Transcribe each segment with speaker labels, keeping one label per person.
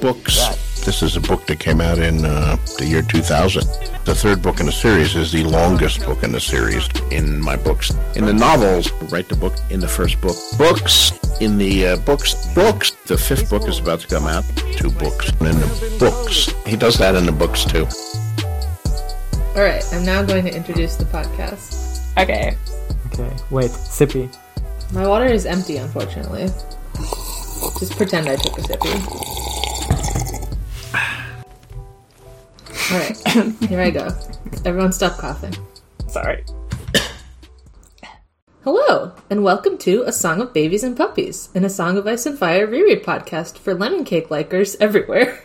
Speaker 1: books. This is a book that came out in uh, the year 2000. The third book in the series is the longest book in the series in my books. In the novels, write the book in the first book. Books in the uh, books. Books. The fifth book is about to come out. Two books. And in the books. He does that in the books too.
Speaker 2: All right, I'm now going to introduce the podcast.
Speaker 3: Okay.
Speaker 4: Okay, wait, sippy.
Speaker 2: My water is empty, unfortunately. Just pretend I took a sippy. All right, here I go. Everyone, stop coughing.
Speaker 3: Sorry.
Speaker 2: Hello, and welcome to A Song of Babies and Puppies, and A Song of Ice and Fire reread podcast for lemon cake likers everywhere.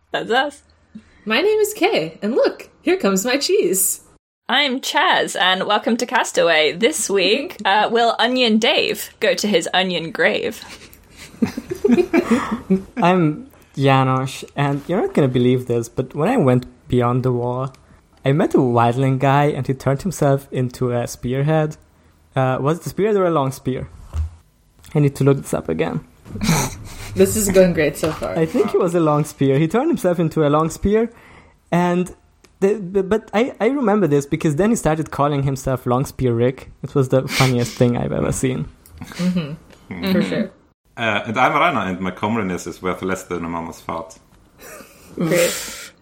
Speaker 3: That's us.
Speaker 2: My name is Kay, and look, here comes my cheese.
Speaker 3: I'm Chaz, and welcome to Castaway. This week, uh, will Onion Dave go to his onion grave?
Speaker 4: I'm Janosch, and you're not gonna believe this, but when I went beyond the wall, I met a wildling guy and he turned himself into a spearhead. Uh, was it a spearhead or a long spear? I need to look this up again.
Speaker 2: This is going great so far.
Speaker 4: I think it was a long spear. He turned himself into a long spear, and the, the, but I, I remember this because then he started calling himself Long Spear Rick. It was the funniest thing I've ever seen.
Speaker 2: For sure.
Speaker 5: Uh, and I'm Rana, and my comrades is worth less than a mama's fart.
Speaker 2: Great.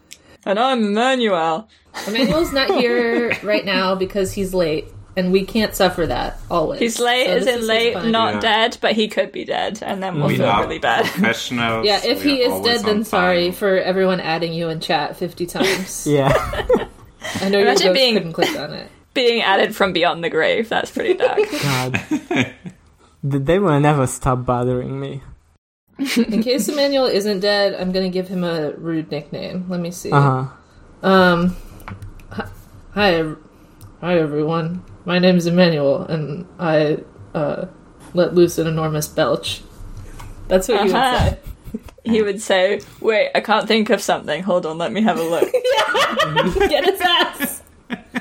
Speaker 3: And I'm Emmanuel.
Speaker 2: Emmanuel's not here right now because he's late, and we can't suffer that always.
Speaker 3: He's late,
Speaker 2: So
Speaker 3: is
Speaker 2: this
Speaker 3: it
Speaker 2: his
Speaker 3: late?
Speaker 2: fun.
Speaker 3: Not
Speaker 5: Yeah.
Speaker 3: dead, but he could be dead, and then we'll
Speaker 4: We
Speaker 3: feel
Speaker 4: are-
Speaker 3: really bad.
Speaker 5: Professionals.
Speaker 2: Yeah, if
Speaker 5: we
Speaker 2: he
Speaker 5: are
Speaker 2: is
Speaker 5: always
Speaker 2: dead, then
Speaker 5: on
Speaker 2: sorry
Speaker 5: time.
Speaker 2: for everyone adding you in chat 50 times.
Speaker 4: Yeah,
Speaker 2: I know you
Speaker 3: Imagine
Speaker 2: guys
Speaker 3: being-
Speaker 2: couldn't click on it.
Speaker 3: Being added from beyond the grave, that's pretty dark.
Speaker 4: God. Th- they will never stop bothering me.
Speaker 2: In case Emmanuel isn't dead, I'm gonna give him a rude nickname. Let me see.
Speaker 4: Uh huh.
Speaker 2: Um, hi- hi, ev- hi everyone. My name is Emmanuel, and I uh, let loose an enormous belch. That's what you would
Speaker 3: Uh-huh.
Speaker 2: say.
Speaker 3: he would say, Wait, I can't think of something. Hold on, let me have a look.
Speaker 2: Get his ass.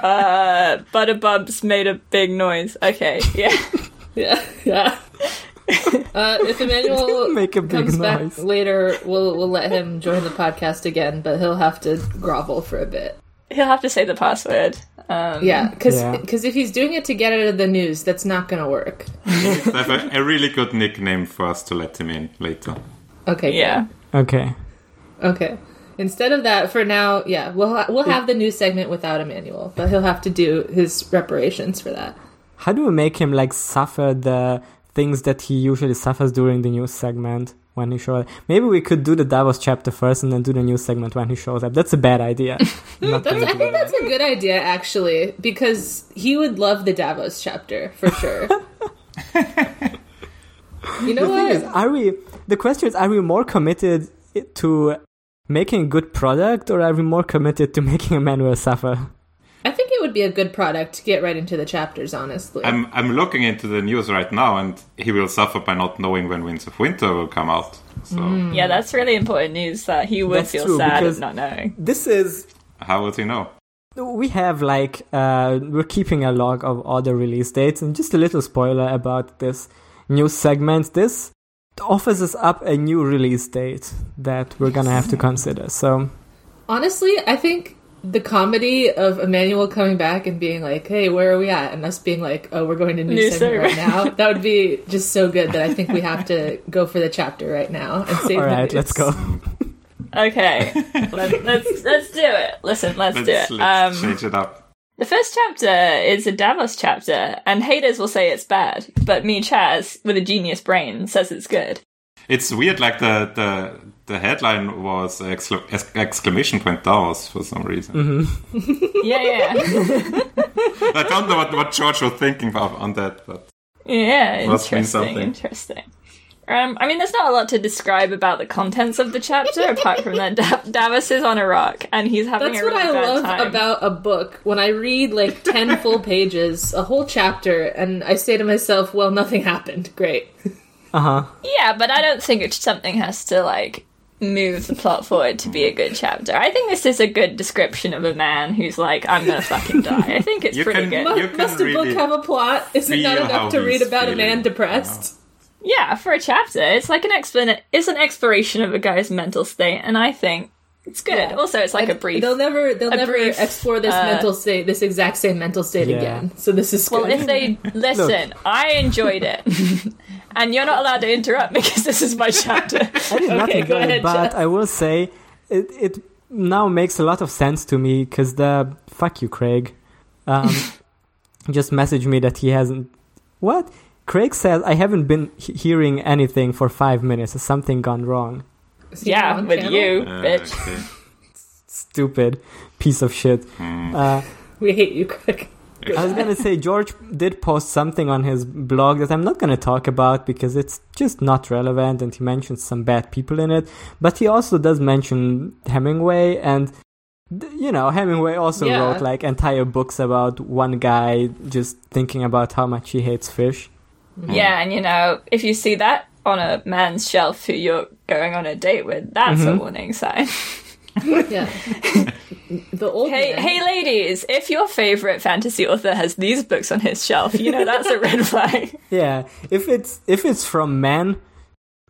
Speaker 3: uh, Butterbubs made a big noise. Okay, yeah.
Speaker 2: Yeah, yeah. Uh, if Emmanuel
Speaker 4: Make a big
Speaker 2: comes
Speaker 4: noise.
Speaker 2: back later, we'll we'll let him join the podcast again, but he'll have to grovel for a bit.
Speaker 3: He'll have to say the password. Um,
Speaker 2: Yeah, because
Speaker 4: Yeah.
Speaker 2: if he's doing it to get out of the news, that's not gonna work.
Speaker 5: I have a, a really good nickname for us to let him in later.
Speaker 2: Okay, good.
Speaker 3: Yeah.
Speaker 4: Okay.
Speaker 2: Okay. Instead of that, for now, yeah, we'll ha- we'll have the new segment without Emmanuel, but he'll have to do his reparations for that.
Speaker 4: How do we make him like suffer the things that he usually suffers during the news segment when he shows up? Maybe we could do the Davos chapter first and then do the news segment when he shows up. That's a bad idea. I'm not gonna
Speaker 2: I
Speaker 4: do
Speaker 2: think
Speaker 4: that.
Speaker 2: that's a good idea, actually, because he would love the Davos chapter for sure. you know what?
Speaker 4: Are we? The question is: Are we more committed to making a good product, or are we more committed to making Emmanuel suffer?
Speaker 2: I think it would be a good product to get right into the chapters. Honestly,
Speaker 5: I'm I'm looking into the news right now, and he will suffer by not knowing when Winds of Winter will come out. So
Speaker 2: Mm.
Speaker 3: Yeah, that's really important news that he would
Speaker 4: That's
Speaker 3: feel
Speaker 4: true,
Speaker 3: sad
Speaker 4: because-
Speaker 3: at not knowing.
Speaker 4: This is
Speaker 5: how would he know?
Speaker 4: we have like uh, we're keeping a log of all the release dates and just a little spoiler about this new segment this offers us up a new release date that we're gonna have to consider so
Speaker 2: honestly, I think the comedy of Emmanuel coming back and being like, "Hey, where are we at?" and us being like, "Oh, we're going to new,
Speaker 3: New
Speaker 2: segment right
Speaker 3: segment.
Speaker 2: now." That would be just so good that I think we have to go for the chapter right now and save.
Speaker 4: all
Speaker 2: the
Speaker 4: right
Speaker 2: news.
Speaker 4: let's go
Speaker 3: Okay, Let, let's let's do it. Listen, let's, do it.
Speaker 5: Let's, let's
Speaker 3: um,
Speaker 5: change it up.
Speaker 3: the first chapter is a Davos chapter, and haters will say it's bad, but me, Chaz, with a genius brain, says it's good.
Speaker 5: It's weird. Like the the the headline was excla- ex- exclamation point Davos for some reason.
Speaker 3: Mm-hmm. Yeah, yeah,
Speaker 5: I don't know what, what George was thinking of on that, but
Speaker 3: yeah.
Speaker 5: Must mean
Speaker 3: Interesting,
Speaker 5: something.
Speaker 3: interesting. Um, I mean, there's not a lot to describe about the contents of the chapter apart from that Dav- Davos is on a rock and he's having
Speaker 2: That's
Speaker 3: a
Speaker 2: what
Speaker 3: really
Speaker 2: I
Speaker 3: bad
Speaker 2: love
Speaker 3: time.
Speaker 2: about a book. When I read like 10 full pages, a whole chapter, and I say to myself, well, nothing happened. Great.
Speaker 4: uh-huh
Speaker 3: Yeah, but I don't think it, something has to like move the plot forward to be a good chapter. I think this is a good description of a man who's like, I'm gonna fucking die. I think it's
Speaker 5: You
Speaker 3: pretty
Speaker 5: can-
Speaker 3: good.
Speaker 5: You
Speaker 2: Must a book
Speaker 5: really
Speaker 2: have a plot? Is it not
Speaker 5: feel how
Speaker 2: enough to
Speaker 5: he's
Speaker 2: read about a
Speaker 5: feeling,
Speaker 2: man depressed?
Speaker 3: Yeah, for a chapter, it's like an explan. It's an exploration of a guy's mental state, and I think it's good.
Speaker 2: Yeah.
Speaker 3: Also, it's like
Speaker 2: I-
Speaker 3: a brief.
Speaker 2: They'll never, they'll
Speaker 3: a
Speaker 2: never
Speaker 3: brief,
Speaker 2: explore this
Speaker 3: uh,
Speaker 2: mental state, this exact same mental state
Speaker 4: Yeah.
Speaker 2: again. So this is
Speaker 3: Well,
Speaker 2: good.
Speaker 3: if they listen, I enjoyed it, and you're not allowed to interrupt because this is my chapter.
Speaker 4: I did not
Speaker 2: Okay,
Speaker 4: enjoy
Speaker 2: go
Speaker 4: it,
Speaker 2: ahead,
Speaker 4: but
Speaker 2: Jeff.
Speaker 4: I will say it, it now makes a lot of sense to me because the fuck you, Craig, um, just messaged me that he hasn't. What Craig says, I haven't been he- hearing anything for five minutes. Has something gone wrong?
Speaker 2: Is he
Speaker 3: yeah,
Speaker 2: on
Speaker 3: with
Speaker 2: channel?
Speaker 5: Uh,
Speaker 3: you, bitch.
Speaker 5: okay.
Speaker 4: Stupid piece of shit. Uh,
Speaker 2: we hate you, Craig.
Speaker 4: I was gonna say George did post something on his blog that I'm not gonna talk about because it's just not relevant, and he mentions some bad people in it. But he also does mention Hemingway, and th- you know Hemingway also
Speaker 2: Yeah.
Speaker 4: wrote like entire books about one guy just thinking about how much he hates fish.
Speaker 5: Mm.
Speaker 3: Yeah, and you know, if you see that on a man's shelf who you're going on a date with, that's a
Speaker 5: Mm-hmm.
Speaker 3: warning sign.
Speaker 2: Yeah. the old
Speaker 3: Hey,
Speaker 2: man.
Speaker 3: hey, ladies! If your favorite fantasy author has these books on his shelf, you know that's a red flag.
Speaker 4: Yeah, if it's if it's from men,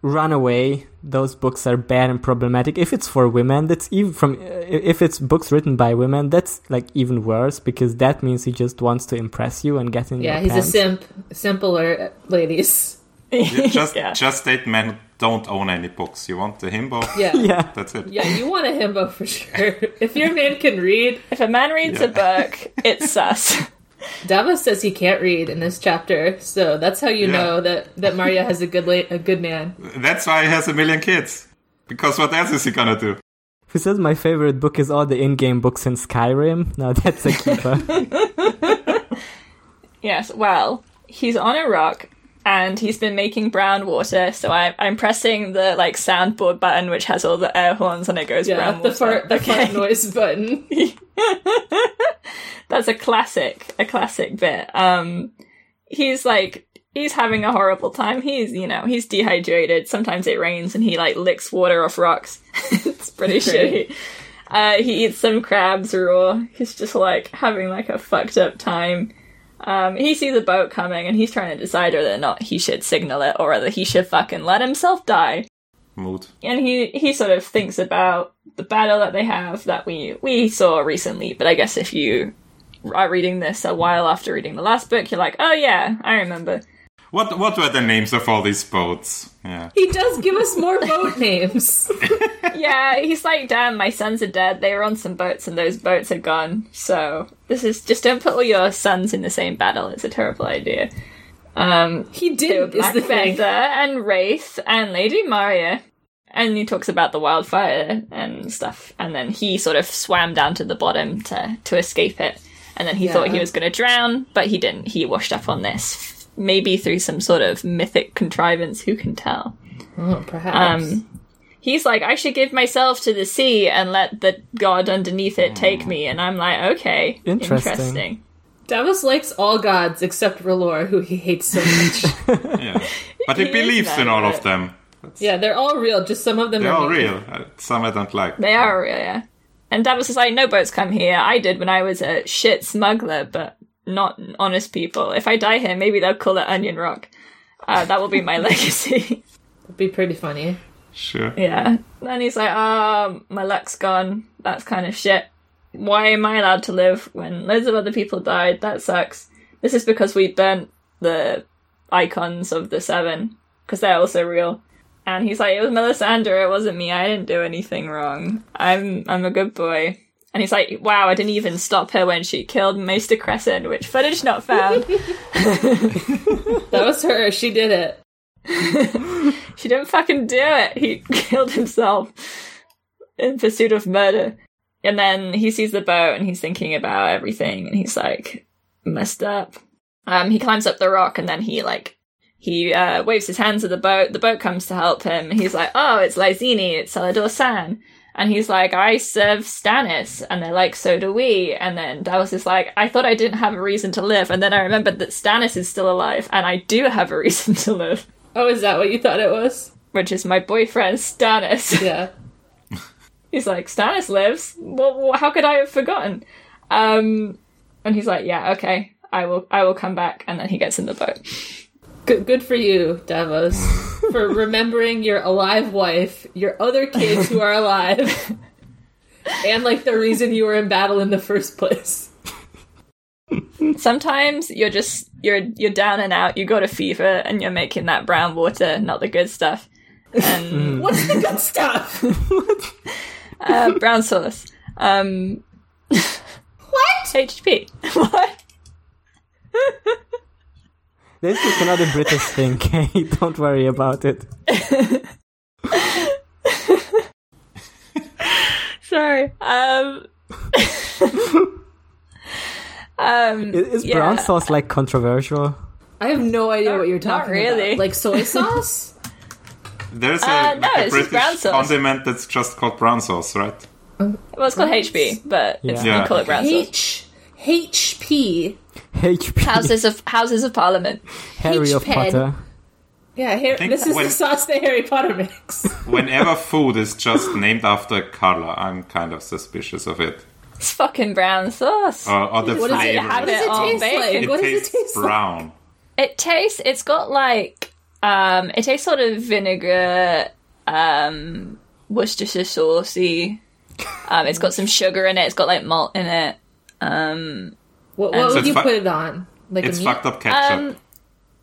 Speaker 4: run away. Those books are bad and problematic. If it's for women, that's even from. If it's books written by women, that's like even worse because that means he just wants to impress you and get in
Speaker 2: Yeah,
Speaker 4: your
Speaker 2: he's
Speaker 4: pants.
Speaker 2: a simp. Simp alert, ladies.
Speaker 5: You just
Speaker 3: yeah.
Speaker 5: just state men don't own any books. You want the himbo?
Speaker 2: Yeah.
Speaker 4: Yeah,
Speaker 5: That's it.
Speaker 2: Yeah, you want a himbo for sure. If your man can read,
Speaker 3: If a man reads a book, it's sus.
Speaker 2: Davos says he can't read in this chapter, so that's how you
Speaker 5: Yeah.
Speaker 2: know that that Maria has a good la- a good man.
Speaker 5: That's why he has a million kids. Because what else is he gonna do?
Speaker 4: who says my favorite book is all the in-game books in Skyrim? Now that's a keeper.
Speaker 3: Yes, well, he's on a rock and he's been making brown water, so I, I'm pressing the like soundboard button which has all the air horns and it goes
Speaker 2: Yeah,
Speaker 3: brown
Speaker 2: the
Speaker 3: water.
Speaker 2: fart the
Speaker 3: Okay.
Speaker 2: fart noise button.
Speaker 3: That's a classic, a classic bit. Um, he's like, he's having a horrible time. He's, you know, he's dehydrated. Sometimes it rains and he like licks water off rocks. it's pretty
Speaker 2: Great.
Speaker 3: shitty. Uh, he eats some crabs raw. He's just like having like a fucked up time. Um, he sees a boat coming and he's trying to decide whether or not he should signal it or whether he should fucking let himself die
Speaker 5: Mood.
Speaker 3: and he he sort of thinks about the battle that they have that we we saw recently. But I guess if you are reading this a while after reading the last book, you're like, oh yeah, I remember.
Speaker 5: What what were the names of all these boats? Yeah.
Speaker 2: He does give us more boat names.
Speaker 3: yeah, he's like, damn, my sons are dead. They were on some boats, and those boats are gone. So this is just don't put all your sons in the same battle. It's a terrible idea. Um,
Speaker 2: He
Speaker 3: they were
Speaker 2: did is
Speaker 3: Black
Speaker 2: the thing.
Speaker 3: Panther and Wraith and Lady Maria. And he talks about the wildfire and stuff. And then he sort of swam down to the bottom to, to escape it. And then he thought he
Speaker 2: Yeah.
Speaker 3: was going to drown, but he didn't. He washed up on this. Maybe through some sort of mythic contrivance, who can tell?
Speaker 2: Oh, perhaps.
Speaker 3: Um, he's like, I should give myself to the sea and let the god underneath it take me. And I'm like, okay,
Speaker 4: Interesting.
Speaker 3: interesting.
Speaker 2: Davos likes all gods except R'hllor, who he hates so much.
Speaker 5: yeah. But he,
Speaker 3: He is
Speaker 5: believes in
Speaker 3: that,
Speaker 5: all of
Speaker 3: but-
Speaker 5: them.
Speaker 2: yeah, they're all real. Just some of them
Speaker 5: They're
Speaker 2: are
Speaker 5: all
Speaker 2: mean.
Speaker 5: real. Uh, Some I don't like.
Speaker 3: They are real, yeah. And Davos is like, no boats come here. I did when I was a shit smuggler, but not honest people. If I die here, maybe they'll call it Onion Rock. Uh, that will be my legacy.
Speaker 2: It'd be pretty funny.
Speaker 5: Sure.
Speaker 3: yeah. And he's like, ah, my luck's gone. That's kind of shit. Why am I allowed to live when loads of other people died? That sucks. This is because we burnt the icons of the seven, because they're also real. And he's like, it was Melisandre, it wasn't me. I didn't do anything wrong. I'm I'm a good boy. And he's like, wow, I didn't even stop her when she killed Maester Crescent, which footage not found.
Speaker 2: That was her. She did it.
Speaker 3: She didn't fucking do it. He killed himself in pursuit of murder. And then he sees the boat and he's thinking about everything and he's like messed up. Um, he climbs up the rock and then he like he uh, waves his hands at the boat. The boat comes to help him. He's like, "Oh, it's Lysini, it's Salador San," and he's like, "I serve Stannis," and they're like, "So do we." And then Davos is like, "I thought I didn't have a reason to live," and then I remembered that Stannis is still alive, and I do have a reason to live
Speaker 2: Oh, is that what you thought it was?
Speaker 3: which is my boyfriend Stannis.
Speaker 2: Yeah.
Speaker 3: he's like, Stannis lives. Well, well, how could I have forgotten? Um, and he's like, Yeah, okay, I will. I will come back. And then he gets in the boat.
Speaker 2: Good, good for you, Davos, for remembering your alive wife, your other kids who are alive, and like the reason you were in battle in the first place.
Speaker 3: Sometimes you're just you're you're down and out. You got a fever, and you're making that brown water, not the good stuff, and
Speaker 2: What's the good stuff?
Speaker 3: uh, brown sauce. Um, what HP? What?
Speaker 4: This is another British thing, okay? Don't worry about it.
Speaker 3: Sorry. Um. um.
Speaker 4: I- Is
Speaker 3: yeah.
Speaker 4: brown sauce like controversial?
Speaker 2: I have no idea
Speaker 3: Not-
Speaker 2: what you're
Speaker 3: not
Speaker 2: talking
Speaker 3: really.
Speaker 2: about. Like soy sauce?
Speaker 5: There's a,
Speaker 3: Uh, no,
Speaker 5: like a
Speaker 3: it's just brown
Speaker 5: British
Speaker 3: sauce.
Speaker 5: condiment that's just called brown sauce, right?
Speaker 3: Well, it's called HP, but it's,
Speaker 4: Yeah.
Speaker 3: you call it brown sauce.
Speaker 2: H HP.
Speaker 4: HP.
Speaker 3: Houses of Houses of Parliament.
Speaker 4: Harry of
Speaker 2: HP.
Speaker 4: Potter.
Speaker 2: Yeah, Har-
Speaker 5: think
Speaker 2: this is
Speaker 5: when-
Speaker 2: the sauce that Harry Potter makes.
Speaker 5: Whenever food is just named after color, I'm kind of suspicious of it.
Speaker 3: It's fucking brown sauce.
Speaker 5: Or, or the
Speaker 2: What does it,
Speaker 5: flavor.
Speaker 2: how
Speaker 3: have
Speaker 5: It,
Speaker 2: does
Speaker 3: it on
Speaker 2: it taste
Speaker 3: bacon.
Speaker 2: like? What does it
Speaker 5: tastes
Speaker 2: taste like?
Speaker 5: brown.
Speaker 3: It tastes. It's got like. Um. It tastes sort of vinegar. Um. Worcestershire saucy. Um. It's got some sugar in it. It's got like malt in it.
Speaker 2: What, what
Speaker 5: So
Speaker 2: would
Speaker 5: it's
Speaker 2: you
Speaker 5: fu-
Speaker 2: put it on? Like a
Speaker 5: It's
Speaker 2: meat?
Speaker 5: fucked up ketchup.
Speaker 3: Um,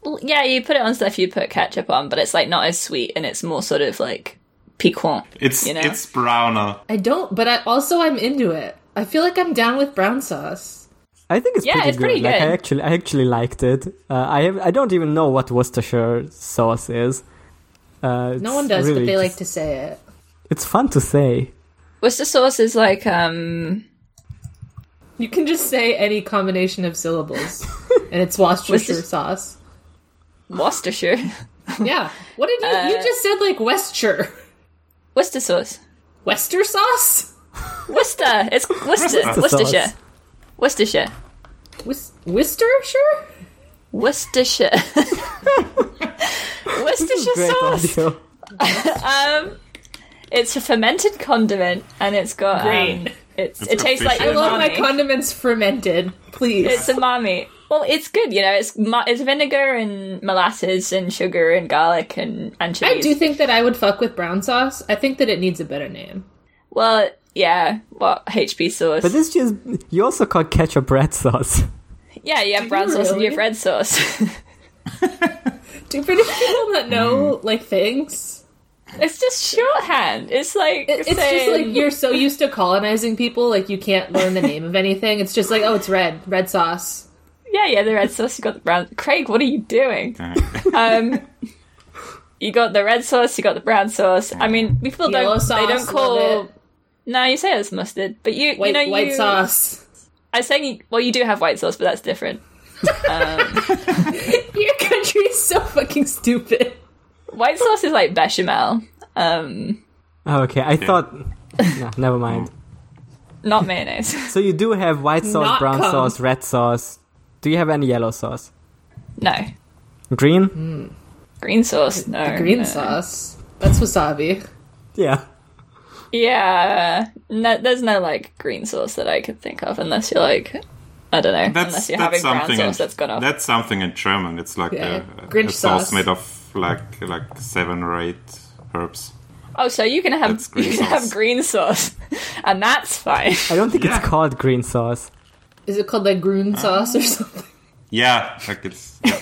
Speaker 3: Well, Yeah, you put it on stuff you put ketchup on, but it's like not as sweet and it's more sort of like piquant.
Speaker 5: it's
Speaker 3: you know?
Speaker 5: it's browner.
Speaker 2: I don't, but I also I'm into it. I feel like I'm down with brown sauce.
Speaker 4: I think it's
Speaker 3: Yeah,
Speaker 4: pretty
Speaker 3: it's
Speaker 4: good.
Speaker 3: pretty
Speaker 4: Like I
Speaker 3: good.
Speaker 4: actually, I actually liked it. Uh, I have, I don't even know what Worcestershire sauce is.
Speaker 2: No
Speaker 4: Uh, it's
Speaker 2: one does,
Speaker 4: really
Speaker 2: but they like
Speaker 4: just-
Speaker 2: to say it.
Speaker 4: It's fun to say.
Speaker 3: Worcester sauce is like um
Speaker 2: You can just say any combination of syllables, and it's Worcestershire
Speaker 3: Worcester-
Speaker 2: sauce.
Speaker 3: Worcestershire.
Speaker 2: Yeah. What did you? you just said like Westshire,
Speaker 3: Worcester sauce.
Speaker 2: Wester sauce,
Speaker 3: Worcester. It's Worcester.
Speaker 4: Worcester
Speaker 3: Worcestershire.
Speaker 4: sauce.
Speaker 3: Worcestershire.
Speaker 2: Wis- Worcestershire.
Speaker 3: Worcestershire. Worcestershire sauce.
Speaker 4: audio.
Speaker 3: Um, it's a fermented condiment and it's got um,
Speaker 2: Green.
Speaker 3: it's,
Speaker 5: It's
Speaker 3: it tastes like
Speaker 5: proficient.
Speaker 2: I love my
Speaker 3: umami.
Speaker 2: condiments fermented. Please.
Speaker 3: It's umami. Well, it's good, you know. It's mu- it's vinegar and molasses and sugar and garlic and anchovies.
Speaker 2: I do think that I would fuck with brown sauce. I think that it needs a better name.
Speaker 3: Well, yeah. What HP sauce?
Speaker 4: But this just you also call ketchup red sauce.
Speaker 3: yeah, you have brown
Speaker 2: you
Speaker 3: sauce and you have
Speaker 2: really?
Speaker 3: red sauce.
Speaker 2: Do British people not know like things?
Speaker 3: it's just shorthand. It's like
Speaker 2: It- it's
Speaker 3: saying,
Speaker 2: just like you're so used to colonizing people, like you can't learn the name of anything. It's just like, oh, it's red, red sauce.
Speaker 3: yeah, yeah. The red sauce. You got the brown. Craig, what are you doing? um, you got the red sauce. You got the brown sauce. I mean, people
Speaker 2: Yellow
Speaker 3: don't.
Speaker 2: sauce,
Speaker 3: they don't
Speaker 2: love
Speaker 3: call.
Speaker 2: it.
Speaker 3: No, you say it's mustard, but you
Speaker 2: White,
Speaker 3: you know
Speaker 2: white
Speaker 3: you,
Speaker 2: sauce.
Speaker 3: I was saying, you- well, you do have white sauce, but that's different.
Speaker 2: Your country is so fucking stupid.
Speaker 3: White sauce is like bechamel. Um,
Speaker 4: Oh, okay, I thought. no, never mind.
Speaker 3: not mayonnaise.
Speaker 4: So you do have white sauce,
Speaker 2: Not
Speaker 4: brown
Speaker 2: cum.
Speaker 4: sauce, red sauce. Do you have any yellow sauce?
Speaker 3: no,
Speaker 4: Green?
Speaker 2: Mm.
Speaker 3: green sauce. No
Speaker 2: Green
Speaker 3: no.
Speaker 2: sauce. That's wasabi.
Speaker 4: Yeah.
Speaker 3: Yeah, no, there's no like green sauce that I could think of unless you're like, I don't know,
Speaker 5: That's
Speaker 3: unless you're having
Speaker 5: that's something.
Speaker 3: brown
Speaker 5: In,
Speaker 3: sauce that's gone off.
Speaker 5: that's something in German. It's like
Speaker 2: Yeah,
Speaker 5: a, a
Speaker 2: Grinch
Speaker 5: sauce
Speaker 2: sauce.
Speaker 5: made of like like seven or eight herbs.
Speaker 3: oh, so you can have
Speaker 5: That's green
Speaker 3: you can have
Speaker 5: sauce.
Speaker 3: green sauce, and that's fine.
Speaker 4: I don't think
Speaker 5: Yeah.
Speaker 4: it's called green sauce.
Speaker 2: Is it called like green sauce or something?
Speaker 5: Yeah, like it's yeah.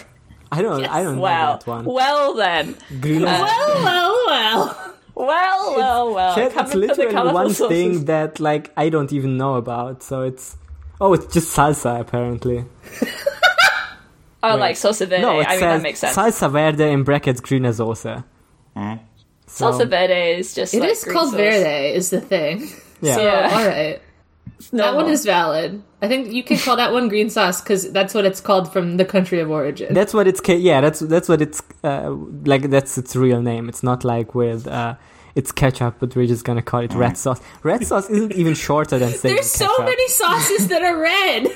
Speaker 4: I don't. I don't know
Speaker 3: Well,
Speaker 4: that one.
Speaker 3: well then,
Speaker 4: green
Speaker 2: Well, well, well.
Speaker 3: well, well, well.
Speaker 4: Shit,
Speaker 3: Come and put
Speaker 4: it's
Speaker 3: the
Speaker 4: literally
Speaker 3: colourful
Speaker 4: one
Speaker 3: sauces.
Speaker 4: thing that like I don't even know about. So it's oh, it's just salsa apparently.
Speaker 3: Oh,
Speaker 4: wait.
Speaker 3: like salsa verde.
Speaker 4: no, it
Speaker 3: I mean
Speaker 4: says
Speaker 3: that makes sense.
Speaker 4: salsa verde in brackets green as osa.
Speaker 5: Hmm.
Speaker 4: So,
Speaker 3: salsa verde is just
Speaker 2: It is
Speaker 3: like green
Speaker 2: called
Speaker 3: sauce.
Speaker 2: verde, is the thing.
Speaker 4: Yeah.
Speaker 2: So,
Speaker 3: Yeah.
Speaker 2: all right. That
Speaker 3: Normal.
Speaker 2: one is valid. I think you can call that one green sauce because that's what it's called from the country of origin.
Speaker 4: That's what it's. ca- Yeah, that's that's what it's uh, like. That's its real name. It's not like with uh, it's ketchup, but we're just gonna call it red sauce. Red sauce isn't even shorter than saying
Speaker 2: There's so
Speaker 4: ketchup.
Speaker 2: many sauces that are red.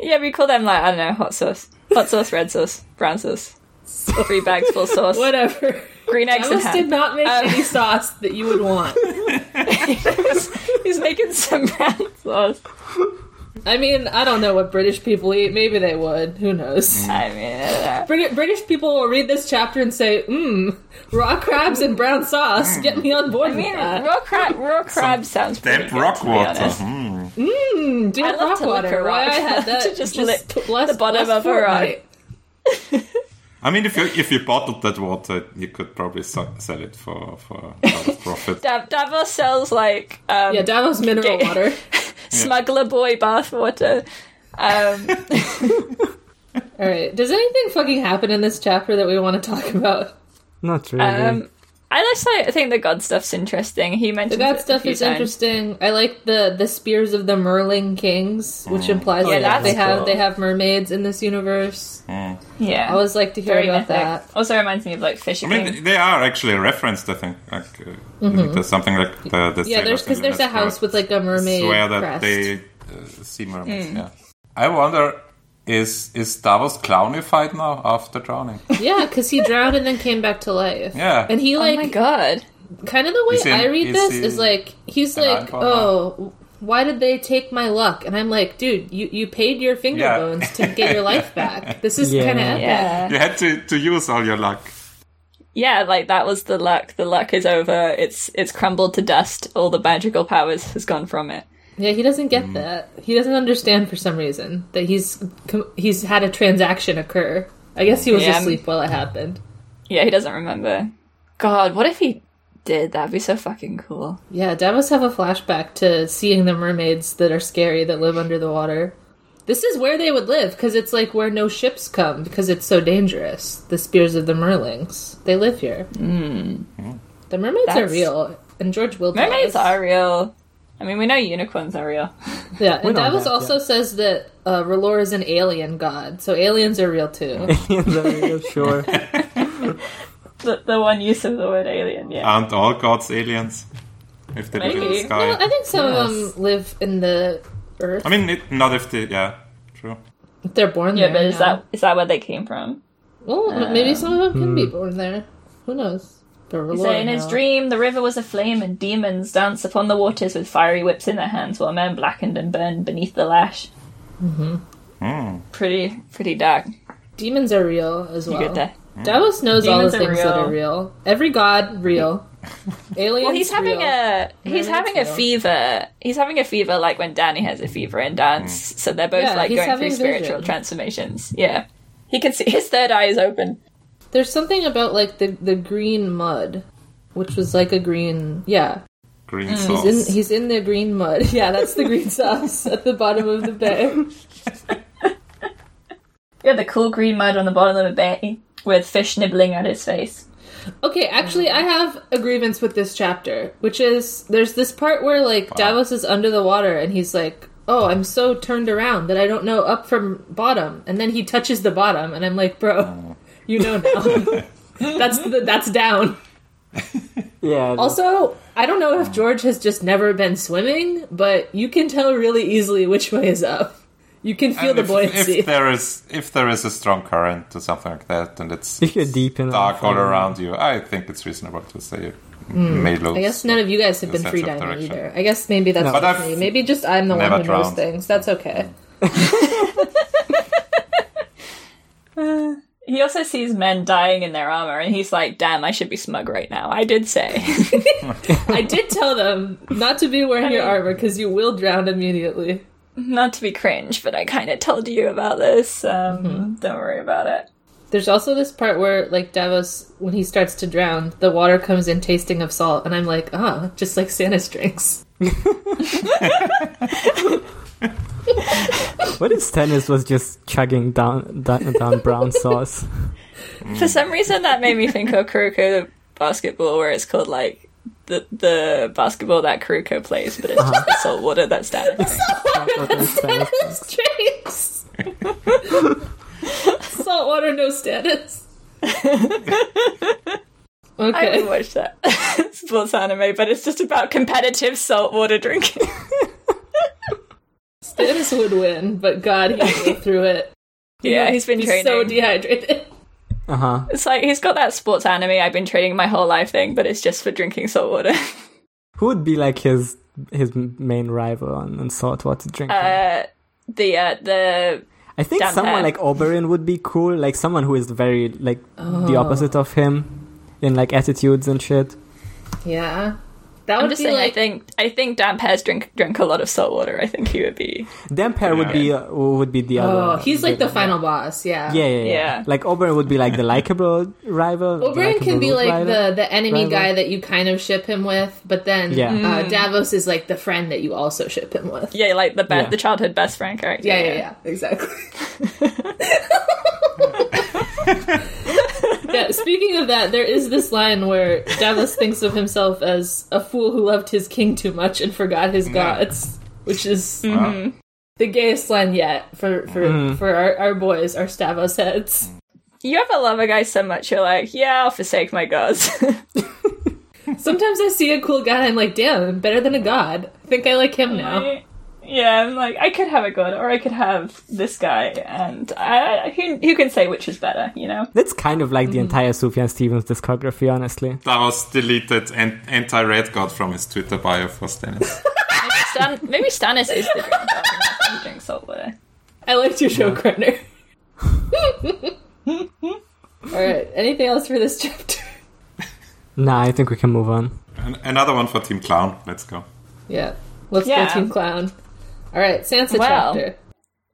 Speaker 3: Yeah, we call them like I don't know, hot sauce, hot sauce, red sauce, brown sauce, three bags full sauce,
Speaker 2: Whatever.
Speaker 3: green eggs and
Speaker 2: Alice did
Speaker 3: ham.
Speaker 2: not make
Speaker 3: Um,
Speaker 2: any sauce that you would want.
Speaker 3: He's making some brown sauce.
Speaker 2: I mean, I don't know what British people eat. Maybe they would. Who knows?
Speaker 3: I mean, uh,
Speaker 2: Brit- British people will read this chapter and say, mmm, raw crabs and brown sauce. Get me on board
Speaker 3: Mm. I
Speaker 2: with
Speaker 3: mean,
Speaker 2: that.
Speaker 3: raw crab, raw crab sounds pretty
Speaker 5: Damp
Speaker 3: good,
Speaker 5: rock
Speaker 3: to be
Speaker 5: water.
Speaker 3: honest.
Speaker 5: hmm.
Speaker 2: Mmm,
Speaker 3: I
Speaker 2: damn
Speaker 3: love
Speaker 2: rock
Speaker 3: to lick
Speaker 2: water.
Speaker 3: a
Speaker 2: Why
Speaker 3: rock.
Speaker 2: I had that
Speaker 3: To just lick
Speaker 2: t- last-
Speaker 3: the bottom
Speaker 2: last
Speaker 3: of a rock.
Speaker 2: fortnight.
Speaker 5: I mean, if you if you bottled that water, you could probably so- sell it for for a lot of profit.
Speaker 3: Dav- Davos sells like um,
Speaker 2: Yeah, Davos mineral
Speaker 3: Okay.
Speaker 2: water.
Speaker 3: smuggler boy bath water. Um,
Speaker 2: All right. Does anything fucking happen in this chapter that we want to talk about?
Speaker 4: Not really.
Speaker 3: um, I just like, I think the god stuff's interesting. He
Speaker 2: The
Speaker 3: mentioned
Speaker 2: god stuff is interesting. I like the the spears of the Merlin kings,
Speaker 5: Mm.
Speaker 2: which implies
Speaker 3: Oh, Yeah,
Speaker 2: that
Speaker 3: that's
Speaker 2: they have
Speaker 3: cool.
Speaker 2: they have mermaids in this universe. I
Speaker 5: Hmm.
Speaker 3: Yeah,
Speaker 2: always like to hear
Speaker 3: Very
Speaker 2: about
Speaker 3: mythic.
Speaker 2: that.
Speaker 3: Also reminds me of like Fisher
Speaker 5: I
Speaker 3: King.
Speaker 5: mean, they are actually referenced. I think like uh, I
Speaker 3: Mm-hmm.
Speaker 5: think there's something like the, the
Speaker 2: Yeah, there's because there's a house with like a mermaid
Speaker 5: swear that
Speaker 2: crest. Hmm.
Speaker 5: they uh, see mermaids. Yeah, I wonder is is Davos clownified now after drowning?
Speaker 2: Yeah, because he drowned and then came back to life.
Speaker 5: Yeah.
Speaker 2: and he
Speaker 3: oh my
Speaker 2: like
Speaker 3: god!
Speaker 2: kind of the way
Speaker 5: Is he-
Speaker 2: I read
Speaker 5: is
Speaker 2: this
Speaker 5: he
Speaker 2: is like he's
Speaker 5: an
Speaker 2: like,
Speaker 5: iPhone?
Speaker 2: oh, why did they take my luck? And I'm like, dude, you you paid your finger
Speaker 5: Yeah.
Speaker 2: bones to get your life back. This is
Speaker 4: Yeah.
Speaker 2: kind of epic.
Speaker 3: Yeah,
Speaker 5: you had to, to use all your luck.
Speaker 3: yeah, like that was the luck. The luck is over. It's it's crumbled to dust. All the magical powers has gone from it.
Speaker 2: Yeah, he doesn't get that. He doesn't understand for some reason that he's com- he's had a transaction occur. I guess he was
Speaker 3: Yeah.
Speaker 2: asleep while it happened.
Speaker 3: Yeah, he doesn't remember. God, what if he did? That'd be so fucking cool.
Speaker 2: Yeah, Davos have a flashback to seeing the mermaids that are scary that live under the water. This is where they would live because it's like where no ships come because it's so dangerous. The spears of the merlings. They live here. Mm. The mermaids
Speaker 3: That's-
Speaker 2: are real. And George will tell us.
Speaker 3: Mermaids are real. I mean, we know unicorns are real.
Speaker 2: Yeah, and
Speaker 4: know
Speaker 2: Davos
Speaker 4: that,
Speaker 2: also says that uh, R'hllor is an alien god, so aliens are real too.
Speaker 4: sure.
Speaker 3: The, the one use of the word alien, yeah.
Speaker 5: Aren't all gods aliens? If they live in the
Speaker 3: Maybe.
Speaker 5: sky.
Speaker 2: No, I think some of
Speaker 4: Yes.
Speaker 2: them live in the earth.
Speaker 5: I mean, it, not if they. Yeah, true.
Speaker 2: They're born
Speaker 3: yeah,
Speaker 2: there.
Speaker 3: but is
Speaker 2: yeah.
Speaker 3: that is that where they came from?
Speaker 2: Well, m- maybe some of them can be born there. Who knows? But
Speaker 3: He
Speaker 2: R'hllor,
Speaker 3: said, in his
Speaker 2: no.
Speaker 3: dream, the river was aflame, and demons dance upon the waters with fiery whips in their hands, while men blackened and burned beneath the lash. Mm-hmm. Pretty, pretty dark.
Speaker 2: demons are real as
Speaker 3: You
Speaker 2: well.
Speaker 3: get that?
Speaker 2: Davos knows all the
Speaker 3: Demons are
Speaker 2: things that
Speaker 3: real.
Speaker 2: are real. Every god real. Aliens.
Speaker 3: Well, he's having
Speaker 2: real.
Speaker 3: a he's
Speaker 2: Mermaids
Speaker 3: having a
Speaker 2: real.
Speaker 3: fever. He's having a fever like when Danny has a fever in dance. So they're both
Speaker 2: Yeah,
Speaker 3: like
Speaker 2: he's
Speaker 3: going
Speaker 2: having
Speaker 3: through spiritual
Speaker 2: vision.
Speaker 3: transformations. Yeah, he can see his third eye is open.
Speaker 2: There's something about like the the green mud, which was like a green. Yeah,
Speaker 5: Green
Speaker 2: he's
Speaker 5: sauce.
Speaker 2: in he's in the green mud. Yeah, that's the green sauce at the bottom of the bay.
Speaker 3: Yeah, the cool green mud on the bottom of the bay with fish nibbling at his face.
Speaker 2: Okay, actually, I have a grievance with this chapter, which is there's this part where like Davos is under the water and he's like, "Oh, I'm so turned around that I don't know up from bottom," and then he touches the bottom, and I'm like,
Speaker 5: Oh.
Speaker 2: "Bro, you know now." That's the, that's down.
Speaker 4: Yeah.
Speaker 2: Also, I don't know
Speaker 5: Oh.
Speaker 2: if George has just never been swimming, but you can tell really easily which way is up. You can feel
Speaker 5: And
Speaker 2: the
Speaker 5: if,
Speaker 2: buoyancy.
Speaker 5: if there is if there is a strong current or something like that, and it's
Speaker 4: If you're deep enough, um,
Speaker 5: dark all
Speaker 4: yeah.
Speaker 5: around you, I think it's reasonable to say you may lose.
Speaker 2: Hmm. I guess none of you guys have been
Speaker 5: sense
Speaker 2: free
Speaker 5: of
Speaker 2: diving
Speaker 5: direction.
Speaker 2: either. I guess maybe that's
Speaker 5: But
Speaker 2: just
Speaker 5: I've
Speaker 2: me. Maybe just I'm the one
Speaker 5: never
Speaker 2: who knows
Speaker 5: drowned.
Speaker 2: things. That's okay.
Speaker 3: He also sees men dying in their armor, and he's like, "Damn, I should be smug right now." I did say.
Speaker 2: I did tell them not to be wearing your armor because you will drown immediately.
Speaker 3: not to be cringe, but I kind of told you about this. Um, Don't worry about it.
Speaker 2: There's also this part where, like Davos, when he starts to drown, the water comes in tasting of salt, and I'm like, ah, just like Santa's drinks.
Speaker 4: What if Stannis was just chugging down down, down brown sauce?
Speaker 3: For some reason, that made me think of Kuruko the basketball, where it's called like the the basketball that Kuruko plays, but it's just the salt water that's down.
Speaker 4: Stannis
Speaker 2: Santa's drinks. salt water, no status.
Speaker 3: I haven't
Speaker 2: Okay.
Speaker 3: watched that sports anime, but it's just about competitive salt water drinking.
Speaker 2: Stannis would win, but God, he go through it.
Speaker 3: yeah, he's been
Speaker 2: He's
Speaker 3: training.
Speaker 2: so dehydrated.
Speaker 4: Uh huh.
Speaker 3: it's like he's got that sports anime I've been training my whole life thing, but it's just for drinking salt water.
Speaker 4: Who would be like his his main rival on, on saltwater drinking?
Speaker 3: Uh, the uh, the
Speaker 4: I think
Speaker 3: Damn
Speaker 4: someone
Speaker 3: her.
Speaker 4: like Oberyn would be cool, like someone who is very like
Speaker 2: Oh.
Speaker 4: the opposite of him in like attitudes and shit.
Speaker 2: Yeah. That
Speaker 3: I'm
Speaker 2: would
Speaker 3: just
Speaker 2: be
Speaker 3: saying.
Speaker 2: like
Speaker 3: I think I think Dan Pears drink drink a lot of salt water. I think he would be.
Speaker 4: Damper would be uh, would be the
Speaker 2: Oh,
Speaker 4: other.
Speaker 2: he's like the final boss. Yeah.
Speaker 4: yeah, yeah, yeah,
Speaker 3: Yeah.
Speaker 4: Like Oberyn would be like the likable rival. the
Speaker 2: Oberyn
Speaker 4: likable
Speaker 2: can be
Speaker 4: root
Speaker 2: like
Speaker 4: rival.
Speaker 2: the, the enemy
Speaker 4: rival.
Speaker 2: guy that you kind of ship him with, but then
Speaker 4: Yeah.
Speaker 2: uh, Davos is like the friend that you also ship him with.
Speaker 3: Yeah, like the be-
Speaker 4: Yeah.
Speaker 3: the childhood best friend character.
Speaker 2: Yeah, yeah, yeah, exactly. yeah, speaking of that, there is this line where Davos thinks of himself as a fool who loved his king too much and forgot his gods, which is
Speaker 5: Wow.
Speaker 2: the gayest line yet for for, for our, our boys, our Stavos heads.
Speaker 3: You ever love a guy so much you're like, yeah, I'll forsake my gods.
Speaker 2: Sometimes I see a cool guy and I'm like, damn, I'm better than a god. I think I like him now.
Speaker 3: Oh. yeah, I'm like, I could have a god, or I could have this guy, and I, who who can say which is better? You know.
Speaker 4: That's kind of like the
Speaker 2: Mm-hmm.
Speaker 4: entire Sufjan Stevens discography, honestly.
Speaker 5: That was deleted and anti Red God from his Twitter bio for Stannis.
Speaker 3: Stan- maybe Stannis is the drink god. and He drinks salt water.
Speaker 2: I liked your show, Krenner. All right. Anything else for this chapter?
Speaker 4: Nah, I think we can move on.
Speaker 5: An- another one for Team Clown. Let's go.
Speaker 2: Yeah. Let's
Speaker 3: Yeah.
Speaker 2: go Team Clown. All right, Sansa
Speaker 3: Well.
Speaker 2: chapter.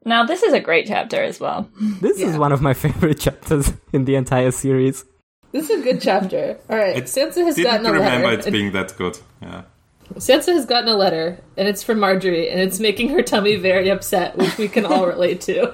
Speaker 3: Now this is a great chapter as well.
Speaker 4: This is one of my favorite chapters in the entire series.
Speaker 2: This is a good chapter. All right,
Speaker 5: It
Speaker 2: Sansa has
Speaker 5: Didn't
Speaker 2: gotten a
Speaker 5: remember
Speaker 2: letter.
Speaker 5: it being that good. Yeah.
Speaker 2: Sansa has gotten a letter, and it's from Marjorie, and it's making her tummy very upset, which we can all relate to.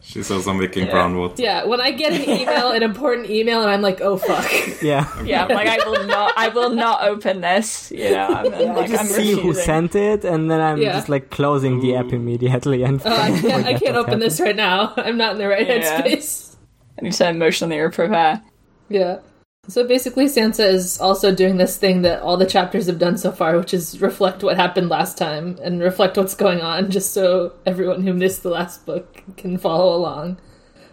Speaker 5: She's also making brown wood.
Speaker 2: Yeah, when I get an email, an important email, and I'm like, oh fuck.
Speaker 4: Yeah.
Speaker 3: Yeah, I'm like I will not, I will not open this. You know, I'm, like,
Speaker 4: I
Speaker 3: I'm
Speaker 4: just see who
Speaker 3: refusing.
Speaker 4: sent it, and then I'm
Speaker 2: Yeah.
Speaker 4: just like closing the app immediately. And
Speaker 2: Oh, I can't, I can't open
Speaker 4: happened.
Speaker 2: this right now. I'm not in the right
Speaker 3: Yeah.
Speaker 2: headspace.
Speaker 3: I need to emotionally prepare.
Speaker 2: Yeah. So basically, Sansa is also doing this thing that all the chapters have done so far, which is reflect what happened last time and reflect what's going on, just so everyone who missed the last book can follow along.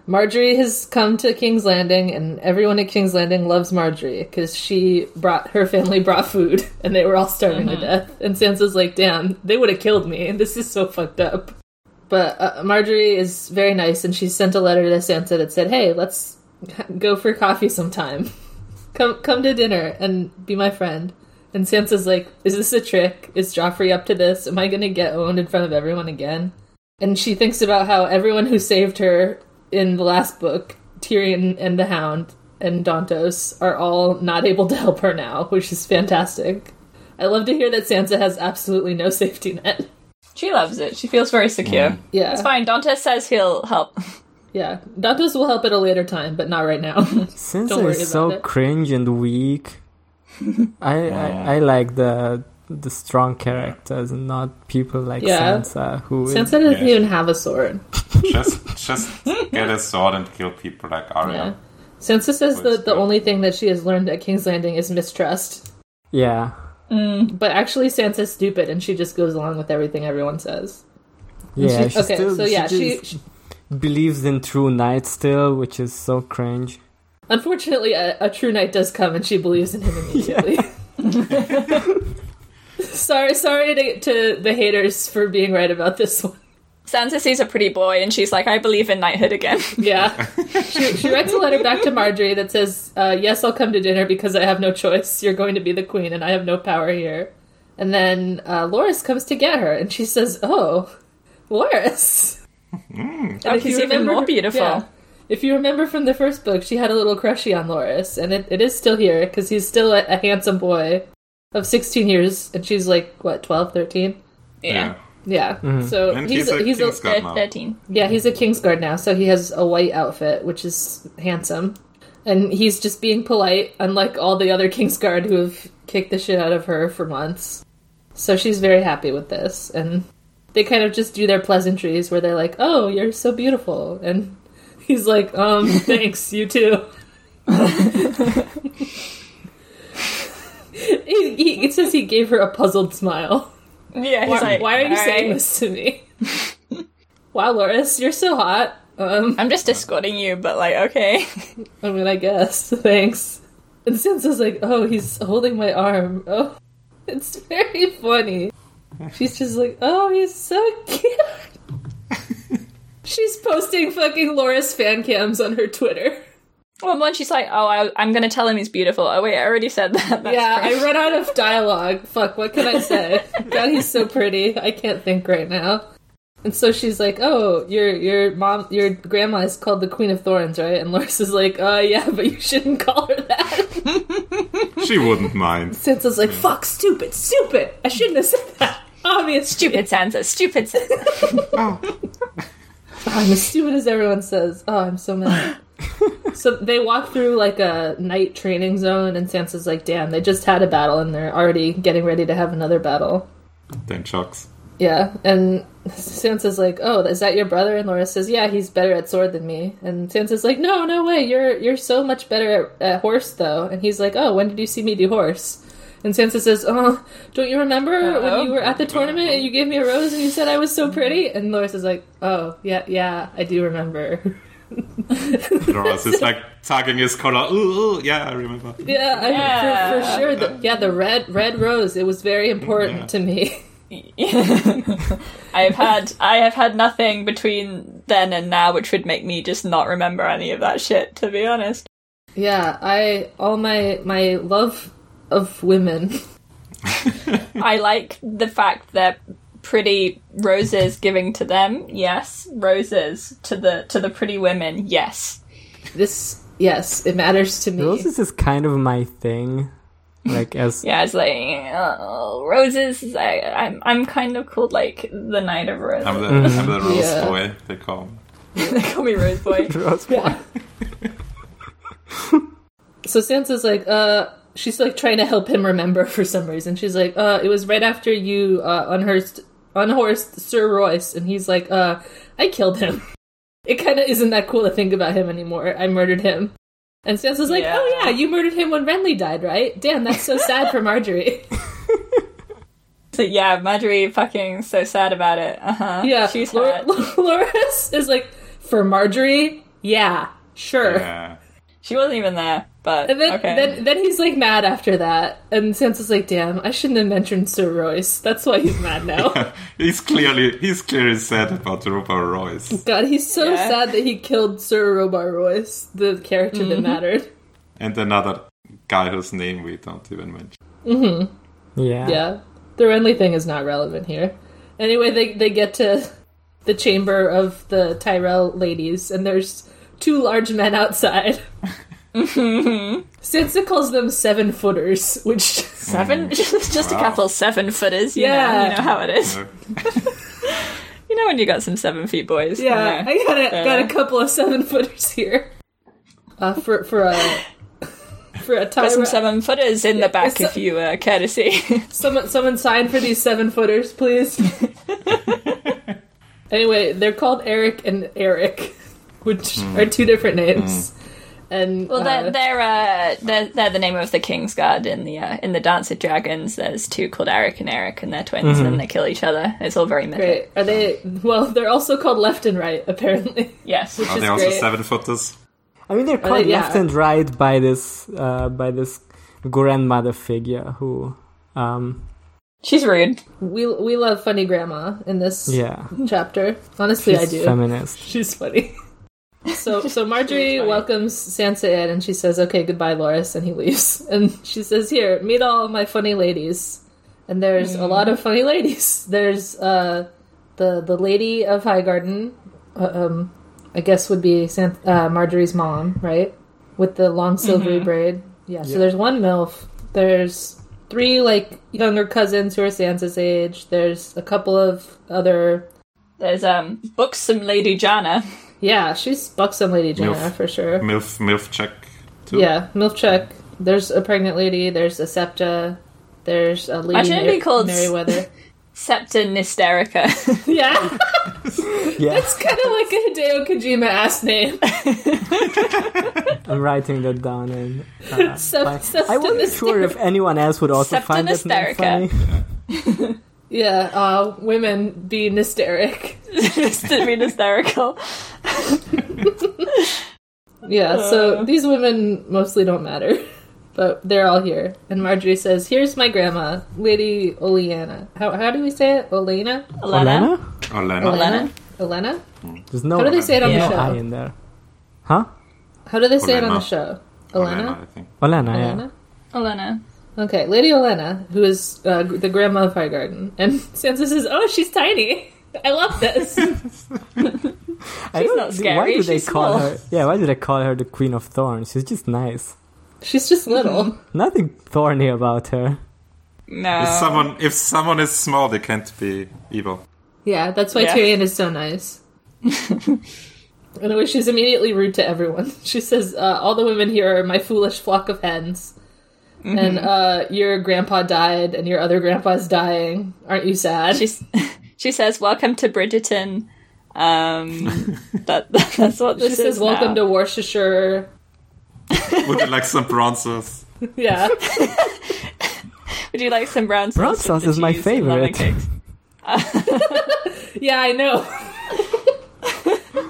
Speaker 2: Marjorie has come to King's Landing, and everyone at King's Landing loves Marjorie because she brought her family brought food, and they were all starving to death. And Sansa's like, "Damn, they would have killed me. This is so fucked up." But uh, Marjorie is very nice, and she sent a letter to Sansa that said, "Hey, let's go for coffee sometime. Come, come to dinner and be my friend." And Sansa's like, "Is this a trick? Is Joffrey up to this? Am I going to get owned in front of everyone again?" And she thinks about how everyone who saved her in the last book, Tyrion and the Hound and Dantos, are all not able to help her now, which is fantastic. I love to hear that Sansa has absolutely no safety net.
Speaker 3: She loves it. She feels very secure.
Speaker 2: Yeah.
Speaker 3: It's fine. Dante says he'll help.
Speaker 2: Yeah, Dantos will help at a later time, but not right now.
Speaker 4: Since
Speaker 2: Don't worry
Speaker 4: it's so
Speaker 2: about it.
Speaker 4: cringe and weak, I, I I like the the strong characters and not people like
Speaker 2: Yeah.
Speaker 4: Sansa who is-
Speaker 2: Sansa doesn't
Speaker 5: Yeah.
Speaker 2: even have a sword.
Speaker 5: Just just get a sword and kill people like
Speaker 2: Yeah.
Speaker 5: Arya.
Speaker 2: Sansa says
Speaker 5: Well, it's
Speaker 2: that the
Speaker 5: good.
Speaker 2: only thing that she has learned at King's Landing is mistrust.
Speaker 4: yeah
Speaker 2: But actually, Sansa's stupid, and she just goes along with everything everyone says.
Speaker 4: yeah
Speaker 2: she-
Speaker 4: she's
Speaker 2: okay,
Speaker 4: still,
Speaker 2: so yeah,
Speaker 4: she,
Speaker 2: she-
Speaker 4: just believes in true knight still, which is so cringe.
Speaker 2: Unfortunately, a, a true knight does come, and she believes in him immediately. sorry, sorry to, to the haters for being right about this one.
Speaker 3: Sansa sees a pretty boy and she's like, I believe in knighthood again.
Speaker 2: Yeah, she, she writes a letter back to Marjorie that says, uh, "Yes, I'll come to dinner because I have no choice. You're going to be the queen, and I have no power here." And then uh, Loris comes to get her, and she says, "Oh, Loris." And
Speaker 3: Oh,
Speaker 2: if you
Speaker 3: he's even
Speaker 2: remember-
Speaker 3: more beautiful.
Speaker 2: yeah. If you remember from the first book, she had a little crushy on Loris, and it, it is still here because he's still a, a handsome boy of 16 years, and she's like, what, 12, 13?
Speaker 3: Yeah.
Speaker 2: Yeah.
Speaker 3: Mm-hmm.
Speaker 2: So
Speaker 5: And
Speaker 2: he's, a, he's a,
Speaker 5: king's god
Speaker 3: Thir-
Speaker 5: now.
Speaker 3: 13.
Speaker 2: yeah, he's a Kingsguard now, so he has a white outfit, which is handsome. And he's just being polite, unlike all the other Kingsguard who have kicked the shit out of her for months. So she's very happy with this. And they kind of just do their pleasantries where they're like, oh, you're so beautiful. And he's like, um, thanks, you too. he, he, it says he gave her a puzzled smile.
Speaker 3: Yeah, he's
Speaker 2: Why,
Speaker 3: like,
Speaker 2: why are you
Speaker 3: "All
Speaker 2: saying
Speaker 3: right.
Speaker 2: this to me? wow, Loris, you're so hot. Um,
Speaker 3: I'm just escorting you, but like, okay.
Speaker 2: I mean, I guess. Thanks. And Sansa's like, oh, he's holding my arm. Oh, it's very funny. She's just like, oh, he's so cute. She's posting fucking Laura's fan cams on her Twitter.
Speaker 3: Well, when she's like, "Oh, I, I'm going to tell him he's beautiful." Oh wait, I already said that. That's
Speaker 2: yeah,
Speaker 3: cringe.
Speaker 2: I ran out of dialogue. Fuck, what can I say? God, he's so pretty. I can't think right now. And so she's like, "Oh, your your mom, your grandma is called the Queen of Thorns, right?" And Loris is like, "Uh, yeah, but you shouldn't call her that."
Speaker 5: She wouldn't mind.
Speaker 2: Sansa's like, "Fuck, stupid, stupid. I shouldn't have said that. Obvious,
Speaker 3: stupid Sansa. Stupid Sansa.
Speaker 2: I'm as stupid as everyone says. Oh, I'm so mad. so they walk through like a night training zone, and Sansa's like, "Damn, they just had a battle, and they're already getting ready to have another battle."
Speaker 5: Then shocks.
Speaker 2: Yeah, and Sansa's like, "Oh, is that your brother?" And Laura says, "Yeah, he's better at sword than me." And Sansa's like, "No, no way. You're you're so much better at, at horse, though." And he's like, "Oh, when did you see me do horse?" And Sansa says, "Oh, don't you remember when you were at the tournament and you gave me a rose and you said I was so pretty?" And Loris is like, "Oh, yeah, yeah, I do remember.
Speaker 5: Ross is like tugging his collar. Ooh, ooh, yeah, I remember.
Speaker 2: yeah, I, For, for sure. The, yeah, the red red rose. It was very important
Speaker 5: Yeah.
Speaker 2: to me."
Speaker 3: I have had I have had nothing between then and now, which would make me just not remember any of that shit. To be honest,
Speaker 2: yeah, I all my my love of women
Speaker 3: I like the fact that pretty roses giving to them. Yes, roses to the to the pretty women. Yes,
Speaker 2: this yes it matters to me
Speaker 4: Roses is kind of my thing. Like as
Speaker 3: yeah. It's like oh, roses. I, I'm I'm kind of called like the knight of roses.
Speaker 5: I'm the, I'm the rose
Speaker 2: Yeah.
Speaker 5: boy, they call me.
Speaker 3: they call me Rose Boy.
Speaker 4: Rose
Speaker 2: so sansa's like uh she's like trying to help him remember for some reason she's like uh it was right after you uh unhorsed unhorsed sir royce and he's like uh i killed him it kind of isn't that cool to think about him anymore i murdered him and sansa's like
Speaker 3: Yeah.
Speaker 2: oh yeah you murdered him when renly died right damn that's so sad for marjorie
Speaker 3: So yeah, Marjorie fucking so sad about it. Uh huh.
Speaker 2: yeah
Speaker 3: she's
Speaker 2: Lor-
Speaker 3: hurt.
Speaker 2: loris is like for marjorie yeah sure
Speaker 5: Yeah.
Speaker 3: She wasn't even there, but
Speaker 2: And then,
Speaker 3: okay.
Speaker 2: then, then he's like mad after that, and Sansa's like, "Damn, I shouldn't have mentioned Sir Royce. That's why he's mad now.
Speaker 5: He's clearly he's clearly sad about Rupa Royce.
Speaker 2: God, he's so
Speaker 3: Yeah.
Speaker 2: sad that he killed Sir Robar Royce, the character
Speaker 3: Mm-hmm.
Speaker 2: that mattered.
Speaker 5: And another guy whose name we don't even mention.
Speaker 4: yeah.
Speaker 2: Yeah, the Renly thing is not relevant here. Anyway, they they get to the chamber of the Tyrell ladies, and there's two large men outside. Sansa calls them seven footers, which
Speaker 3: seven, just, just a
Speaker 5: Wow.
Speaker 3: couple seven footers. You
Speaker 2: Yeah.
Speaker 3: know, you know how it is.
Speaker 5: Yeah.
Speaker 3: You know when you got some seven feet boys.
Speaker 2: Yeah,
Speaker 3: you know.
Speaker 2: I got a, got a couple of seven footers here. Uh, for for a for a
Speaker 3: Got some
Speaker 2: Tyrell.
Speaker 3: seven footers in the back
Speaker 2: so-
Speaker 3: if you uh, care to see.
Speaker 2: someone someone sign for these seven footers, please. anyway, they're called Eric and Eric, which are two different names. And
Speaker 3: well,
Speaker 2: uh,
Speaker 3: they're they're, uh, they're they're the name of the King's Guard in the uh, in the Dance of Dragons. There's two called Eric and Eric, and they're twins, and they kill each other. It's all very mythic.
Speaker 2: great. Are they well? They're also called left and right, apparently.
Speaker 3: Yes,
Speaker 5: Are
Speaker 2: is
Speaker 5: they also
Speaker 2: great.
Speaker 5: seven footers?
Speaker 4: I mean, they're called
Speaker 2: yeah.
Speaker 4: left and right by this uh, by this grandmother figure who, um,
Speaker 3: she's rude.
Speaker 2: We we love funny grandma in this
Speaker 4: yeah,
Speaker 2: chapter. Honestly, I
Speaker 4: she's
Speaker 2: do.
Speaker 4: feminist.
Speaker 2: She's funny. So so
Speaker 3: She's
Speaker 2: Marjorie
Speaker 3: funny.
Speaker 2: welcomes Sansa in and she says, Okay, goodbye, Loris, and he leaves. And she says, Here, meet all my funny ladies. And there's
Speaker 3: Mm.
Speaker 2: a lot of funny ladies. There's uh the the lady of Highgarden, uh, um I guess would be San- uh, Marjorie's mom, right? With the long silvery
Speaker 3: Mm-hmm.
Speaker 2: braid. Yeah, so there's one MILF. There's three like younger cousins who are Sansa's age. There's a couple of other
Speaker 3: There's um buxom Lady Jana.
Speaker 2: yeah, she's buxom Lady Jenna
Speaker 5: Milf.
Speaker 2: for sure.
Speaker 5: Milf Milf check too.
Speaker 2: Yeah, milf check. There's a pregnant lady. There's a septa. There's a lady.
Speaker 3: Imagine it'd
Speaker 2: Mer-
Speaker 3: be called-
Speaker 2: Merryweather.
Speaker 3: Septa Nysterica.
Speaker 2: yeah,
Speaker 4: Yeah,
Speaker 2: it's kind of like a Hideo Kojima ass name.
Speaker 4: I'm writing that down. And uh,
Speaker 2: Sep-
Speaker 4: fine.
Speaker 2: Septa
Speaker 4: I wasn't sure if anyone else would also
Speaker 3: Septa
Speaker 4: find that name
Speaker 3: Nysterica.
Speaker 4: funny.
Speaker 2: Yeah, uh, women being hysteric.
Speaker 3: just to be hysterical.
Speaker 2: Yeah,
Speaker 3: Uh.
Speaker 2: so these women mostly don't matter, but they're all here. And Marjorie says, "Here's my grandma, Lady Oleana. How how do we say it? Olena?
Speaker 3: Alana.
Speaker 5: Or Lena.
Speaker 3: Alana.
Speaker 2: Elena?
Speaker 4: There's no.
Speaker 2: How do they say it on
Speaker 4: no
Speaker 2: the show?
Speaker 4: I in there, huh?
Speaker 2: How do they say it on the show?
Speaker 5: Elena. Elena,
Speaker 2: Elena?
Speaker 5: I think.
Speaker 4: Olena,
Speaker 2: Elena?
Speaker 3: Elena.
Speaker 2: Okay, Lady Elena, who is uh, gr- the grandma of High Garden. And Sansa says, Oh, she's tiny. I love this.
Speaker 4: yeah. I
Speaker 3: She's
Speaker 4: don't-
Speaker 3: not
Speaker 4: Why
Speaker 3: scary,
Speaker 4: do they
Speaker 3: she's
Speaker 4: call
Speaker 3: small.
Speaker 4: her? Yeah, why do they call her the Queen of Thorns? She's just nice.
Speaker 2: she's just little.
Speaker 4: Nothing thorny about her.
Speaker 3: No.
Speaker 5: If
Speaker 3: Um,
Speaker 5: someone if someone is small, they can't be evil.
Speaker 2: Yeah, that's why
Speaker 3: Yeah.
Speaker 2: Tyrion is so nice. and I wish she's immediately rude to everyone. She says, uh, "All the women here are my foolish flock of hens."
Speaker 3: Mm-hmm.
Speaker 2: And uh, your grandpa died, and your other grandpa's dying. Aren't you sad?
Speaker 3: She's, she says, "Welcome to Bridgerton." Um, that that's what
Speaker 2: she
Speaker 3: this
Speaker 2: says,
Speaker 3: is.
Speaker 2: "Welcome to Worcestershire."
Speaker 5: Would you like some brown sauce?
Speaker 2: Yeah,
Speaker 3: to. Would you like some brown sauce?
Speaker 4: Brown
Speaker 3: with
Speaker 4: sauce
Speaker 3: the
Speaker 4: is my
Speaker 3: cheese and lemon
Speaker 4: favorite.
Speaker 3: cakes?
Speaker 2: yeah, I know.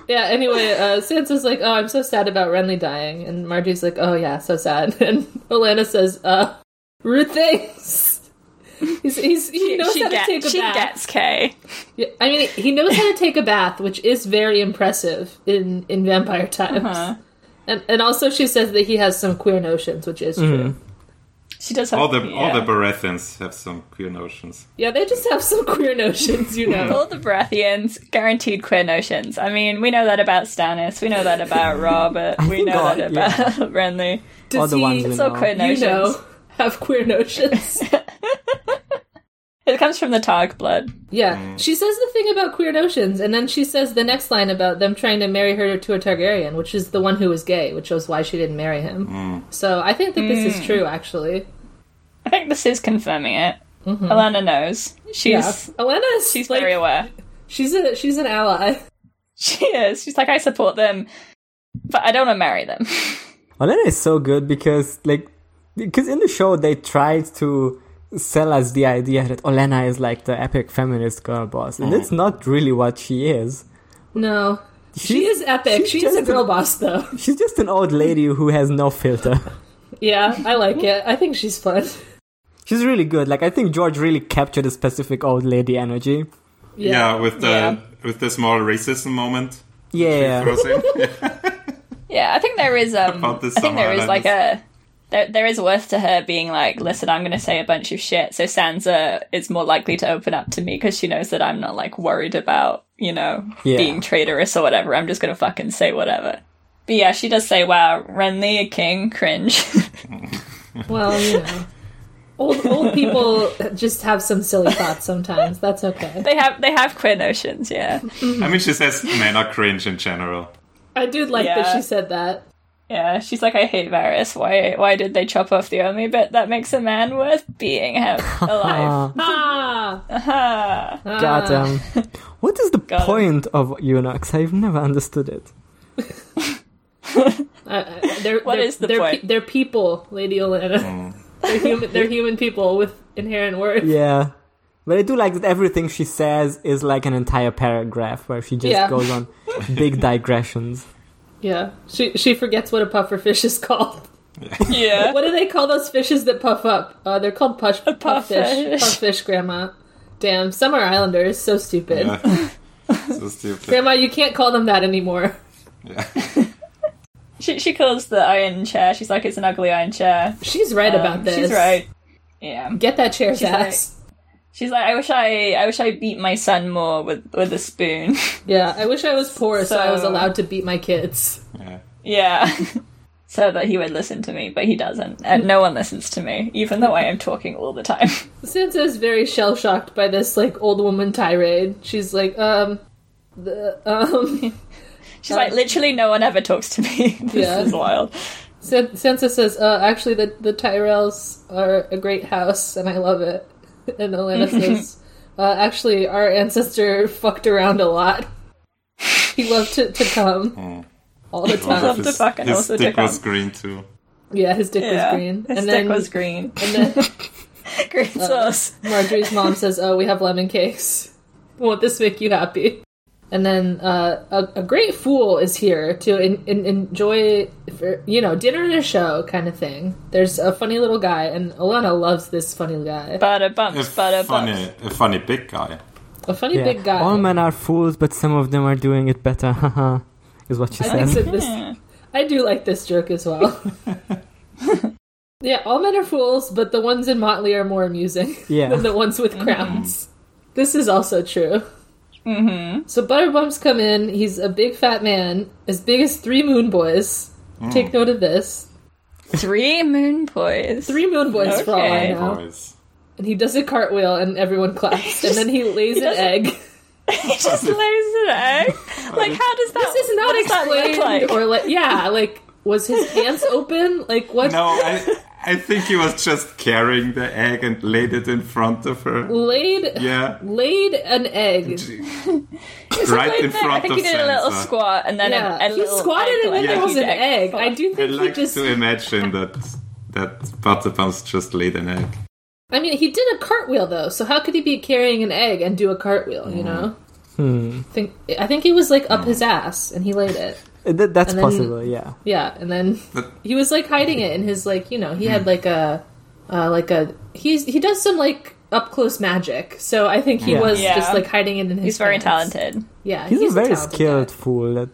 Speaker 2: yeah. Anyway, uh, Sansa's like, "Oh, I'm so sad about Renly dying," and Margie's like, "Oh yeah, so sad." And Olenna says, "Uh, rude things." He's, he's, he knows
Speaker 3: she
Speaker 2: how to
Speaker 3: get-
Speaker 2: take a
Speaker 3: she
Speaker 2: bath.
Speaker 3: gets K.
Speaker 2: Yeah, I mean, he knows how to take a bath, which is very impressive in in vampire times.
Speaker 3: Uh-huh.
Speaker 2: And and also, she says that he has some queer notions, which is true.
Speaker 3: She does have
Speaker 5: All the
Speaker 3: yeah.
Speaker 5: all the Baratheons have some queer notions.
Speaker 2: Yeah, they just have some queer notions, you know.
Speaker 3: All the Baratheons guaranteed queer notions. I mean, we know that about Stannis. We know that about Robert. We
Speaker 4: think
Speaker 3: know
Speaker 4: all-
Speaker 3: that about Renly.
Speaker 4: All
Speaker 2: Does
Speaker 4: the ones
Speaker 2: he,
Speaker 4: we
Speaker 3: It's all
Speaker 4: No.
Speaker 3: queer
Speaker 2: you
Speaker 3: notions.
Speaker 2: know, have queer notions?
Speaker 3: It comes from the Targ blood.
Speaker 2: yeah,
Speaker 4: Mm.
Speaker 2: she says the thing about queer notions, and then she says the next line about them trying to marry her to a Targaryen, which is the one who was gay, which was why she didn't marry him.
Speaker 4: Mm.
Speaker 2: So I think that this
Speaker 3: Mm.
Speaker 2: is true, actually.
Speaker 3: I think this is confirming it. Elena knows. She's
Speaker 2: Mm-hmm. yeah, Elena is
Speaker 3: she's
Speaker 2: like
Speaker 3: very aware.
Speaker 2: she's a she's an ally.
Speaker 3: She is. She's like, I support them, but I don't want to marry them.
Speaker 4: Olena is so good because like because in the show they tried to sell us the idea that Olena is like the epic feminist girl boss, and it's not really what she is.
Speaker 2: No. Mm. She
Speaker 4: She's-
Speaker 2: is epic.
Speaker 4: she's
Speaker 2: She is a
Speaker 4: just
Speaker 2: girl
Speaker 4: a-
Speaker 2: boss, though.
Speaker 4: She's just an old lady who has no filter.
Speaker 2: Yeah, I like it. I think she's fun.
Speaker 4: She's really good. Like I think George really captured a specific old lady energy.
Speaker 5: Yeah, with the
Speaker 3: Yeah.
Speaker 5: with the small racism moment.
Speaker 4: Yeah.
Speaker 5: throws in.
Speaker 3: yeah, I think there is. Um, I
Speaker 5: About this
Speaker 3: think there is
Speaker 5: summer, that
Speaker 3: like
Speaker 5: is-
Speaker 3: a there, there is worth to her being like, listen, I'm going to say a bunch of shit, so Sansa is more likely to open up to me because she knows that I'm not like worried about you know
Speaker 4: Yeah.
Speaker 3: being traitorous or whatever. I'm just going to fucking say whatever. But yeah, she does say, "Wow, Renly a king, cringe."
Speaker 2: Well, you know. Old, old people just have some silly thoughts sometimes. That's okay.
Speaker 3: they have they have queer notions, yeah,
Speaker 5: I mean, she says men are cringe in general.
Speaker 2: I do like that
Speaker 3: Yeah.
Speaker 2: she said that.
Speaker 3: yeah. She's like, "I hate Varys. Why why did they chop off the only bit that makes a man worth being ha- alive?"
Speaker 4: Ah,
Speaker 2: Ah!
Speaker 3: Ah.
Speaker 4: got him. What is the
Speaker 3: Got 'em.
Speaker 4: point of eunuchs? I've never understood it.
Speaker 2: Uh, they're,
Speaker 3: What
Speaker 2: they're,
Speaker 3: is the
Speaker 2: they're,
Speaker 3: point?
Speaker 2: Pe- they're people, Lady Olenna. They're, human, they're human people with inherent worth.
Speaker 4: Yeah. But I do like that everything she says is like an entire paragraph where she just
Speaker 2: Yeah.
Speaker 4: goes on big digressions.
Speaker 2: Yeah. She, she forgets what a pufferfish is called.
Speaker 3: yeah.
Speaker 2: What do they call those fishes that puff up? Uh, they're called push, puff, fish.
Speaker 3: fish.
Speaker 2: Puff fish, Grandma. Damn, Summer Islanders, so stupid.
Speaker 5: Yeah. so stupid.
Speaker 2: Grandma, you can't call them that anymore.
Speaker 5: Yeah.
Speaker 3: She, she calls the iron chair. She's like, it's an ugly iron chair.
Speaker 2: She's right
Speaker 3: Um,
Speaker 2: about this.
Speaker 3: She's right. Yeah.
Speaker 2: Get that chair's
Speaker 3: She's
Speaker 2: ass.
Speaker 3: She's like, I wish I, I wish I beat my son more with with a spoon.
Speaker 2: Yeah, I wish I was poor so, I was
Speaker 3: So-
Speaker 2: allowed to beat my kids.
Speaker 5: yeah.
Speaker 3: yeah. so that he would listen to me, but he doesn't, and no one listens to me, even though I am talking all the time.
Speaker 2: Sansa is very shell shocked by this like old woman tirade. She's like, um, the um.
Speaker 3: She's like, literally, no one ever talks to me. this
Speaker 2: Yeah.
Speaker 3: is wild.
Speaker 2: San- Sansa says, uh, actually, the the Tyrells are a great house, and I love it. And Olenna
Speaker 3: Mm-hmm.
Speaker 2: says, uh, actually, our ancestor fucked around a lot. He loved to, to come all the
Speaker 5: Well,
Speaker 2: time.
Speaker 3: the
Speaker 5: his
Speaker 3: fuck, and
Speaker 5: his
Speaker 3: also
Speaker 5: dick
Speaker 3: Dickon.
Speaker 5: was green too.
Speaker 2: Yeah, his dick
Speaker 3: yeah.
Speaker 2: was green.
Speaker 3: His
Speaker 2: and
Speaker 3: dick
Speaker 2: then,
Speaker 3: was green.
Speaker 2: And then Oh.
Speaker 3: green sauce.
Speaker 2: Marjorie's mom says, "Oh, we have lemon cakes. Won't this make you happy?" And then uh, a, a great fool is here to in, in, enjoy, for, you know, dinner and a show kind of thing. There's a funny little guy, and Alana loves this funny guy.
Speaker 3: Butter bumps.
Speaker 5: A
Speaker 3: butter
Speaker 5: funny,
Speaker 3: bumps.
Speaker 5: a funny big guy.
Speaker 2: A funny
Speaker 4: Yeah.
Speaker 2: big guy.
Speaker 4: All men are fools, but some of them are doing it better. Haha, is what she
Speaker 2: I think
Speaker 4: said.
Speaker 2: that this. I do like this joke as well. yeah, all men are fools, but the ones in Motley are more amusing
Speaker 4: Yeah.
Speaker 2: than the ones with crowns. This is also true. Mm-hmm. So Butterbumps come in. He's a big fat man, as big as three moon boys. Take note of this.
Speaker 3: Three moon boys.
Speaker 2: Three moon boys for all I
Speaker 3: Okay.
Speaker 2: know.
Speaker 5: Boys.
Speaker 2: And he does a cartwheel, and everyone claps. and then he lays an
Speaker 3: doesn't-
Speaker 2: egg.
Speaker 3: he just lays an egg. Like, how does that?
Speaker 2: This is not
Speaker 3: what does that look
Speaker 2: explained,
Speaker 3: like?
Speaker 2: or like, yeah, like was his pants open? Like what?
Speaker 5: No, I, I think he was just carrying the egg and laid it in front of her.
Speaker 2: Laid
Speaker 5: Yeah.
Speaker 2: laid an egg.
Speaker 5: right in
Speaker 3: Like, I
Speaker 5: front
Speaker 3: think
Speaker 5: of
Speaker 3: he did a little
Speaker 5: Sansa.
Speaker 3: squat and then
Speaker 2: Yeah,
Speaker 3: a, a
Speaker 2: he
Speaker 3: little
Speaker 2: squatted
Speaker 3: egg,
Speaker 2: and then
Speaker 5: Yeah.
Speaker 2: there was an
Speaker 3: huge
Speaker 2: egg.
Speaker 3: full.
Speaker 2: I do
Speaker 5: I
Speaker 2: think
Speaker 5: like
Speaker 2: he just.
Speaker 5: to imagine that that Butterbumps just laid an egg.
Speaker 2: I mean, he did a cartwheel though, so how could he be carrying an egg and do a cartwheel? You know.
Speaker 3: Hmm.
Speaker 2: Think I think he was like up his ass and he laid it.
Speaker 4: Th- that's
Speaker 2: And then-
Speaker 4: possible. Yeah.
Speaker 2: Yeah, and then
Speaker 5: But-
Speaker 2: he was like hiding it in his like you know he had like a uh, like a he's he does some like up close magic. So I think he
Speaker 4: Yeah.
Speaker 2: was
Speaker 3: Yeah.
Speaker 2: just like hiding it in his.
Speaker 3: He's very
Speaker 2: pants.
Speaker 3: talented.
Speaker 2: Yeah,
Speaker 4: He's, a very
Speaker 2: talented guy.
Speaker 4: skilled fool. That,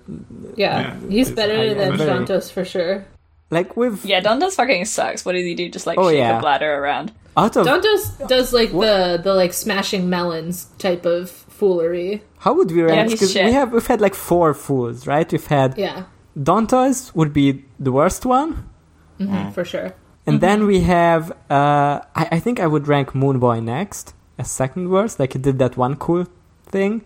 Speaker 2: Yeah,
Speaker 5: Yeah,
Speaker 2: he's
Speaker 5: he's-
Speaker 2: better
Speaker 4: I-
Speaker 2: than
Speaker 4: I'm very-
Speaker 2: Santos for sure.
Speaker 4: like we've
Speaker 3: Yeah, Dondo's fucking sucks. What does he do? Just like
Speaker 4: Oh,
Speaker 3: shake
Speaker 4: yeah.
Speaker 3: a bladder around.
Speaker 4: out of
Speaker 2: Santos does like the the like smashing melons type of foolery.
Speaker 4: how would we rank?
Speaker 3: he's
Speaker 4: 'Cause we
Speaker 3: shit.
Speaker 4: have we've had like four fools, right? We've had
Speaker 2: Yeah,
Speaker 4: Dontos would be the worst one,
Speaker 2: Mm-hmm,
Speaker 3: Mm.
Speaker 2: for sure.
Speaker 4: and then we have uh, I, I think I would rank Moonboy next as second worst. Like he did that one cool thing,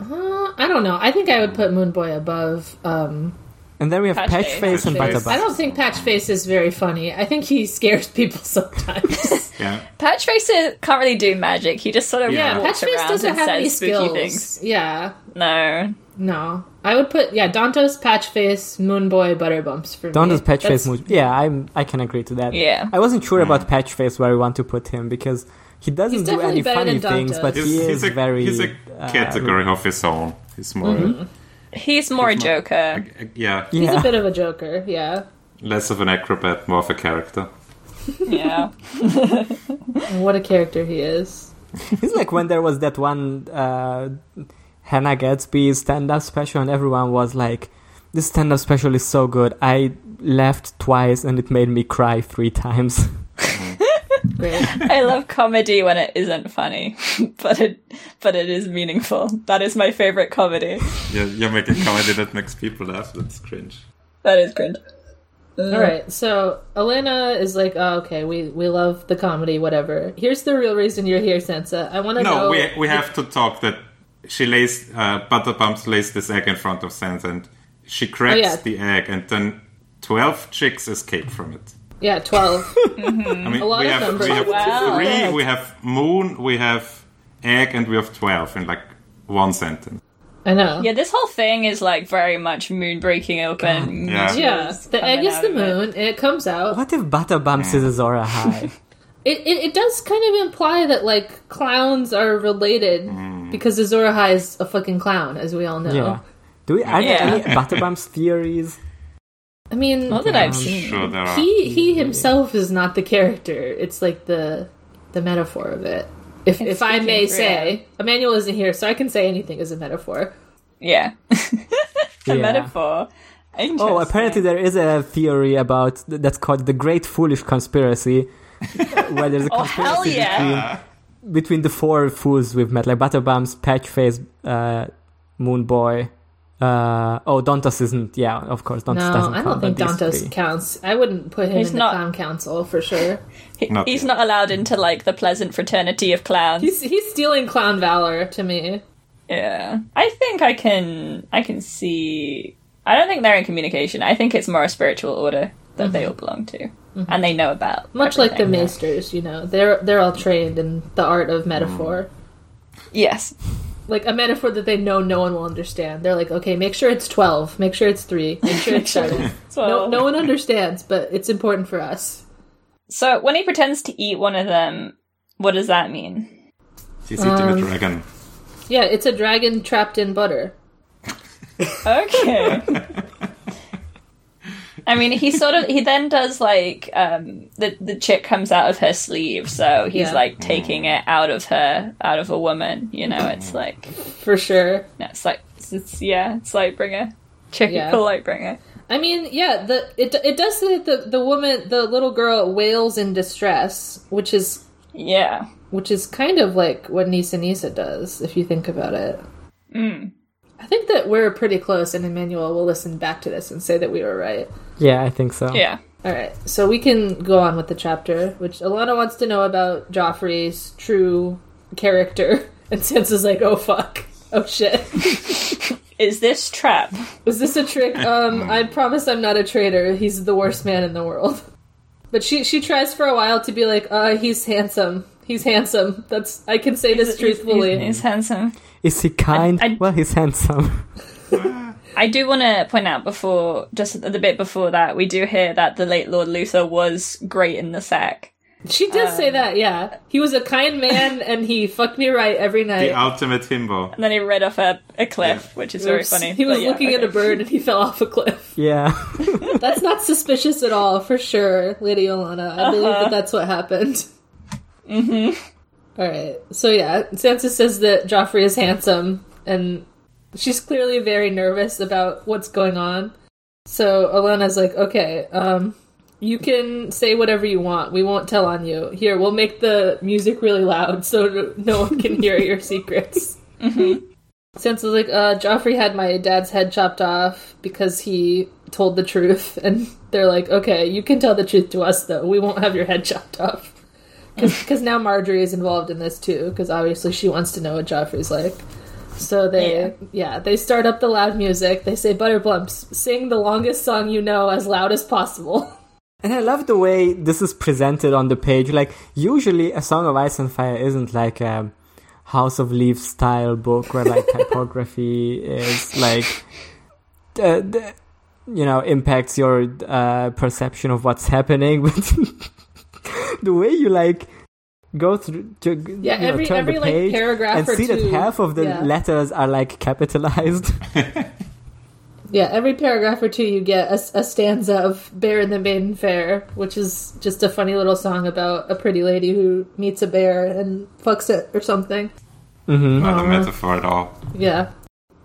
Speaker 2: Uh, I don't know. I think I would put Moonboy above. Um,
Speaker 4: and then we have
Speaker 3: Patch
Speaker 4: Patchface
Speaker 3: Face.
Speaker 4: and
Speaker 5: Patch
Speaker 2: I
Speaker 5: Face.
Speaker 4: Butterbutt.
Speaker 2: don't think Patchface is very funny. I think he scares people sometimes.
Speaker 5: Yeah.
Speaker 3: Patchface can't really do magic. He just sort of
Speaker 5: Yeah.
Speaker 2: yeah,
Speaker 3: walks
Speaker 2: Patchface
Speaker 3: around
Speaker 2: doesn't
Speaker 3: and
Speaker 2: have
Speaker 3: says
Speaker 2: any
Speaker 3: spooky
Speaker 2: skills.
Speaker 3: things.
Speaker 2: Yeah,
Speaker 3: No,
Speaker 2: no. I would put yeah Dantos, Patchface, Moonboy, Butterbumps for
Speaker 4: Dondo's
Speaker 2: me. That's-
Speaker 4: Patchface move. Yeah, I'm. I can agree to that.
Speaker 3: Yeah.
Speaker 4: I wasn't sure
Speaker 5: Mm.
Speaker 4: about Patchface where I want to put him because he doesn't
Speaker 2: He's
Speaker 4: do
Speaker 2: definitely
Speaker 4: any
Speaker 2: better
Speaker 4: funny
Speaker 2: than Donda.
Speaker 4: things, but
Speaker 5: He's,
Speaker 4: he
Speaker 5: he's
Speaker 4: is
Speaker 5: a,
Speaker 4: very.
Speaker 5: he's a
Speaker 4: uh,
Speaker 5: category of his own. He's more,
Speaker 2: Mm-hmm.
Speaker 3: he's more a joker.
Speaker 5: uh, yeah,
Speaker 4: yeah.
Speaker 2: He's a bit of a joker. Yeah.
Speaker 5: less of an acrobat, more of a character.
Speaker 3: yeah,
Speaker 2: And what a character he is.
Speaker 4: It's like when there was that one uh, Hannah Gadsby stand-up special, and everyone was like, "This stand-up special is so good. I laughed twice, and it made me cry three times."
Speaker 2: Great.
Speaker 3: I love comedy when it isn't funny, but it but it is meaningful. That is my favorite comedy.
Speaker 5: Yeah, you're making comedy that makes people laugh. That's cringe.
Speaker 3: That is cringe.
Speaker 2: All right, so Elena is like, oh, okay, we we love the comedy, whatever. Here's the real reason you're here, Sansa. I want to know.
Speaker 5: No, we we have to talk that she lays uh, Butterbumps lays this egg in front of Sansa, and she cracks
Speaker 2: Oh, yeah.
Speaker 5: the egg, and then twelve chicks escape from it.
Speaker 2: Yeah, twelve.
Speaker 5: I mean,
Speaker 2: lot
Speaker 5: we
Speaker 2: of
Speaker 5: have
Speaker 2: numbers.
Speaker 5: we have
Speaker 3: Wow.
Speaker 5: three, we have moon, we have egg, and we have twelve in like one sentence.
Speaker 2: I know.
Speaker 3: Yeah, this whole thing is like very much moon breaking open.
Speaker 5: Yeah.
Speaker 2: Yeah, the egg
Speaker 3: coming
Speaker 2: is
Speaker 3: out
Speaker 2: the
Speaker 3: of it.
Speaker 2: moon. It. comes out.
Speaker 4: What if Butterbumps is Azora High?
Speaker 2: It, it it does kind of imply that like clowns are related
Speaker 5: Hmm.
Speaker 2: because Azor Ahai is a fucking clown, as we all know.
Speaker 4: yeah. Do we? Are
Speaker 3: Yeah.
Speaker 4: there any Butterbumps theories?
Speaker 2: I mean,
Speaker 3: Not that I've
Speaker 4: Um,
Speaker 3: seen.
Speaker 5: Sure, there are.
Speaker 2: Mm. he he himself is not the character. It's like the the metaphor of it. If if I
Speaker 3: speaking
Speaker 2: may
Speaker 3: through
Speaker 2: say, Emmanuel isn't here, so I can say anything is a metaphor.
Speaker 3: Yeah, a
Speaker 4: Yeah.
Speaker 3: metaphor.
Speaker 4: Oh, apparently there is a theory about that's called the Great Foolish Conspiracy, where there's a
Speaker 3: Oh
Speaker 4: conspiracy
Speaker 3: hell yeah!
Speaker 4: between the four fools we've met, like Butterbumps, Patchface, uh, Moonboy. Uh, oh, Dantos isn't. Yeah, of course, Dantos
Speaker 2: No,
Speaker 4: doesn't
Speaker 2: I don't
Speaker 4: count,
Speaker 2: think
Speaker 4: but these
Speaker 2: Dantos
Speaker 4: three.
Speaker 2: counts. I wouldn't put him
Speaker 3: He's
Speaker 2: in
Speaker 3: not-
Speaker 2: the clown council for sure.
Speaker 3: He-
Speaker 5: Not
Speaker 3: he's
Speaker 5: yet.
Speaker 3: not allowed into like the pleasant fraternity of clowns.
Speaker 2: He's he's stealing clown valor to me.
Speaker 3: Yeah, I think I can. I can see. I don't think they're in communication. I think it's more a spiritual order that
Speaker 4: Mm-hmm.
Speaker 3: they all belong to, and they know about.
Speaker 2: Much like the
Speaker 3: everything.
Speaker 2: maesters, you know, they're they're all trained in the art
Speaker 4: Hmm.
Speaker 2: of metaphor.
Speaker 3: Yes.
Speaker 2: Like a metaphor that they know no one will understand. They're like, okay, make sure it's twelve, make sure it's three, make sure it's seven. no,
Speaker 3: Well,
Speaker 2: no one understands, but it's important for us.
Speaker 3: So when he pretends to eat one of them, what does that mean?
Speaker 5: He's eating
Speaker 2: Um,
Speaker 5: a dragon.
Speaker 2: Yeah, it's a dragon trapped in butter.
Speaker 3: Okay. I mean, he sort of he then does like um, the the chick comes out of her sleeve, so he's
Speaker 2: Yeah.
Speaker 3: like taking it out of her, out of a woman. You know, it's like
Speaker 2: for sure.
Speaker 3: no, it's like it's, it's yeah, it's Lightbringer, chick
Speaker 2: Yeah.
Speaker 3: for Lightbringer.
Speaker 2: I mean, yeah, the it it does say that the the woman, the little girl, wails in distress, which is
Speaker 3: Yeah,
Speaker 2: which is kind of like what Nisa Nisa does, if you think about it.
Speaker 3: Mm.
Speaker 2: I think that we're pretty close, and Emmanuel will listen back to this and say that we were right.
Speaker 4: Yeah, I think so.
Speaker 3: yeah.
Speaker 2: All right, so we can go on with the chapter, which Alana wants to know about Joffrey's true character, and Sansa's like, "Oh fuck, oh shit,
Speaker 3: Is this trap?
Speaker 2: is this a trick?" Um, I promise I'm not a traitor. He's the worst man in the world. But she she tries for a while to be like, "Uh, he's handsome. He's handsome. That's I can say this truthfully."
Speaker 3: He's- he's handsome.
Speaker 4: Is he kind?
Speaker 3: I-
Speaker 4: well, he's handsome.
Speaker 3: I do want to point out before, just the bit before that, we do hear that the late Lord Luther was great in the sack.
Speaker 2: She does say
Speaker 3: Um,
Speaker 2: that, yeah. He was a kind man and he fucked me right every night.
Speaker 5: The ultimate himbo.
Speaker 3: And then he read off a, a cliff, which is very
Speaker 2: Oops.
Speaker 3: funny.
Speaker 2: He was
Speaker 3: but yeah,
Speaker 2: looking at
Speaker 3: okay.
Speaker 2: a bird and he fell off a cliff.
Speaker 4: yeah.
Speaker 2: That's not suspicious at all, for sure, Lady Olana. I believe
Speaker 3: Uh-huh.
Speaker 2: that that's what happened. Mm-hmm. Alright. So yeah, Sansa says that Joffrey is handsome and she's clearly very nervous about what's going on. So Alana's like, okay, um, you can say whatever you want. We won't tell on you. Here, we'll make the music really loud so no one can hear your secrets. Sansa's like, uh, Joffrey had my dad's head chopped off because he told the truth. And they're like, okay, you can tell the truth to us, though. We won't have your head chopped off. Because now Marjorie is involved in this, too, because obviously she wants to know what Joffrey's like. So they, yeah. they start up the loud music. They say, Butterblumps, sing the longest song you know as loud as possible.
Speaker 4: And I love the way this is presented on the page. Like, usually, A Song of Ice and Fire isn't like a House of Leaves style book where, like, typography is, like, uh, the, you know, impacts your uh, perception of what's happening. But the way you, like, go through, to,
Speaker 2: Yeah,
Speaker 4: you know,
Speaker 2: every-
Speaker 4: turn
Speaker 2: every,
Speaker 4: the
Speaker 2: like,
Speaker 4: page
Speaker 2: paragraph
Speaker 4: and
Speaker 2: or
Speaker 4: see
Speaker 2: two,
Speaker 4: that half of the
Speaker 2: yeah.
Speaker 4: letters are, like, capitalized.
Speaker 2: Yeah, every paragraph or two you get a, a stanza of Bear in the Maiden Fair, which is just a funny little song about a pretty lady who meets a bear and fucks it or something.
Speaker 5: Not a metaphor at all.
Speaker 2: Yeah.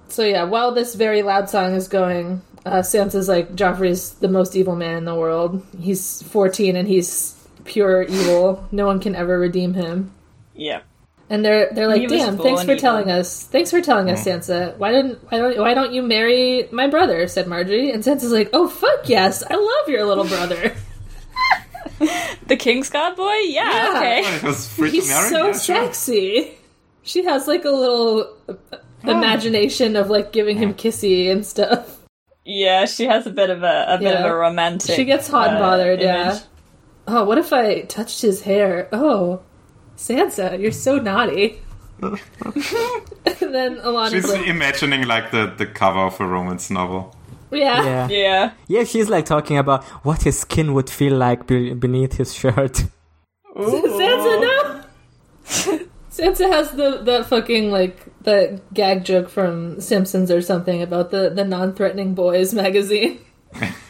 Speaker 2: So yeah, while this very loud song is going, uh, Sansa's like, Joffrey's the most evil man in the world. He's 14 and he's pure evil. No one can ever redeem him.
Speaker 3: Yeah.
Speaker 2: And they're they're like,
Speaker 3: He was
Speaker 2: damn, thanks
Speaker 3: born
Speaker 2: for
Speaker 3: evil."
Speaker 2: telling us. Thanks for telling us, Sansa. Why didn't why don't why don't you marry my brother? said Marjorie. And Sansa's like, Oh fuck yes, I love your little brother.
Speaker 3: The King's Guard boy? Yeah,
Speaker 2: Yeah.
Speaker 3: okay.
Speaker 5: It was free
Speaker 2: He's
Speaker 5: to marry?
Speaker 2: so
Speaker 5: Yeah, sure.
Speaker 2: sexy. She has like a little uh,
Speaker 3: Oh.
Speaker 2: imagination of like giving him kissy and stuff.
Speaker 3: Yeah, she has a bit of a, a bit
Speaker 2: Yeah.
Speaker 3: of a romantic.
Speaker 2: She gets hot and
Speaker 3: uh,
Speaker 2: bothered, yeah.
Speaker 3: image.
Speaker 2: Oh, what if I touched his hair? Oh, Sansa, you're so naughty. and then Alana's
Speaker 5: She's
Speaker 2: like,
Speaker 5: imagining like the, the cover of a romance novel.
Speaker 2: yeah.
Speaker 4: yeah.
Speaker 3: Yeah.
Speaker 4: Yeah, she's, like, talking about what his skin would feel like be- beneath his shirt.
Speaker 2: Sansa, no. Sansa has the the fucking like the gag joke from Simpsons or something about the the non-threatening boys magazine.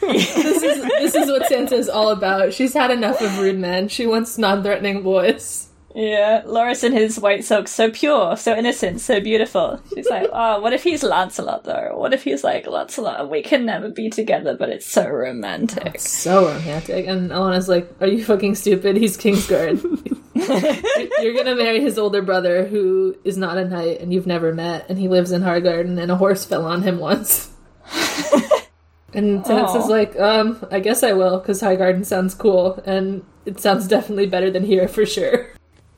Speaker 2: this is this is what Sansa is all about. She's had enough of rude men. She wants non-threatening boys.
Speaker 3: Yeah. Loris in his white silk, so pure, so innocent, so beautiful. She's like, oh, what if he's Lancelot, though? What if he's like, Lancelot, we can never be together, but it's so romantic.
Speaker 2: So romantic. And Elena's like, "Are you fucking stupid? He's Kingsguard. You're gonna marry his older brother, who is not a knight and you've never met, and he lives in Hargarden, and a horse fell on him once." And Sansa's
Speaker 3: Aw.
Speaker 2: like, um, I guess I will, because High Garden sounds cool, and it sounds definitely better than here for sure.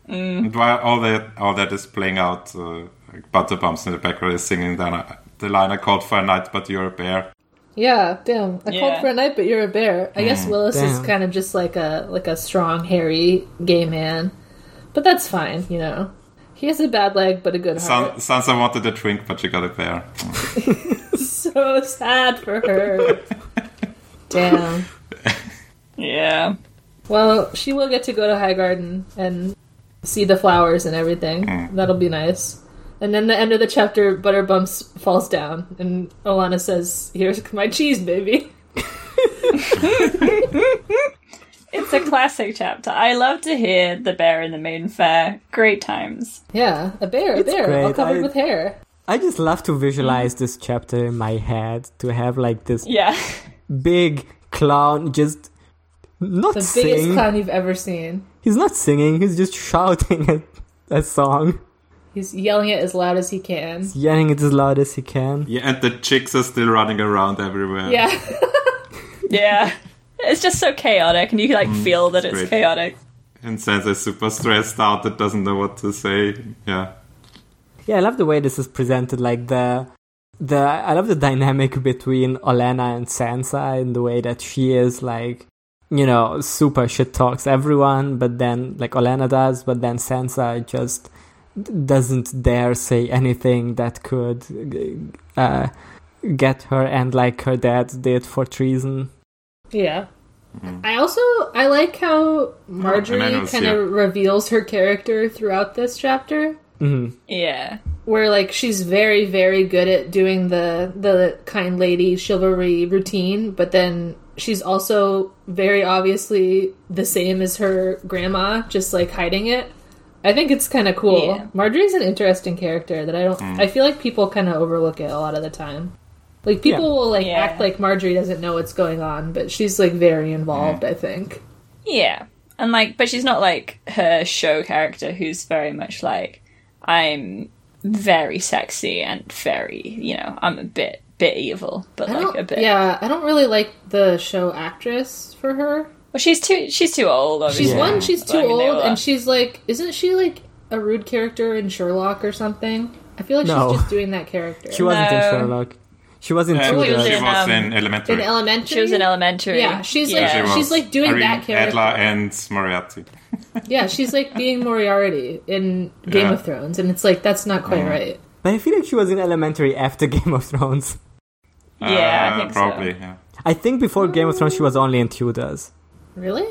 Speaker 5: And while all that all that is playing out, uh, like Butterbumps in the background is singing the, the line I called for a night, but you're a bear.
Speaker 2: Yeah, damn. I called
Speaker 3: Yeah.
Speaker 2: for a night, but you're a bear. I guess Willis is
Speaker 4: Mm, Damn.
Speaker 2: kind of just like a like a strong, hairy gay man, but that's fine, you know. He has a bad leg, but a good
Speaker 5: San-
Speaker 2: heart.
Speaker 5: Sansa wanted a drink, but she got a bear.
Speaker 2: so sad for her. damn.
Speaker 3: Yeah.
Speaker 2: Well, she will get to go to High Garden and see the flowers and everything. That'll be nice. And then the end of the chapter, Butterbumps falls down, and Alana says, "Here's my cheese, baby."
Speaker 3: It's a classic chapter. I love to hear the bear in the main fair. Great times.
Speaker 2: Yeah, a bear, a bear, all
Speaker 4: great.
Speaker 2: covered
Speaker 4: I-
Speaker 2: with hair.
Speaker 4: I just love to visualize this chapter in my head to have like this
Speaker 3: Yeah.
Speaker 4: big clown just not
Speaker 2: The biggest
Speaker 4: sing.
Speaker 2: clown you've ever seen.
Speaker 4: He's not singing. He's just shouting a, a song,
Speaker 2: He's yelling it as loud as he can.
Speaker 4: yelling it as loud as he can.
Speaker 5: Yeah, and the chicks are still running around everywhere.
Speaker 2: Yeah.
Speaker 3: Yeah. It's just so chaotic, and you can like feel that it's
Speaker 5: great.
Speaker 3: chaotic.
Speaker 5: And Sensei's super stressed out that doesn't know what to say. Yeah.
Speaker 4: Yeah, I love the way this is presented. Like the the I love the dynamic between Olena and Sansa and the way that she is like you know super shit talks everyone, but then like Olena does, but then Sansa just d- doesn't dare say anything that could uh, get her and like her dad did for treason.
Speaker 2: Yeah. I also I like how Marjorie
Speaker 5: Emmanuel's
Speaker 2: kind
Speaker 5: here.
Speaker 2: of reveals her character throughout this chapter,
Speaker 3: Yeah.
Speaker 2: where like she's very very good at doing the the kind lady chivalry routine, but then she's also very obviously the same as her grandma, just like hiding it. I think it's kind of cool.
Speaker 3: Yeah.
Speaker 2: Marjorie's an interesting character that I don't. I feel like people kind of overlook it a lot of the time. Like people
Speaker 4: Yeah.
Speaker 2: will like
Speaker 3: Yeah.
Speaker 2: act like Marjorie doesn't know what's going on, but she's like very involved. I think.
Speaker 3: Yeah. And like, but she's not like her show character who's very much like, I'm very sexy and very, you know, I'm a bit, bit evil, but
Speaker 2: I
Speaker 3: like a
Speaker 2: don't,
Speaker 3: bit.
Speaker 2: yeah, I don't really like the show actress for her.
Speaker 3: Well, she's too, she's too old, obviously.
Speaker 2: She's one, she's too
Speaker 3: Like, they
Speaker 2: old,
Speaker 3: were-
Speaker 2: and she's like, isn't she like a rude character in Sherlock or something? I feel like
Speaker 4: No.
Speaker 2: she's just doing that character.
Speaker 4: She wasn't in
Speaker 3: No.
Speaker 4: Sherlock. She was in
Speaker 5: And
Speaker 4: Tudor.
Speaker 5: she was in,
Speaker 3: in, um,
Speaker 5: elementary.
Speaker 2: in elementary.
Speaker 3: She was in elementary.
Speaker 2: Yeah, she's like-
Speaker 5: She
Speaker 2: she's,
Speaker 5: was.
Speaker 2: like, doing
Speaker 5: Irene
Speaker 2: that character.
Speaker 5: Adler and Moriarty.
Speaker 2: Yeah, she's like being Moriarty in Game
Speaker 5: Yeah.
Speaker 2: of Thrones, and it's like that's not
Speaker 4: Mm.
Speaker 2: quite right.
Speaker 4: But I feel like she was in elementary after Game of Thrones.
Speaker 3: Yeah, I think so.
Speaker 5: Uh, probably. Yeah.
Speaker 4: I think before Game of Thrones she was only in Tudors.
Speaker 2: Really?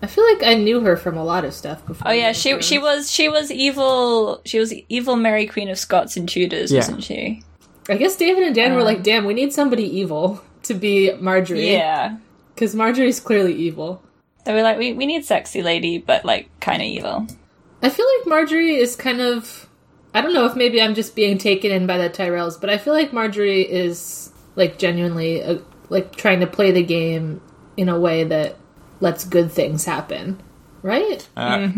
Speaker 2: I feel like I knew her from a lot of stuff before.
Speaker 3: Oh
Speaker 2: Game
Speaker 3: yeah,
Speaker 2: of
Speaker 3: she
Speaker 2: Thrones.
Speaker 3: she was she was evil. She was evil Mary Queen of Scots and Tudors,
Speaker 4: Yeah.
Speaker 3: wasn't she?
Speaker 2: I guess David and
Speaker 3: Um,
Speaker 2: Dan were like, "Damn, we need somebody evil to be Marjorie."
Speaker 3: Yeah.
Speaker 2: because Marjorie's clearly evil.
Speaker 3: They were like, we, we need sexy lady, but like kind of evil.
Speaker 2: I feel like Marjorie is kind of. I don't know if maybe I'm just being taken in by the Tyrells, but I feel like Marjorie is like genuinely uh, like trying to play the game in a way that lets good things happen, right?
Speaker 5: Uh,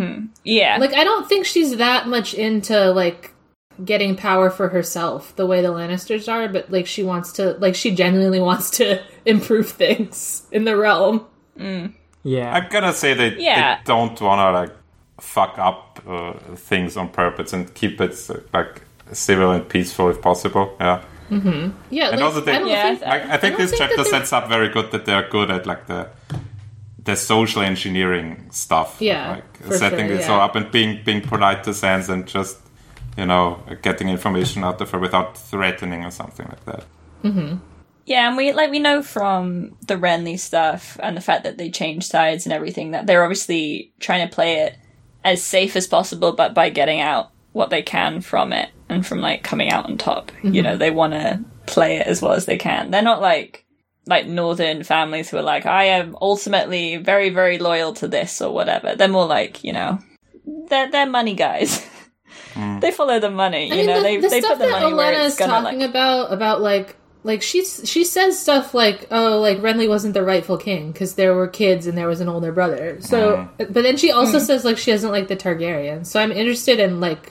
Speaker 3: Yeah,
Speaker 2: Like I don't think she's that much into like getting power for herself the way the Lannisters are, but like she wants to like she genuinely wants to improve things in the realm.
Speaker 4: Yeah.
Speaker 5: I'm gonna say they,
Speaker 3: Yeah.
Speaker 5: they don't wanna like fuck up uh, things on purpose and keep it uh, like civil and peaceful if possible. Yeah.
Speaker 2: Yeah,
Speaker 5: And
Speaker 2: like,
Speaker 5: also they-
Speaker 2: I don't
Speaker 3: Yeah,
Speaker 2: think
Speaker 5: I, I think
Speaker 2: don't
Speaker 5: this
Speaker 2: think
Speaker 5: chapter
Speaker 2: that they-
Speaker 5: sets up very good that they are good at like the the social engineering stuff.
Speaker 2: Yeah,
Speaker 5: like
Speaker 2: for
Speaker 5: setting
Speaker 2: sure,
Speaker 5: this
Speaker 2: yeah.
Speaker 5: all up and being being polite to Sans and just you know getting information out there without threatening or something like that.
Speaker 3: yeah, and we like we know from the Renly stuff and the fact that they changed sides and everything that they're obviously trying to play it as safe as possible, but by getting out what they can from it and from like coming out on top. You
Speaker 2: Mm-hmm.
Speaker 3: know, they want to play it as well as they can. They're not like like northern families who are like, I am ultimately very very loyal to this or whatever. They're more like you know, they're they're money guys. They follow the money, you
Speaker 2: Mm. I mean, the,
Speaker 3: know. they
Speaker 2: the
Speaker 3: they
Speaker 2: stuff
Speaker 3: put the
Speaker 2: that
Speaker 3: money where
Speaker 2: Elena
Speaker 3: it's
Speaker 2: is
Speaker 3: gonna
Speaker 2: talking
Speaker 3: like
Speaker 2: about about like like she she says stuff like oh like Renly wasn't the rightful king because there were kids and there was an older brother. So,
Speaker 3: Hmm.
Speaker 2: but then she also says like she doesn't like the Targaryens. So I'm interested in like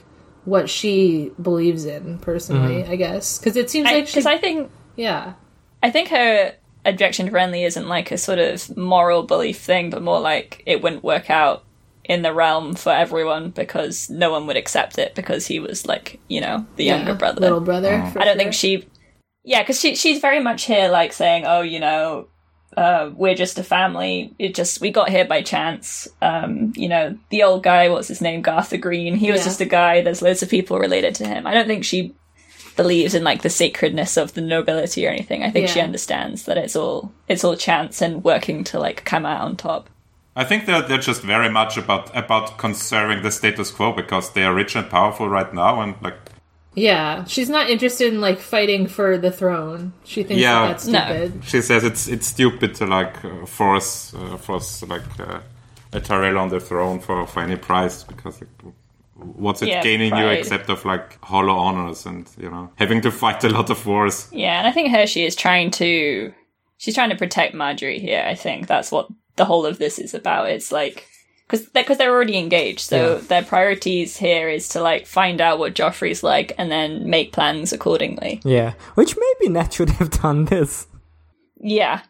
Speaker 2: what she believes in personally, I guess, because it seems like she
Speaker 3: because I think
Speaker 2: yeah
Speaker 3: I think her objection to Renly isn't like a sort of moral belief thing, but more like it wouldn't work out in the realm for everyone because no one would accept it because he was like you know the younger
Speaker 2: yeah,
Speaker 3: brother.
Speaker 2: little brother. for
Speaker 3: I don't
Speaker 2: sure.
Speaker 3: think she. Yeah, because she she's very much here like saying, oh, you know, uh, we're just a family. It just we got here by chance. Um, you know, the old guy, what's his name, Garth the Green. He was
Speaker 2: Yeah.
Speaker 3: just a guy. There's loads of people related to him. I don't think she believes in like the sacredness of the nobility or anything. I think she
Speaker 2: Yeah.
Speaker 3: understands that it's all it's all chance and working to like come out on top.
Speaker 5: I think they're, they're just very much about about conserving the status quo because they are rich and powerful right now and like
Speaker 2: Yeah, she's not interested in like fighting for the throne. She thinks
Speaker 5: Yeah.
Speaker 2: that that's
Speaker 3: No.
Speaker 2: stupid.
Speaker 5: She says it's it's stupid to like uh, force uh, force like uh, a Tyrell on the throne for, for any price because like, what's it
Speaker 3: Yeah,
Speaker 5: gaining you
Speaker 3: pride.
Speaker 5: except of like hollow honors and you know having to fight a lot of wars.
Speaker 3: Yeah, and I think Hershey is trying to she's trying to protect Marjorie here. I think that's what the whole of this is about. It's like because they're, 'cause they're already engaged, so their priorities here is to like find out what Joffrey's like and then make plans accordingly.
Speaker 4: Yeah, which maybe Ned should have done this.
Speaker 3: Yeah,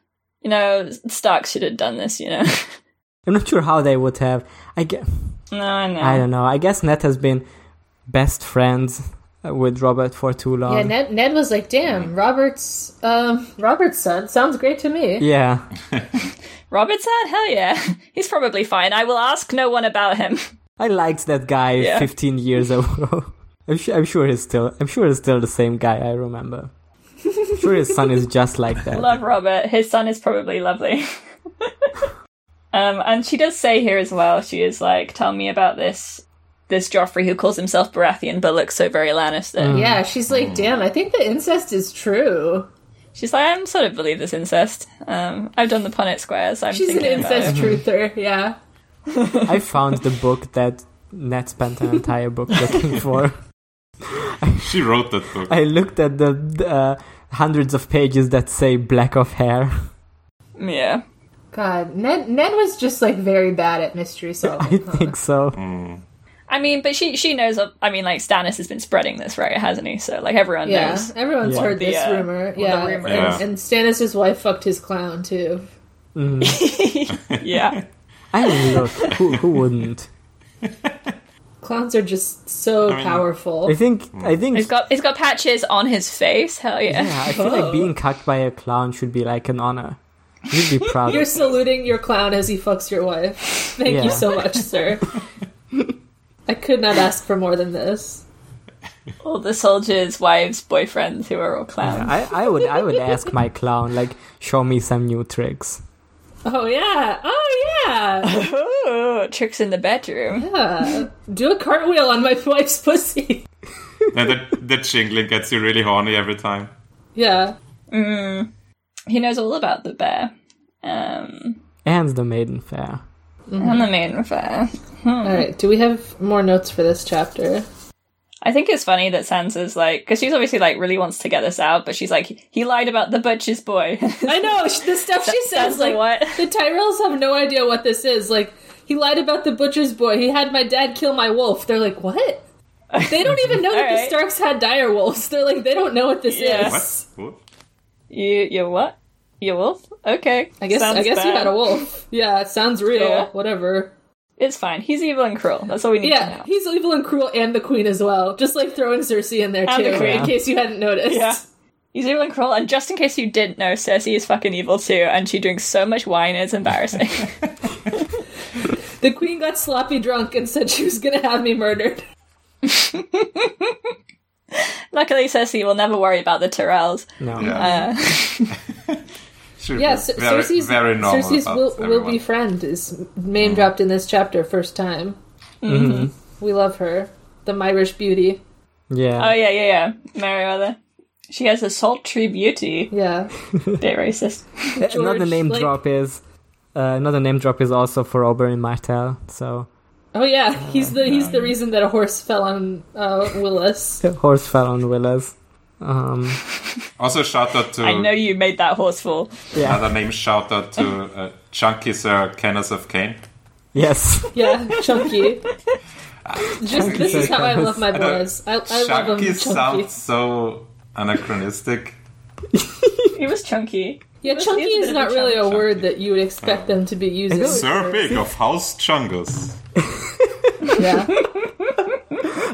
Speaker 3: you know, Stark should have done this. You know,
Speaker 4: I'm not sure how they would have. I guess,
Speaker 3: no, I know.
Speaker 4: I don't know. I guess Ned has been best friends uh, with Robert for too long.
Speaker 2: Yeah, Ned, Ned was like, "Damn, Robert's um, Robert's son sounds great to me."
Speaker 4: Yeah.
Speaker 3: Robert said, "Hell yeah, he's probably fine. I will ask no one about him."
Speaker 4: I liked that guy
Speaker 3: Yeah.
Speaker 4: 15 years ago. I'm, su- I'm sure he's still. I'm sure he's still the same guy I remember. I'm sure his son is just like that.
Speaker 3: Love Robert. His son is probably lovely. um, and she does say here as well. She is like, "Tell me about this this Joffrey who calls himself Baratheon but looks so very Lannister."
Speaker 4: Hmm.
Speaker 2: Yeah, she's like, "Damn, I think the incest is true."
Speaker 3: She's like, "I'm sort of believe this incest. Um, I've done the Punnett squares. I'm
Speaker 2: She's an
Speaker 3: thinking about
Speaker 2: incest
Speaker 3: it."
Speaker 2: truther. Yeah,
Speaker 4: I found the book that Ned spent an entire book looking for.
Speaker 5: She wrote that book.
Speaker 4: I looked at the, the uh, hundreds of pages that say black of hair.
Speaker 3: Yeah,
Speaker 2: God, Ned Ned was just like very bad at mystery
Speaker 4: I
Speaker 2: solving. huh?
Speaker 4: think so.
Speaker 3: I mean, but she she knows. of- I mean, like Stannis has been spreading this, right? Hasn't he? So like everyone
Speaker 2: Yeah,
Speaker 3: knows.
Speaker 2: everyone's
Speaker 4: Yeah.
Speaker 2: heard
Speaker 3: The,
Speaker 2: this
Speaker 3: uh,
Speaker 2: rumor.
Speaker 3: the
Speaker 2: Yeah,
Speaker 3: rumor
Speaker 5: Yeah.
Speaker 2: And, and Stannis' wife fucked his clown too.
Speaker 3: yeah.
Speaker 4: I mean, look, who, who wouldn't?
Speaker 2: Clowns are just so powerful.
Speaker 4: I think. I think.
Speaker 3: He's got he's got patches on his face. Hell yeah.
Speaker 4: Yeah, I feel like being cucked by a clown should be like an honor. You'd be proud.
Speaker 2: You're
Speaker 4: of
Speaker 2: saluting your clown as he fucks your wife. Thank
Speaker 4: Yeah.
Speaker 2: you so much, sir. I could not ask for more than this.
Speaker 3: All the soldiers' wives, boyfriends who are all clowns.
Speaker 4: I, I would I would ask my clown like show me some new tricks.
Speaker 2: Oh yeah. Oh yeah.
Speaker 3: Ooh, tricks in the bedroom.
Speaker 2: yeah. Do a cartwheel on my wife's pussy.
Speaker 5: and that that jingling gets you really horny every time.
Speaker 2: Yeah.
Speaker 3: He knows all about the bear. Um,
Speaker 4: And the maiden fair.
Speaker 3: And the main fair.
Speaker 2: All right. Do we have more notes for this chapter?
Speaker 3: I think it's funny that Sansa's like, because she's obviously like really wants to get this out, but she's like, he lied about the butcher's boy.
Speaker 2: I know sh- the stuff she says.
Speaker 3: Sansa,
Speaker 2: Like
Speaker 3: what?
Speaker 2: the Tyrells have no idea what this is. Like he lied about the butcher's boy. He had my dad kill my wolf. They're like, what? They don't even know that the
Speaker 3: Alright.
Speaker 2: Starks had dire wolves. They're like, they don't know what this
Speaker 3: Yeah.
Speaker 2: is.
Speaker 5: What? What?
Speaker 3: you, you what? You wolf? Okay.
Speaker 2: I guess I
Speaker 3: Sounds
Speaker 2: guess you
Speaker 3: bad.
Speaker 2: had a wolf. Yeah, it sounds real.
Speaker 3: Yeah.
Speaker 2: Whatever.
Speaker 3: It's fine. He's evil and cruel. That's all we need to
Speaker 2: Yeah,
Speaker 3: know.
Speaker 2: he's evil and cruel, and the queen as well. Just like throwing Cersei in there
Speaker 3: And
Speaker 2: too,
Speaker 3: the queen.
Speaker 2: in case you hadn't noticed.
Speaker 3: Yeah. He's evil and cruel, and just in case you didn't know, Cersei is fucking evil too, and she drinks so much wine, it's embarrassing.
Speaker 2: The queen got sloppy drunk and said she was gonna have me murdered.
Speaker 3: Luckily, Cersei will never worry about the Tyrells.
Speaker 4: No.
Speaker 3: Uh,
Speaker 5: She
Speaker 2: Yeah,
Speaker 5: was
Speaker 2: Cer-
Speaker 5: very,
Speaker 2: Cersei's,
Speaker 5: very normal.
Speaker 2: Cersei's
Speaker 5: about
Speaker 2: will, will
Speaker 5: everyone. Mm.
Speaker 2: be friend is name dropped in this chapter first time. We love her, the Myrish beauty.
Speaker 4: Yeah.
Speaker 3: oh, yeah, yeah, yeah. Meriwether. She has a sultry beauty.
Speaker 2: Yeah,
Speaker 3: Bit racist.
Speaker 4: another
Speaker 2: George,
Speaker 4: name
Speaker 2: like-
Speaker 4: drop is uh, another name drop is also for Oberyn Martell. So
Speaker 2: Oh yeah, he's the he's the reason that a horse fell on uh, Willis.
Speaker 4: horse fell on Willis. Um,
Speaker 5: Also, shout out to
Speaker 3: I know you made that horse fall.
Speaker 4: yeah.
Speaker 5: Another name shout out to uh, Chunky Sir Kenneth of Kane.
Speaker 4: Yes.
Speaker 2: Yeah, chunky. Just this is how I love my
Speaker 5: don't-
Speaker 2: boys. I, I love them
Speaker 5: Chunky,
Speaker 2: chunky.
Speaker 5: sounds so anachronistic.
Speaker 3: He was chunky.
Speaker 2: yeah,
Speaker 3: This
Speaker 2: chunky
Speaker 3: is a
Speaker 2: is
Speaker 3: bit
Speaker 2: not
Speaker 3: of
Speaker 2: really a
Speaker 5: chunky.
Speaker 2: word that you would expect them to be using.
Speaker 4: know.
Speaker 5: Oh. Sir Big of House Chungus.
Speaker 2: Yeah,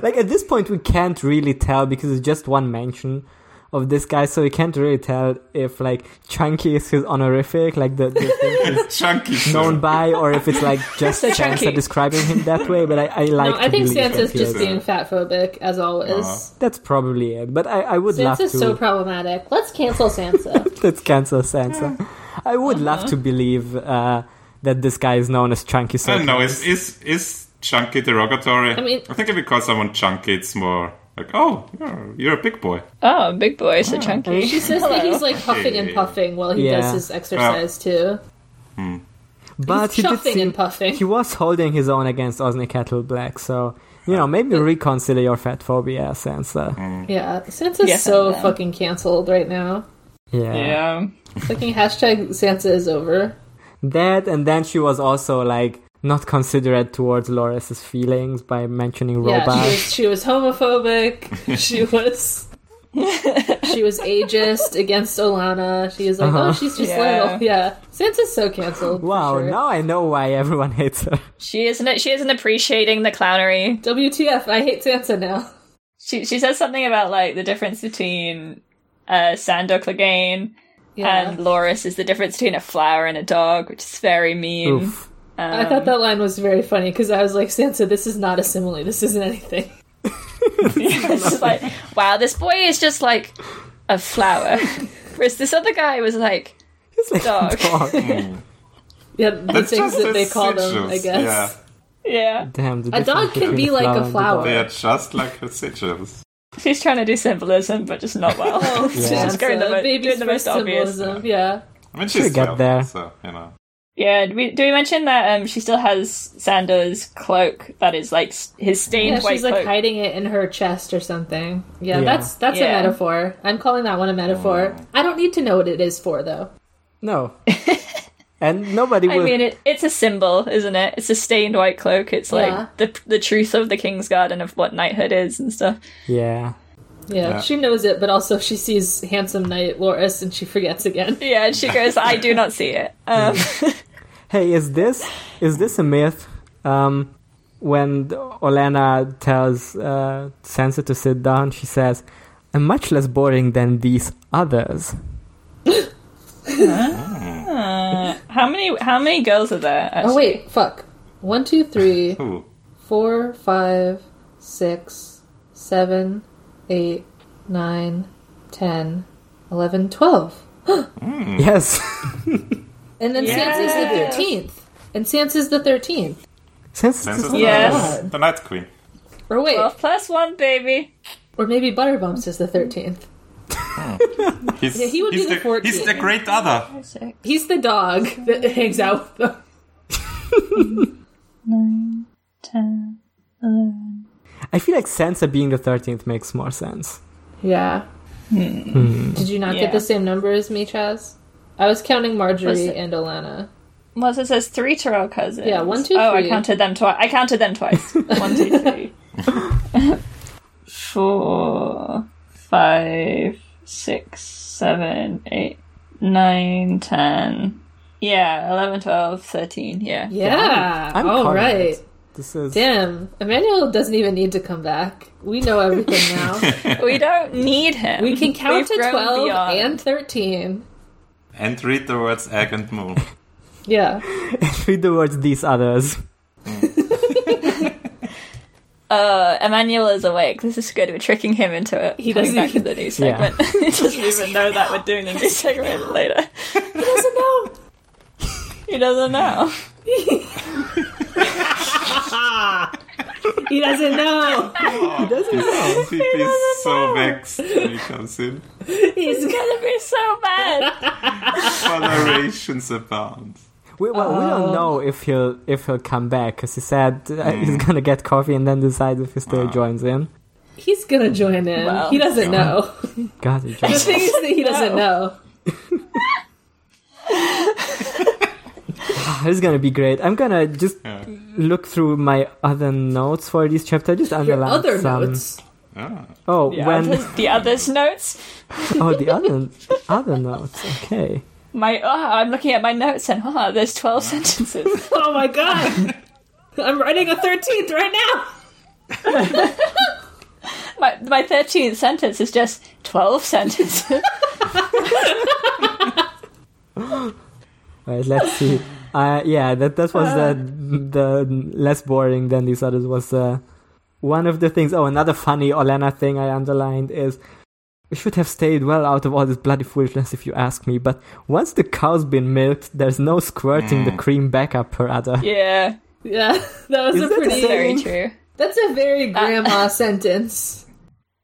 Speaker 4: Like at this point, we can't really tell because it's just one mention of this guy, so we can't really tell if like Chunky is his honorific, like the, the thing he's
Speaker 5: Chunky Sir.
Speaker 4: known by, or if it's like just
Speaker 3: So
Speaker 4: Sansa
Speaker 3: Chunky.
Speaker 4: describing him that way. But I, I like.
Speaker 2: no, I
Speaker 4: to
Speaker 2: think
Speaker 4: believe
Speaker 2: Sansa's
Speaker 4: that he
Speaker 2: just
Speaker 4: is.
Speaker 2: being fatphobic as always.
Speaker 4: That's probably it. But I, I would Uh-huh. love to.
Speaker 2: Sansa's so problematic. Let's cancel Sansa.
Speaker 4: That's cancel Sansa. I would
Speaker 2: Uh-huh.
Speaker 4: love to believe uh, that this guy is known as Chunky
Speaker 5: I
Speaker 4: Sansa.
Speaker 5: don't know. Is is is chunky derogatory? I
Speaker 2: mean-
Speaker 5: I think if you call someone chunky, it's more Like, oh, you're, you're a big boy.
Speaker 3: Oh, big boy, so chunky.
Speaker 2: She says that he's like huffing and puffing while he
Speaker 4: Yeah.
Speaker 2: does his exercise too.
Speaker 4: But
Speaker 2: He's
Speaker 4: he did
Speaker 2: chuffing
Speaker 4: seem,
Speaker 2: and puffing.
Speaker 4: He was holding his own against Osni Kettle Black, so you know maybe reconsider your fat phobia, Sansa.
Speaker 2: Yeah, Sansa's
Speaker 3: Yes,
Speaker 2: so
Speaker 3: I know.
Speaker 2: fucking canceled right now.
Speaker 4: Yeah.
Speaker 3: Yeah.
Speaker 2: Fucking hashtag Sansa is over.
Speaker 4: that, and then she was also like not considerate towards Loris's feelings by mentioning robots.
Speaker 2: Yeah, she was, she was homophobic. she was she was ageist against Olana. She was like, oh, she's just
Speaker 3: Yeah.
Speaker 2: little. Yeah, Sansa's so canceled. for
Speaker 4: Uh-huh. Wow,
Speaker 2: sure.
Speaker 4: now I know why everyone hates her.
Speaker 3: She isn't she isn't appreciating the clownery.
Speaker 2: WTF? I hate Sansa now.
Speaker 3: She she says something about like the difference between uh Sandor Clegane
Speaker 2: Yeah,
Speaker 3: and Loris is the difference between a flower and a dog, which is very mean.
Speaker 4: Oof.
Speaker 2: I
Speaker 3: um,
Speaker 2: thought that line was very funny because I was like, Sansa, this is not a simile. This isn't anything.
Speaker 3: it's just like, wow, this boy is just like a flower. Whereas this other guy was like,
Speaker 4: It's like a
Speaker 3: Dog.
Speaker 4: dog.
Speaker 2: Yeah, the
Speaker 5: That's
Speaker 2: things
Speaker 5: just
Speaker 2: that they call them,
Speaker 5: sigils,
Speaker 2: I guess.
Speaker 5: Yeah,
Speaker 3: yeah,
Speaker 4: Damn, the
Speaker 2: A dog
Speaker 4: difference
Speaker 2: can
Speaker 4: between
Speaker 2: be
Speaker 4: a
Speaker 2: like a
Speaker 4: flower.
Speaker 2: flower.
Speaker 5: they are just like the sigils.
Speaker 3: she's trying to do symbolism, but just not well.
Speaker 2: Oh,
Speaker 3: She's just going the,
Speaker 2: Sansa,
Speaker 3: mo-
Speaker 2: baby's
Speaker 3: doing the most
Speaker 2: first
Speaker 3: obvious.
Speaker 2: symbolism. Yeah.
Speaker 5: I mean,
Speaker 4: Should
Speaker 5: she's
Speaker 4: get
Speaker 5: 12,
Speaker 4: there.
Speaker 5: so, you know.
Speaker 3: Yeah, do we, do we mention that um, she still has Sandor's cloak that is like s- his stained
Speaker 2: Yeah,
Speaker 3: white
Speaker 2: she's like
Speaker 3: cloak?
Speaker 2: hiding it in her chest or something. Yeah, Oh.
Speaker 4: Yeah.
Speaker 2: that's that's
Speaker 3: Yeah.
Speaker 2: a metaphor. I'm calling that one a metaphor. I don't need to know what it is for though.
Speaker 4: No. and nobody
Speaker 3: I
Speaker 4: will.
Speaker 3: mean, it, it's a symbol, isn't it? It's a stained white cloak. It's like
Speaker 2: Yeah.
Speaker 3: the the truth of the King's Guard and of what knighthood is and stuff.
Speaker 4: yeah.
Speaker 2: Yeah,
Speaker 5: Yeah.
Speaker 2: she knows it, but also she sees handsome knight Loris and she forgets again.
Speaker 3: Yeah, and she goes, "I do not see it." Um,
Speaker 4: Hey, is this is this a myth? Um, when Olena tells uh, Sansa to sit down, she says, "I'm much less boring than these others."
Speaker 3: how many how many girls are there? Actually?
Speaker 2: Oh wait, fuck. One, two, three,
Speaker 5: Ooh.
Speaker 2: four, five, six, seven, eight, nine, ten, eleven, twelve.
Speaker 4: Yes,
Speaker 2: And then Sansa's the thirteenth. And Sansa's the thirteenth.
Speaker 4: Sansa's
Speaker 5: Sansa's
Speaker 4: just
Speaker 5: the-
Speaker 3: Yes.
Speaker 5: the Night Queen.
Speaker 2: Or wait,
Speaker 3: Twelve plus one, baby.
Speaker 2: or maybe Butterbumps is the thirteenth.
Speaker 5: He's,
Speaker 2: he would
Speaker 5: he's
Speaker 2: be the 14.
Speaker 5: He's the great other.
Speaker 2: He's the dog that hangs out with them.
Speaker 4: I feel like Sansa being the thirteenth makes more sense.
Speaker 2: Yeah. Did you not
Speaker 3: Yeah.
Speaker 2: get the same number as me, Chaz? I was counting
Speaker 3: Was
Speaker 2: Marjorie
Speaker 3: it-
Speaker 2: and Alana.
Speaker 3: Well, it says three to our cousins.
Speaker 2: Yeah, one, two,
Speaker 3: Oh, I
Speaker 2: three.
Speaker 3: counted them twice. I counted them twice. one, two, three. Four, five, six, seven, eight, nine, ten. Yeah, 11, 12, 13. Yeah.
Speaker 2: Yeah.
Speaker 4: I'm
Speaker 2: Ah, All
Speaker 4: calling
Speaker 2: right.
Speaker 4: it. This is
Speaker 2: Damn. Emmanuel doesn't even need to come back. We know everything now.
Speaker 3: We don't need him.
Speaker 2: we can count
Speaker 3: We've
Speaker 2: to
Speaker 3: grown
Speaker 2: 12
Speaker 3: beyond.
Speaker 2: and 13.
Speaker 5: And read the words egg and moon.
Speaker 2: Yeah.
Speaker 4: read the words "these others."
Speaker 3: Uh, Emmanuel is awake. This is good. We're tricking him into it.
Speaker 2: He doesn't
Speaker 3: Coming back to
Speaker 2: even-
Speaker 3: the new segment. he doesn't even know that we're doing the new segment later.
Speaker 2: He doesn't know.
Speaker 3: He doesn't know.
Speaker 2: He doesn't know.
Speaker 5: He doesn't know. He'd be so vexed when he comes in.
Speaker 2: He's
Speaker 3: It's gonna be so bad.
Speaker 5: Colorations abound.
Speaker 4: We, well, we don't
Speaker 2: Oh.
Speaker 4: know if he'll if he'll come back because he said uh, he's gonna get coffee and then decide if he still joins in.
Speaker 2: he's gonna join in.
Speaker 3: Well,
Speaker 2: he doesn't know.
Speaker 4: God, he
Speaker 2: The
Speaker 4: joins.
Speaker 2: thing is that he doesn't know.
Speaker 4: this is gonna be great. I'm gonna just
Speaker 5: Yeah.
Speaker 4: look through my other notes for this chapter. Just
Speaker 2: Your
Speaker 4: underline
Speaker 2: other
Speaker 4: some.
Speaker 2: notes.
Speaker 5: Ah.
Speaker 4: Oh,
Speaker 3: The,
Speaker 4: when
Speaker 3: others, the others' notes.
Speaker 4: oh the other other notes. Okay,
Speaker 3: My oh, I'm looking at my notes and oh, there's twelve sentences.
Speaker 2: Oh my god. I'm writing a 13th right now.
Speaker 3: My my thirteenth sentence is just twelve sentences.
Speaker 4: all right. Let's see. Uh, yeah, that that was the the less boring than these others was uh, one of the things. Oh, another funny Olena thing I underlined is. We should have stayed well out of all this bloody foolishness, if you ask me. But once the cow's been milked, there's no squirting the cream back up her udder.
Speaker 3: yeah,
Speaker 2: Yeah, that was
Speaker 4: Is
Speaker 2: a
Speaker 4: that the
Speaker 2: pretty.
Speaker 4: same- Uh,
Speaker 3: very true.
Speaker 2: That's a very grandma sentence.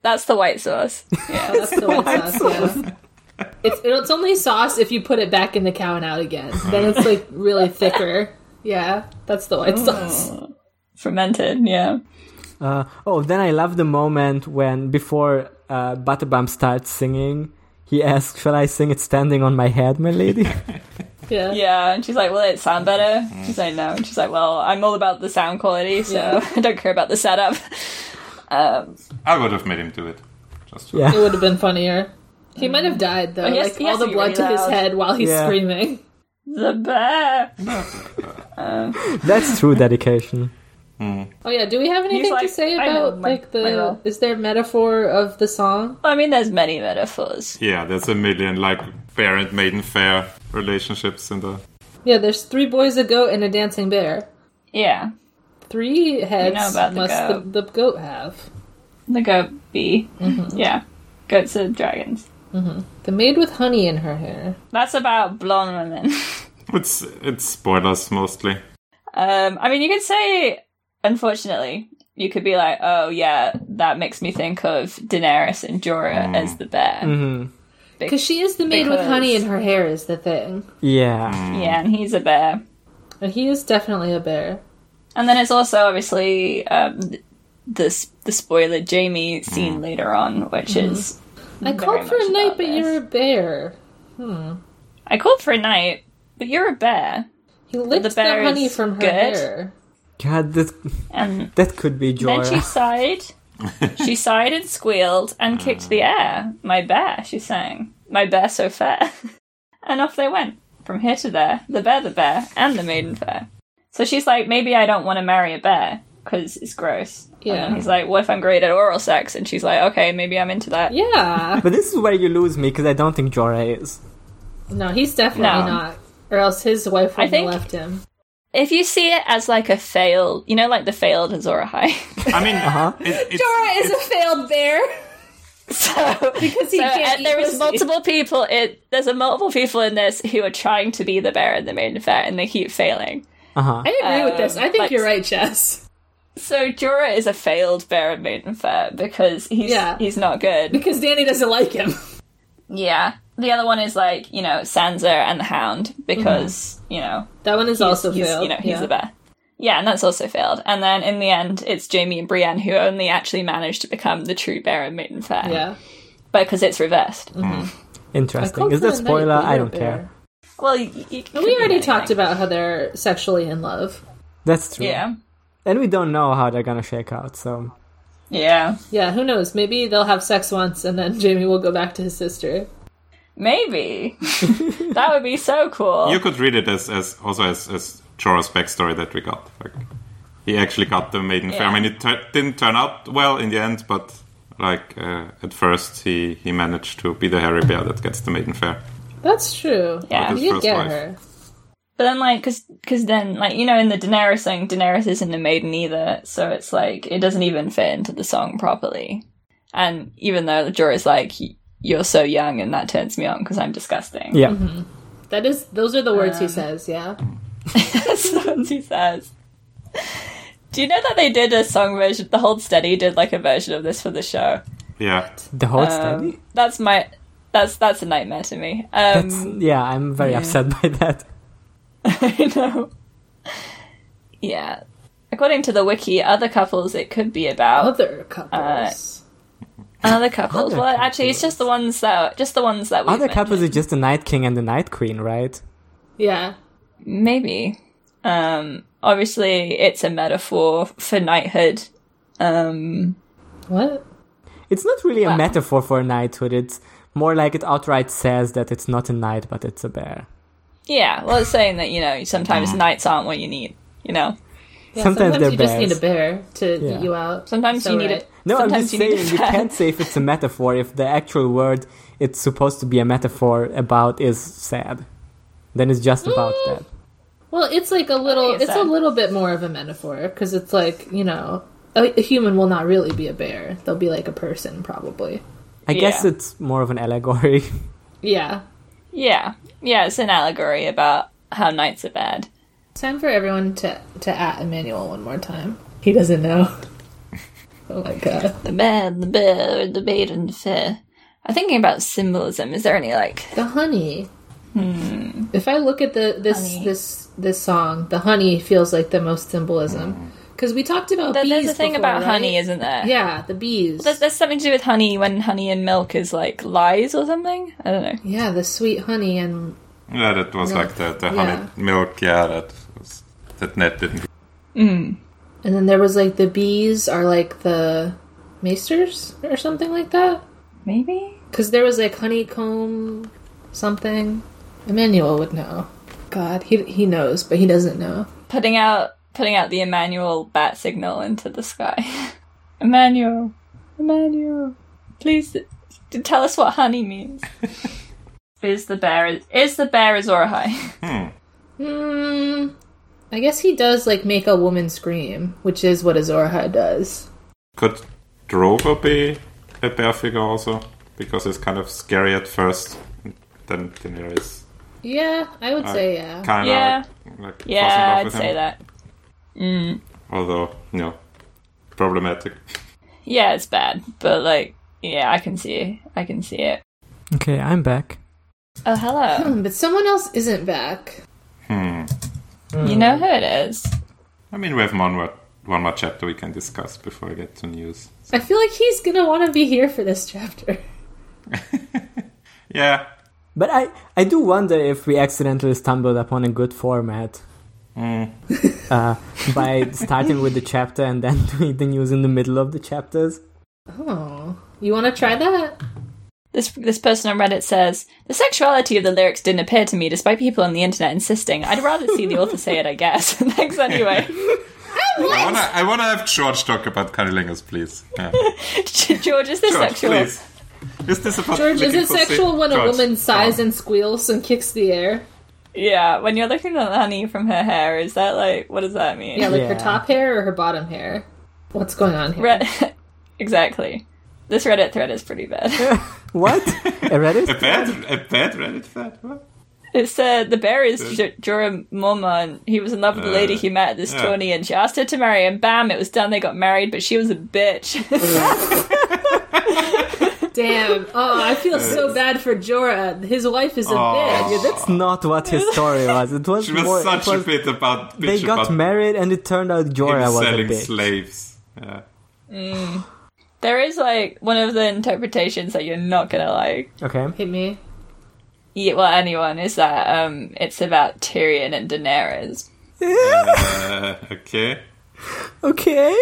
Speaker 3: That's the white sauce.
Speaker 2: Oh, that's the white sauce. yeah. It's it's only sauce if you put it back in the cow and out again. Then it's like really thicker. Yeah, that's the
Speaker 4: Oh.
Speaker 2: white sauce.
Speaker 3: Fermented, yeah.
Speaker 4: Uh, oh, then I love the moment when before uh, Butterbump starts singing, he asks, "Shall I sing it standing on my head, my lady?"
Speaker 2: Yeah.
Speaker 3: Yeah, and she's like, will it sound better? She's like, no. And she's like, well, I'm all about the sound quality, so
Speaker 2: Yeah.
Speaker 3: I don't care about the setup. Um,
Speaker 5: I would have made him do it. Just to
Speaker 4: yeah.
Speaker 2: It would have been funnier. He might have died though.
Speaker 3: Oh, he has-
Speaker 2: like
Speaker 3: he
Speaker 2: all
Speaker 3: has
Speaker 2: the
Speaker 3: to be
Speaker 2: blood
Speaker 3: really
Speaker 2: to his
Speaker 3: loud.
Speaker 2: head while he's
Speaker 4: Yeah.
Speaker 2: screaming.
Speaker 3: the bear.
Speaker 4: That's true dedication.
Speaker 2: Oh yeah, do we have anything
Speaker 3: like,
Speaker 2: to say
Speaker 3: I know
Speaker 2: about
Speaker 3: my-
Speaker 2: like
Speaker 3: my
Speaker 2: the
Speaker 3: role.
Speaker 2: is there a metaphor of the song?
Speaker 3: I mean, there's many metaphors.
Speaker 5: Yeah, there's a million like fair and maiden fair relationships in the.
Speaker 2: Yeah, there's three boys, a goat, and a dancing bear.
Speaker 3: Yeah.
Speaker 2: Three heads
Speaker 3: about the
Speaker 2: must
Speaker 3: goat.
Speaker 2: The, the goat have.
Speaker 3: The goat bee. Yeah. Goats are dragons.
Speaker 2: The maid with honey in her hair.
Speaker 3: That's about blonde women.
Speaker 5: It's it's spoilers mostly.
Speaker 3: Um, I mean, you could say, unfortunately, you could be like, oh, yeah, that makes me think of Daenerys and Jorah as the bear.
Speaker 2: Because she is the maid with
Speaker 3: Because-
Speaker 2: honey in her hair is the thing.
Speaker 4: Yeah.
Speaker 3: Yeah, and he's a bear.
Speaker 2: And he is definitely a bear.
Speaker 3: And then it's also obviously um, th- the s- the spoiler Jamie scene later on, which is
Speaker 2: I called for
Speaker 3: much
Speaker 2: a night,
Speaker 3: about
Speaker 2: but
Speaker 3: this.
Speaker 2: you're a bear.
Speaker 3: I called for a night, but you're a bear,
Speaker 2: He licked the,
Speaker 3: the bear
Speaker 2: honey
Speaker 3: is
Speaker 2: from her
Speaker 3: good.
Speaker 2: hair.
Speaker 4: God, that
Speaker 3: and
Speaker 4: that could be joy.
Speaker 3: then she sighed. she sighed and squealed and kicked the air. My bear, she sang. My bear so fair. and off they went from here to there. The bear, the bear, and the maiden fair. So she's like, maybe I don't want to marry a bear because it's gross.
Speaker 2: Yeah.
Speaker 3: And then he's like, what if I'm great at oral sex? And she's like, okay, maybe I'm into that.
Speaker 2: Yeah.
Speaker 4: But this is where you lose me because I don't think Jorah is.
Speaker 2: no, he's definitely
Speaker 3: No.
Speaker 2: not. Or else his wife would
Speaker 3: I
Speaker 2: have
Speaker 3: think-
Speaker 2: left him.
Speaker 3: If you see it as like a failed, you know, like the failed Azor High.
Speaker 5: I mean, it, it's,
Speaker 2: is a failed bear.
Speaker 3: so
Speaker 2: Because he
Speaker 3: so,
Speaker 2: can't
Speaker 3: and there
Speaker 2: eat
Speaker 3: is
Speaker 2: pussy.
Speaker 3: multiple people. It there's a multiple people in this who are trying to be the bear and the maiden fair, and they keep failing.
Speaker 4: Uh huh.
Speaker 2: I agree with this. I think
Speaker 3: like-
Speaker 2: you're right, Jess.
Speaker 3: So Jorah is a failed bear and maiden fair because he's
Speaker 2: Yeah.
Speaker 3: he's not good.
Speaker 2: Because Danny doesn't like him.
Speaker 3: Yeah. The other one is like you know Sansa and the Hound because you know
Speaker 2: That one is Mm-hmm. also
Speaker 3: he's,
Speaker 2: failed.
Speaker 3: You know, he's
Speaker 2: yeah.
Speaker 3: the bear. Yeah, and that's also failed. And then in the end, it's Jamie and Brienne who only actually managed to become the true bear and maiden fair.
Speaker 2: Yeah.
Speaker 3: because it's reversed.
Speaker 2: I
Speaker 4: Interesting.
Speaker 2: called
Speaker 4: Is
Speaker 2: for
Speaker 4: that
Speaker 2: a night,
Speaker 4: spoiler?
Speaker 2: but you're
Speaker 4: I
Speaker 2: a
Speaker 4: don't
Speaker 2: bear.
Speaker 4: care.
Speaker 3: Well, y- y-
Speaker 2: And we already talked about how they're sexually in love.
Speaker 4: That's true.
Speaker 3: Yeah,
Speaker 4: And we don't know how they're gonna shake out, so
Speaker 3: yeah,
Speaker 2: Yeah, who knows? Maybe they'll have sex once and then Jamie will go back to his sister.
Speaker 3: maybe that would be so cool.
Speaker 5: you could read it as, as also as, as Jorah's backstory that we got. Like he actually got the maiden fair. I
Speaker 3: Yeah.
Speaker 5: mean, it tur- didn't turn out well in the end, but like uh, at first he he managed to be the hairy bear that gets the maiden fair.
Speaker 2: That's true.
Speaker 3: Yeah. With
Speaker 5: his
Speaker 2: you
Speaker 5: first
Speaker 2: get
Speaker 5: wife.
Speaker 2: her.
Speaker 3: But then, like, cause, 'cause then, like, you know, in the Daenerys thing, Daenerys isn't a maiden either, so it's like it doesn't even fit into the song properly. And even though Jorah's like, "Y- "You're so young," and that turns me on because I'm disgusting.
Speaker 4: yeah.
Speaker 2: That is. Those are the words
Speaker 3: Um,
Speaker 2: he says. Yeah.
Speaker 3: That's what he says. Do you know that they did a song version? The Hold Steady did like a version of this for the show.
Speaker 5: Yeah,
Speaker 4: The whole
Speaker 3: Um,
Speaker 4: study.
Speaker 3: that's my that's that's a nightmare to me. Um,
Speaker 4: That's yeah. I'm very upset by that.
Speaker 3: I know. Yeah. According to the wiki, other couples it could be about
Speaker 2: Other couples.
Speaker 3: other couples.
Speaker 4: Other
Speaker 3: well, actually, it's just the ones that just the ones that we
Speaker 4: Other couples is just the Night King and the Night Queen, right?
Speaker 2: yeah.
Speaker 3: Maybe. Um, obviously, it's a metaphor for knighthood. Um,
Speaker 2: What?
Speaker 4: It's not really a
Speaker 3: Well-
Speaker 4: metaphor for knighthood. It's more like it outright says that it's not a knight, but it's a bear.
Speaker 3: yeah. Well, it's saying that you know sometimes knights aren't what you need. You know,
Speaker 2: Yeah,
Speaker 4: Sometimes they're
Speaker 2: you just
Speaker 4: bears.
Speaker 2: need a bear to
Speaker 4: Yeah.
Speaker 2: eat you out.
Speaker 3: sometimes
Speaker 2: So
Speaker 3: you need
Speaker 2: right.
Speaker 3: it.
Speaker 4: No,
Speaker 3: sometimes
Speaker 4: I'm just saying you
Speaker 3: fair.
Speaker 4: can't say if it's a metaphor if the actual word it's supposed to be a metaphor about is sad. Then it's just about
Speaker 5: Mm,
Speaker 4: that.
Speaker 2: Well, it's like a little.
Speaker 3: makes
Speaker 2: It's a
Speaker 3: sense.
Speaker 2: little bit more of a metaphor because it's like you know. A, a human will not really be a bear. They'll be like a person, probably.
Speaker 4: I guess
Speaker 3: Yeah.
Speaker 4: it's more of an allegory.
Speaker 2: Yeah.
Speaker 3: Yeah, yeah. It's an allegory about how knights are bad.
Speaker 2: It's time for everyone to to at Emmanuel one more time. He doesn't know. Oh my god.
Speaker 3: The bear, the bear, the maiden fair. I'm thinking about symbolism. Is there any like
Speaker 2: The honey. If I look at the this
Speaker 3: Hmm. Honey.
Speaker 2: this this song, the honey feels like the most symbolism because we talked about
Speaker 3: There-
Speaker 2: bees.
Speaker 3: there's a thing
Speaker 2: before,
Speaker 3: about
Speaker 2: right?
Speaker 3: honey, isn't there?
Speaker 2: Yeah, the bees.
Speaker 3: There's, there's something to do with honey when honey and milk is like lies or something. I don't know.
Speaker 2: yeah, the sweet honey and
Speaker 5: Yeah, that was like the, the honey milk. Yeah, that was, that net didn't.
Speaker 2: and then there was like the bees are like the maesters or something like that
Speaker 3: Maybe.
Speaker 2: because there was like honeycomb something. Emmanuel would know. God, he he knows, but he doesn't know.
Speaker 3: putting out putting out the Emmanuel bat signal into the sky. Emmanuel, Emmanuel, please d- tell us what honey means. is the bear is the bear Azor High?
Speaker 2: Hmm. I guess he does like make a woman scream, which is what Azorha does.
Speaker 5: Could Drogo be a bear figure also? Because it's kind of scary at first. Then, then there is
Speaker 2: Yeah, I would say yeah.
Speaker 5: kind of
Speaker 3: Yeah.
Speaker 5: like, like falls in
Speaker 3: Yeah,
Speaker 5: love
Speaker 3: I'd
Speaker 5: with
Speaker 3: say
Speaker 5: him.
Speaker 3: that.
Speaker 5: Although, no, problematic.
Speaker 3: Yeah, it's bad, but like, yeah, I can see, I can see it.
Speaker 4: Okay, I'm back.
Speaker 3: Oh, hello.
Speaker 2: Hmm, But someone else isn't back.
Speaker 5: Hmm.
Speaker 3: you know who it is?
Speaker 5: I mean, we have one more one more chapter we can discuss before we get to news.
Speaker 2: I feel like he's gonna want to be here for this chapter.
Speaker 5: Yeah,
Speaker 4: But I, I do wonder if we accidentally stumbled upon a good format.
Speaker 5: Mm.
Speaker 4: Uh, by starting with the chapter and then doing the news in the middle of the chapters.
Speaker 2: Oh, you want to try that?
Speaker 3: This this person on Reddit says the sexuality of the lyrics didn't appear to me, despite people on the internet insisting. I'd rather see the author say it, I guess. Thanks anyway.
Speaker 5: I wanna I wanna have George talk about cunnilingus, please. Yeah.
Speaker 3: George, is this
Speaker 5: George,
Speaker 3: sexual?
Speaker 5: please. Is this about
Speaker 2: George, is
Speaker 5: looking
Speaker 2: it
Speaker 5: for
Speaker 2: sexual
Speaker 5: se-
Speaker 2: when a
Speaker 5: George,
Speaker 2: woman sighs
Speaker 5: come
Speaker 2: and squeals and kicks the air?
Speaker 3: Yeah, when you're looking at the honey from her hair, is that like what does that mean?
Speaker 2: Yeah, like her
Speaker 4: Yeah.
Speaker 2: top hair or her bottom hair? What's going on here?
Speaker 3: Red- exactly. This Reddit thread is pretty bad.
Speaker 4: What? A
Speaker 5: on.
Speaker 4: Reddit?
Speaker 5: A bad a bad Reddit fad? What?
Speaker 3: it said the bear is J- Jorah Mormont. He was in love with the lady
Speaker 5: Uh,
Speaker 3: he met at this
Speaker 5: yeah.
Speaker 3: tourney, and she asked her to marry him. Bam! It was done. They got married, but she was a bitch.
Speaker 2: Damn. Oh, I feel so bad for Jorah. His wife is a bitch.
Speaker 4: That's not what his story was. It was
Speaker 5: She was
Speaker 4: more. it
Speaker 5: such
Speaker 4: was-
Speaker 5: a bit about bitch
Speaker 4: they got
Speaker 5: about
Speaker 4: married and it turned out
Speaker 5: him
Speaker 4: Jorah was a
Speaker 5: selling
Speaker 4: bitch.
Speaker 5: slaves. Uh, Yeah.
Speaker 3: there is like one of the interpretations that you're not gonna like.
Speaker 4: Okay.
Speaker 2: Hit me.
Speaker 3: Yeah, well, anyone is that um, it's about Tyrion and Daenerys.
Speaker 5: Uh, okay.
Speaker 4: Okay.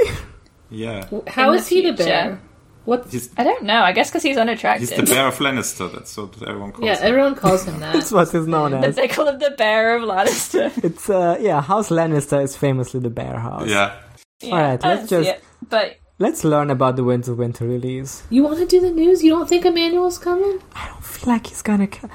Speaker 5: Yeah.
Speaker 2: How
Speaker 3: In
Speaker 2: is
Speaker 3: the
Speaker 2: he the
Speaker 3: future.
Speaker 2: bear? What?
Speaker 5: He's
Speaker 3: I don't know. I guess because he's unattractive.
Speaker 5: he's the bear of Lannister, that's what everyone calls
Speaker 2: Yeah,
Speaker 5: him.
Speaker 2: everyone calls him
Speaker 4: That's
Speaker 2: that.
Speaker 4: what is known
Speaker 3: But
Speaker 4: as.
Speaker 3: they call him the bear of Lannister.
Speaker 4: It's uh yeah, House Lannister is famously the bear
Speaker 2: uh,
Speaker 4: house.
Speaker 5: Yeah.
Speaker 3: Yeah,
Speaker 4: Alright,
Speaker 3: I
Speaker 4: let's
Speaker 3: don't see
Speaker 4: just-
Speaker 3: it. But
Speaker 4: Let's learn about the Winds of Winter release.
Speaker 2: You want to do the news? You don't think Emmanuel's coming?
Speaker 4: I feel like he's gonna ca-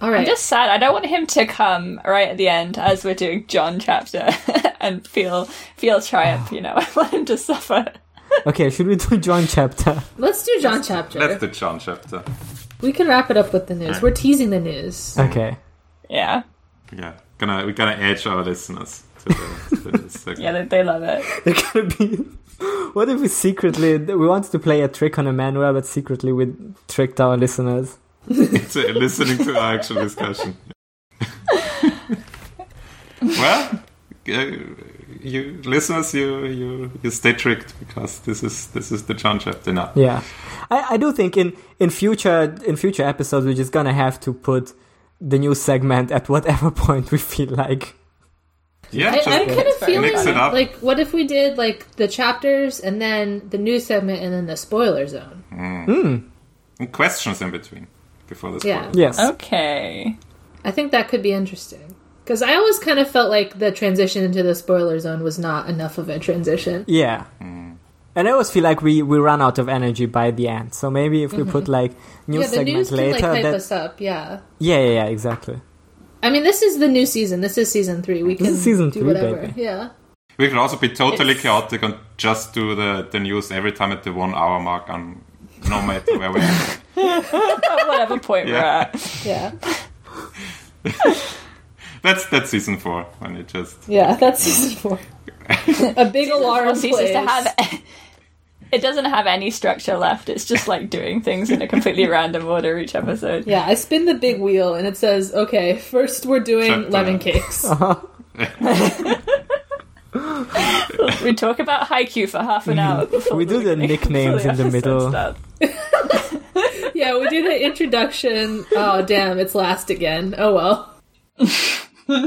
Speaker 2: All right.
Speaker 3: I'm just sad. I don't want him to come right at the end as we're doing John chapter and feel feel triumph. You know, I want him to suffer.
Speaker 4: Okay, should we do John chapter?
Speaker 2: Let's do John chapter.
Speaker 5: That's the John chapter.
Speaker 2: We can wrap it up with the news. We're teasing the news.
Speaker 4: Okay.
Speaker 3: Yeah,
Speaker 5: Yeah. Gonna we're gonna edge our listeners to the, to the second.
Speaker 3: yeah, they, they love it.
Speaker 4: They're gonna be What if we secretly we wanted to play a trick on Emmanuel but secretly we tricked our listeners?
Speaker 5: to listening to our actual discussion. well, uh, you listeners, you you you stay tricked because this is this is the John chapter now.
Speaker 4: Yeah. I, I do think in, in future in future episodes we're just gonna have to put the new segment at whatever point we feel like.
Speaker 5: Yeah,
Speaker 2: I,
Speaker 5: just
Speaker 2: I'm kind of feeling
Speaker 5: mix it up.
Speaker 2: like, what if we did like the chapters and then the news segment and then the spoiler zone?
Speaker 5: and questions in between before this.
Speaker 2: Yeah.
Speaker 4: Yes.
Speaker 3: Okay,
Speaker 2: I think that could be interesting. Because I always kind of felt like the transition into the spoiler zone was not enough of a transition.
Speaker 4: Yeah.
Speaker 2: Mm.
Speaker 4: And I always feel like we, we run out of energy by the end. So maybe if we put like
Speaker 2: Mm-hmm.
Speaker 4: new
Speaker 2: yeah, the
Speaker 4: segments
Speaker 2: news
Speaker 4: later,
Speaker 2: can like hype
Speaker 4: that
Speaker 2: us up. Yeah.
Speaker 4: yeah, yeah, yeah, exactly.
Speaker 2: I mean, this is the new season. This is season three. We can
Speaker 4: is season
Speaker 2: do
Speaker 4: three,
Speaker 2: whatever.
Speaker 4: baby.
Speaker 2: Yeah.
Speaker 5: We could also be totally
Speaker 3: It's-
Speaker 5: chaotic and just do the the news every time at the one hour mark on no matter where we are.
Speaker 3: at whatever point we're
Speaker 5: Yeah.
Speaker 3: at.
Speaker 2: Yeah.
Speaker 5: That's that's season four when it just
Speaker 2: Yeah. That's season four. a big alarm
Speaker 3: Well, ceases
Speaker 2: plays.
Speaker 3: to have It doesn't have any structure left. It's just like doing things in a completely random order each episode.
Speaker 2: Yeah, I spin the big wheel and it says, okay, first we're doing
Speaker 5: Shut
Speaker 2: lemon
Speaker 5: up.
Speaker 2: cakes.
Speaker 3: We talk about haiku for half an
Speaker 2: Mm-hmm.
Speaker 3: hour. before
Speaker 4: We do the nicknames in the
Speaker 3: episode
Speaker 4: middle.
Speaker 3: starts.
Speaker 2: yeah, we do the introduction. Oh, damn, it's last again. Oh, well.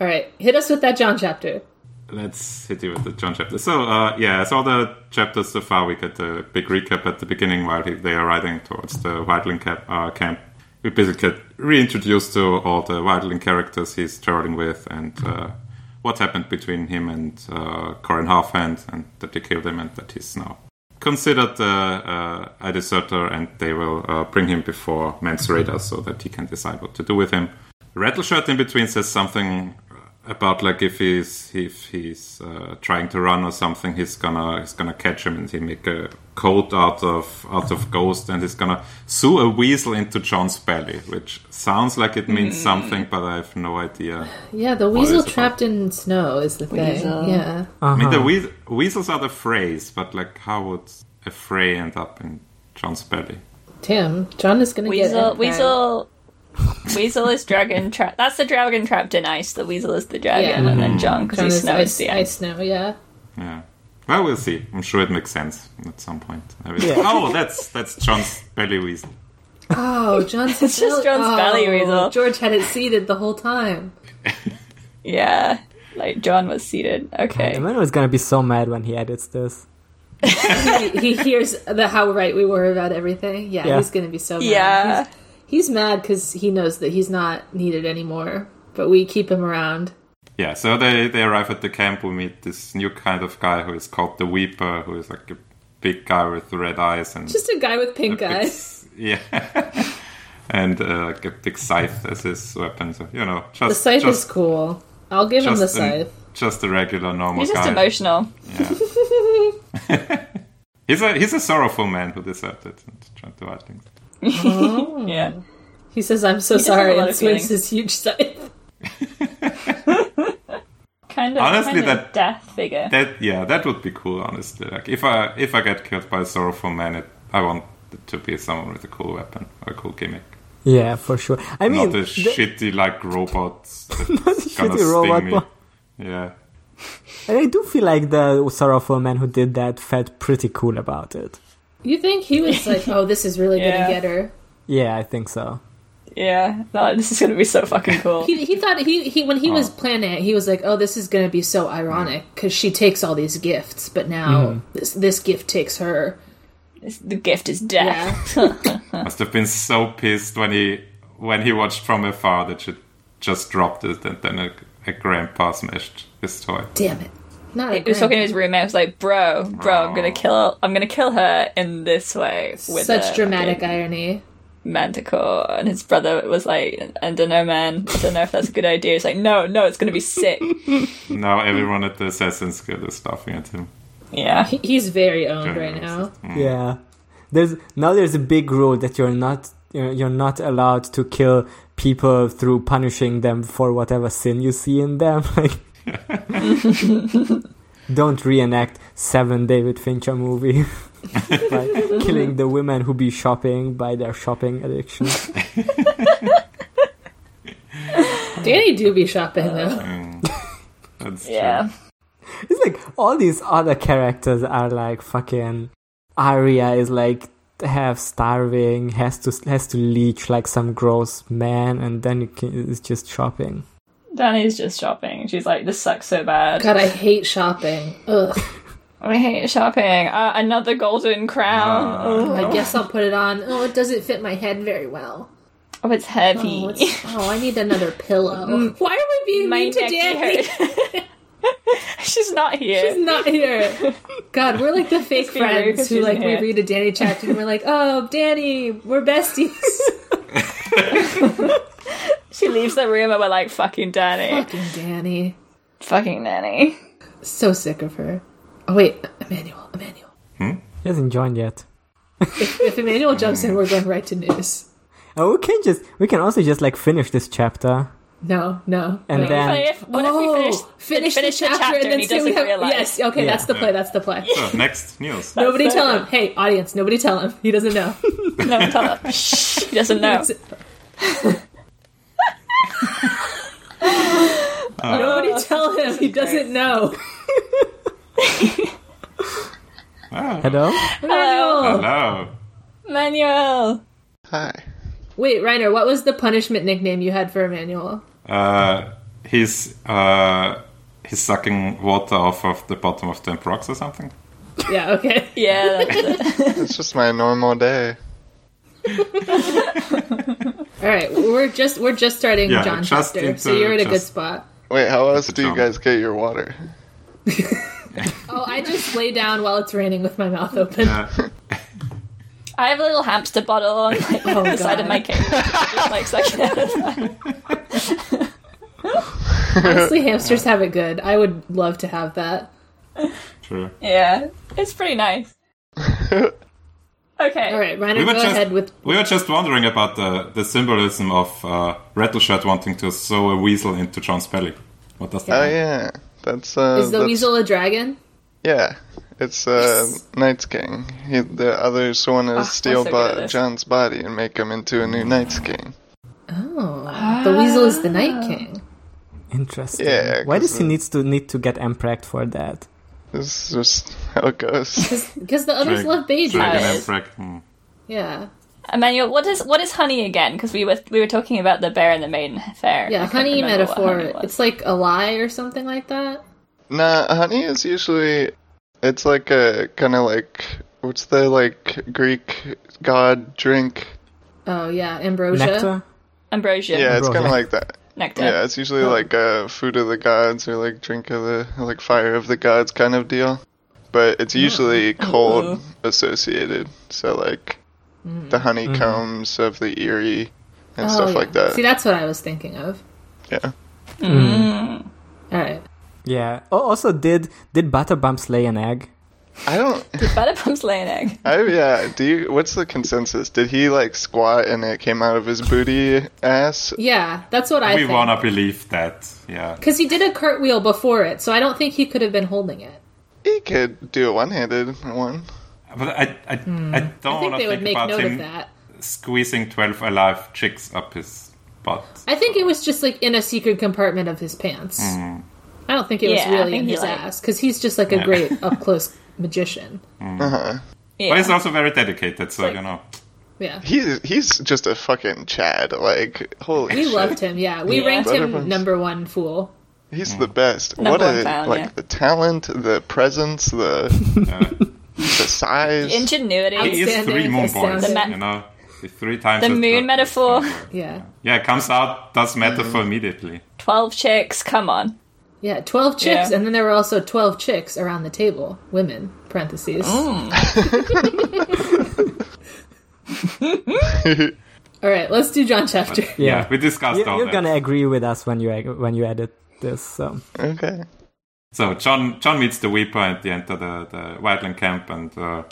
Speaker 2: All right, hit us with that John chapter.
Speaker 5: Let's hit you with the John chapter. So, uh, yeah, so all the chapters so far, we get a big recap at the beginning while he- they are riding towards the Wildling cap, uh, camp. We basically get reintroduced to all the Wildling characters he's traveling with and uh, what happened between him and uh, Corin Halfhand and that they killed him and that he's now considered uh, uh, a deserter and they will uh, bring him before Mans Radar so that he can decide what to do with him. Rattleshirt in between says something about like if he's if he's uh, trying to run or something, he's gonna he's gonna catch him and he make a coat out of out of ghost and he's gonna sew a weasel into John's belly, which sounds like it means something, but I have no idea.
Speaker 2: Yeah, the weasel
Speaker 5: it's about-
Speaker 2: trapped in snow is the thing.
Speaker 3: Weasel.
Speaker 2: Yeah.
Speaker 5: I mean, the weas- weasels are the phrase, but like how would a fray end up in John's belly?
Speaker 2: Tim, John is going to get
Speaker 3: Weasel,
Speaker 2: it.
Speaker 3: weasel, weasel is dragon trapped. That's the dragon trapped in ice. The weasel is the dragon,
Speaker 2: Yeah.
Speaker 3: and
Speaker 4: Mm-hmm.
Speaker 3: then John because
Speaker 2: John
Speaker 3: he
Speaker 2: is
Speaker 3: snows
Speaker 2: ice,
Speaker 3: the
Speaker 2: ice
Speaker 3: ice.
Speaker 2: snow, yeah.
Speaker 5: Yeah. Well, we'll see. I'm sure it makes sense at some point. I will-
Speaker 4: Yeah.
Speaker 5: Oh, that's that's John's belly weasel.
Speaker 2: Oh, John's
Speaker 3: It's just John's
Speaker 2: oh,
Speaker 3: belly weasel.
Speaker 2: George had it seated the whole time.
Speaker 3: Yeah, like John was seated. Okay,
Speaker 4: Emmanuel's gonna be so mad when he edits this.
Speaker 2: He, he hears the how right we were about everything. Yeah,
Speaker 4: Yeah.
Speaker 2: he's going to be so mad.
Speaker 3: yeah,
Speaker 2: He's, he's mad because he knows that he's not needed anymore, but we keep him around.
Speaker 5: Yeah, so they, they arrive at the camp. We meet this new kind of guy who is called the Weeper, who is like a big guy with red eyes and
Speaker 2: Just a guy with pink
Speaker 5: a big
Speaker 2: eyes.
Speaker 5: s- yeah, and uh, like a big scythe as his weapon. So you know, just
Speaker 2: The scythe
Speaker 5: just,
Speaker 2: is cool. I'll give him
Speaker 5: just
Speaker 2: the
Speaker 5: an-
Speaker 2: scythe.
Speaker 5: just a regular normal
Speaker 3: he's just
Speaker 5: guy.
Speaker 3: emotional.
Speaker 5: He's a he's a sorrowful man who deserted and tried to hide things.
Speaker 2: Hmm.
Speaker 3: Yeah,
Speaker 2: He says, "I'm so
Speaker 3: does have a
Speaker 2: sorry,"
Speaker 3: lot
Speaker 2: and
Speaker 3: of
Speaker 2: swings
Speaker 3: feelings.
Speaker 2: his huge scythe.
Speaker 3: kind of.
Speaker 5: Honestly,
Speaker 3: kind of
Speaker 5: that-
Speaker 3: death figure.
Speaker 5: That yeah, that would be cool. Honestly, like if I if I get killed by a sorrowful man, it, I want it to be someone with a cool weapon or a cool gimmick.
Speaker 4: Yeah, for sure. I mean,
Speaker 5: Not a shitty like robot that's gonna
Speaker 4: shitty
Speaker 5: sting
Speaker 4: robot
Speaker 5: me.
Speaker 4: one.
Speaker 5: Yeah.
Speaker 4: and I do feel like the sorrowful man who did that felt pretty cool about it.
Speaker 2: You think he was like, "Oh, this is really
Speaker 3: Yeah.
Speaker 2: gonna get her."
Speaker 4: Yeah, I think so.
Speaker 3: yeah, no, this is gonna be so fucking cool.
Speaker 2: He, he thought he, he when he was planning it, he was like, "Oh, this is gonna be so ironic because she takes all these gifts, but now
Speaker 5: Mm-hmm.
Speaker 2: this this gift takes her."
Speaker 3: This- the gift is death.
Speaker 5: Must have been so pissed when he when he watched from afar that she just dropped it and then a, a grandpa smashed his toy.
Speaker 2: Damn it! Not a
Speaker 3: he was
Speaker 2: grand-
Speaker 3: talking to his roommate. I was like, "Bro, bro, I'm gonna kill. I'm gonna kill her in this way." With
Speaker 2: such
Speaker 3: a
Speaker 2: dramatic
Speaker 3: fucking
Speaker 2: irony.
Speaker 3: manticore, and his brother was like, "I don't know, man. I don't know if that's a good idea." He's like, "No, no, it's gonna be sick."
Speaker 5: Now everyone at the Assassin's Guild is laughing at him.
Speaker 3: Yeah,
Speaker 2: He, he's very owned right
Speaker 5: Yeah.
Speaker 2: now.
Speaker 4: Yeah, there's now there's a big rule that you're not you're you're not allowed to kill people through punishing them for whatever sin you see in them. Like, don't reenact seven David Fincher movie by killing the women who be shopping by their shopping addiction.
Speaker 2: Danny do be shopping
Speaker 5: Uh.
Speaker 2: though.
Speaker 5: That's
Speaker 3: yeah.
Speaker 5: true.
Speaker 4: It's like all these other characters are like fucking Arya is like half starving, has to has to leech like some gross man, and then you can, it's just shopping.
Speaker 3: Danny's just shopping. She's like, "This sucks so bad.
Speaker 2: God, I hate shopping. Ugh.
Speaker 3: I hate shopping. Uh, another golden crown.
Speaker 2: I guess I'll put it on. Oh, it doesn't fit my head very well.
Speaker 3: oh, it's heavy.
Speaker 2: Oh, it's- oh, I need another pillow. Why are we being
Speaker 3: Mm. My
Speaker 2: mean to
Speaker 3: neck
Speaker 2: Danny?
Speaker 3: hurt. She's not here.
Speaker 2: She's not here. God, we're like the fake
Speaker 3: be rude
Speaker 2: friends
Speaker 3: 'cause
Speaker 2: who
Speaker 3: she's
Speaker 2: like
Speaker 3: here.
Speaker 2: we read a Danny chapter and we're like, oh, Danny, we're besties.
Speaker 3: she leaves the room, and we're like, "Fucking Danny.
Speaker 2: Fucking Danny,
Speaker 3: Fucking Danny."
Speaker 2: so sick of her. Oh wait, Emmanuel, Emmanuel.
Speaker 4: He hasn't joined yet.
Speaker 2: If Emmanuel jumps in, we're going right to news.
Speaker 4: And we can just we can also just like finish this chapter.
Speaker 2: No, no.
Speaker 4: And
Speaker 2: no.
Speaker 4: then-
Speaker 3: What if, what if we finish,
Speaker 2: oh, finish,
Speaker 3: finish
Speaker 2: the chapter, and then
Speaker 3: he
Speaker 2: see what
Speaker 3: doesn't
Speaker 2: hap-
Speaker 3: realize?
Speaker 2: Yes, okay,
Speaker 4: Yeah.
Speaker 2: that's the play. That's the play.
Speaker 5: So, Oh, next news.
Speaker 2: nobody
Speaker 3: so
Speaker 2: tell
Speaker 3: good.
Speaker 2: him. Hey, audience, nobody tell him. He doesn't know.
Speaker 3: No, tell him. Shh, he doesn't know.
Speaker 5: Oh,
Speaker 2: nobody tell him. He doesn't know.
Speaker 4: Hello?
Speaker 2: Manuel.
Speaker 5: Hello.
Speaker 3: Manuel.
Speaker 1: Hi.
Speaker 2: Wait, Reiner, what was the punishment nickname you had for Emmanuel?
Speaker 5: Uh, he's uh, he's sucking water off of the bottom of the rocks or something.
Speaker 2: Yeah, okay.
Speaker 3: Yeah, that's it.
Speaker 6: It's just my normal day.
Speaker 2: All right, we're just we're just starting
Speaker 5: Yeah,
Speaker 2: John
Speaker 5: just
Speaker 2: chapter,
Speaker 5: into-
Speaker 2: so you're at a good
Speaker 5: just-
Speaker 2: spot.
Speaker 6: Wait, how else do you
Speaker 5: dumb.
Speaker 6: guys get your water?
Speaker 2: Oh, I just lay down while it's raining with my mouth open.
Speaker 5: Uh,
Speaker 3: I have a little hamster bottle on like,
Speaker 2: Oh,
Speaker 3: the side of
Speaker 2: God.
Speaker 3: my cage. Just, like, sucking it out.
Speaker 2: Honestly, hamsters have it good. I would love to have that.
Speaker 5: true.
Speaker 3: Yeah, it's pretty nice. Okay.
Speaker 2: All right, Reiner,
Speaker 5: We were
Speaker 2: go
Speaker 5: just
Speaker 2: ahead with.
Speaker 5: we were just wondering about the, the symbolism of uh, Rattleshirt wanting to sew a weasel into John's belly. What does that?
Speaker 6: Oh
Speaker 5: mean?
Speaker 6: yeah, that's uh.
Speaker 2: Is the
Speaker 6: that's-
Speaker 2: weasel a dragon?
Speaker 6: Yeah, it's uh, Knight's King. He, the others want to
Speaker 3: Ah,
Speaker 6: steal
Speaker 3: I'm so good at
Speaker 6: bo-
Speaker 3: this.
Speaker 6: John's body and make him into a new Knight's King.
Speaker 2: Oh, the weasel is the
Speaker 5: Ah.
Speaker 2: Night King.
Speaker 4: Interesting.
Speaker 6: Yeah,
Speaker 4: Why
Speaker 6: 'cause
Speaker 4: does he needs to need to get empregged for that?
Speaker 6: This is just how it goes.
Speaker 2: Because the others
Speaker 5: Drag-
Speaker 2: love babies.
Speaker 5: Dragon
Speaker 3: Yes.
Speaker 5: Emperor, hmm.
Speaker 2: Yeah,
Speaker 3: Emmanuel, what is what is honey again? Because we were we were talking about the bear and the maiden fair.
Speaker 2: yeah.
Speaker 3: I can't
Speaker 2: Honey
Speaker 3: remember what
Speaker 2: metaphor.
Speaker 3: honey was.
Speaker 2: it's like a lie or something like that.
Speaker 6: nah, honey is usually it's like a kind of like what's the like Greek god drink?
Speaker 2: Oh yeah, ambrosia.
Speaker 4: Nectar?
Speaker 3: ambrosia.
Speaker 6: Yeah, it's
Speaker 4: Bro,
Speaker 6: kind
Speaker 4: yeah.
Speaker 6: of like that.
Speaker 3: nectar.
Speaker 6: Yeah, it's usually like uh, food of the gods or like drink of the like fire of the gods kind of deal. But it's usually
Speaker 2: Uh-huh.
Speaker 6: cold associated. So like the honeycombs of the eerie and
Speaker 2: Mm-hmm. Oh,
Speaker 6: stuff
Speaker 2: yeah.
Speaker 6: like that.
Speaker 2: See, that's what I was thinking of.
Speaker 6: yeah.
Speaker 2: All right.
Speaker 4: Yeah. Oh, also, did did Butterbumps lay an egg?
Speaker 6: I don't
Speaker 3: Butterpump's laying egg.
Speaker 6: I yeah, do you what's the consensus? Did he like squat and it came out of his booty ass?
Speaker 2: Yeah, that's what I.
Speaker 5: we
Speaker 2: think.
Speaker 5: wanna believe that. Yeah.
Speaker 2: Because he did a cartwheel before it, so I don't think he could have been holding it.
Speaker 6: He could do a one handed one.
Speaker 5: But I I, I don't
Speaker 2: Hmm. I think
Speaker 5: wanna
Speaker 2: they would
Speaker 5: think
Speaker 2: make
Speaker 5: about
Speaker 2: note of
Speaker 5: him
Speaker 2: that.
Speaker 5: squeezing twelve alive chicks up his butt.
Speaker 2: I think it was just like in a secret compartment of his pants.
Speaker 6: Mm.
Speaker 2: I don't think it
Speaker 3: Yeah, I
Speaker 2: was really
Speaker 3: think
Speaker 2: in
Speaker 3: he,
Speaker 2: his
Speaker 3: like-
Speaker 2: ass because he's just like a great up close magician.
Speaker 5: But
Speaker 6: Uh-huh.
Speaker 3: Yeah.
Speaker 5: he's also very dedicated, so you know.
Speaker 2: Yeah,
Speaker 6: He's he's just a fucking Chad. Like holy
Speaker 2: we
Speaker 6: shit.
Speaker 2: loved him. Yeah, we
Speaker 3: Yeah.
Speaker 2: ranked
Speaker 6: Butterbuns.
Speaker 2: him number one fool.
Speaker 5: Mm.
Speaker 6: He's the best.
Speaker 3: Number
Speaker 6: what
Speaker 3: one
Speaker 6: a
Speaker 3: fan,
Speaker 6: like
Speaker 3: yeah.
Speaker 6: the talent, the presence, the the size.
Speaker 3: Ingenuity.
Speaker 5: He is
Speaker 2: Outstanding,
Speaker 5: three moon boys,
Speaker 2: outstanding.
Speaker 5: you know. Three times
Speaker 3: The
Speaker 5: as
Speaker 3: moon
Speaker 5: good.
Speaker 3: metaphor.
Speaker 2: Yeah,
Speaker 5: Yeah, it comes out, does metaphor
Speaker 4: Mm-hmm.
Speaker 5: immediately.
Speaker 3: Twelve chicks. Come on.
Speaker 2: yeah, twelve chicks,
Speaker 3: Yeah.
Speaker 2: and then there were also twelve chicks around the table, women. Parentheses. All right, let's do John Chapter.
Speaker 5: Yeah, we discussed
Speaker 4: You,
Speaker 5: all
Speaker 4: you're
Speaker 5: that.
Speaker 4: gonna agree with us when you ag- when you edit this. So
Speaker 6: okay.
Speaker 5: So John John meets the Weeper and they enter the, the Wildland camp and uh,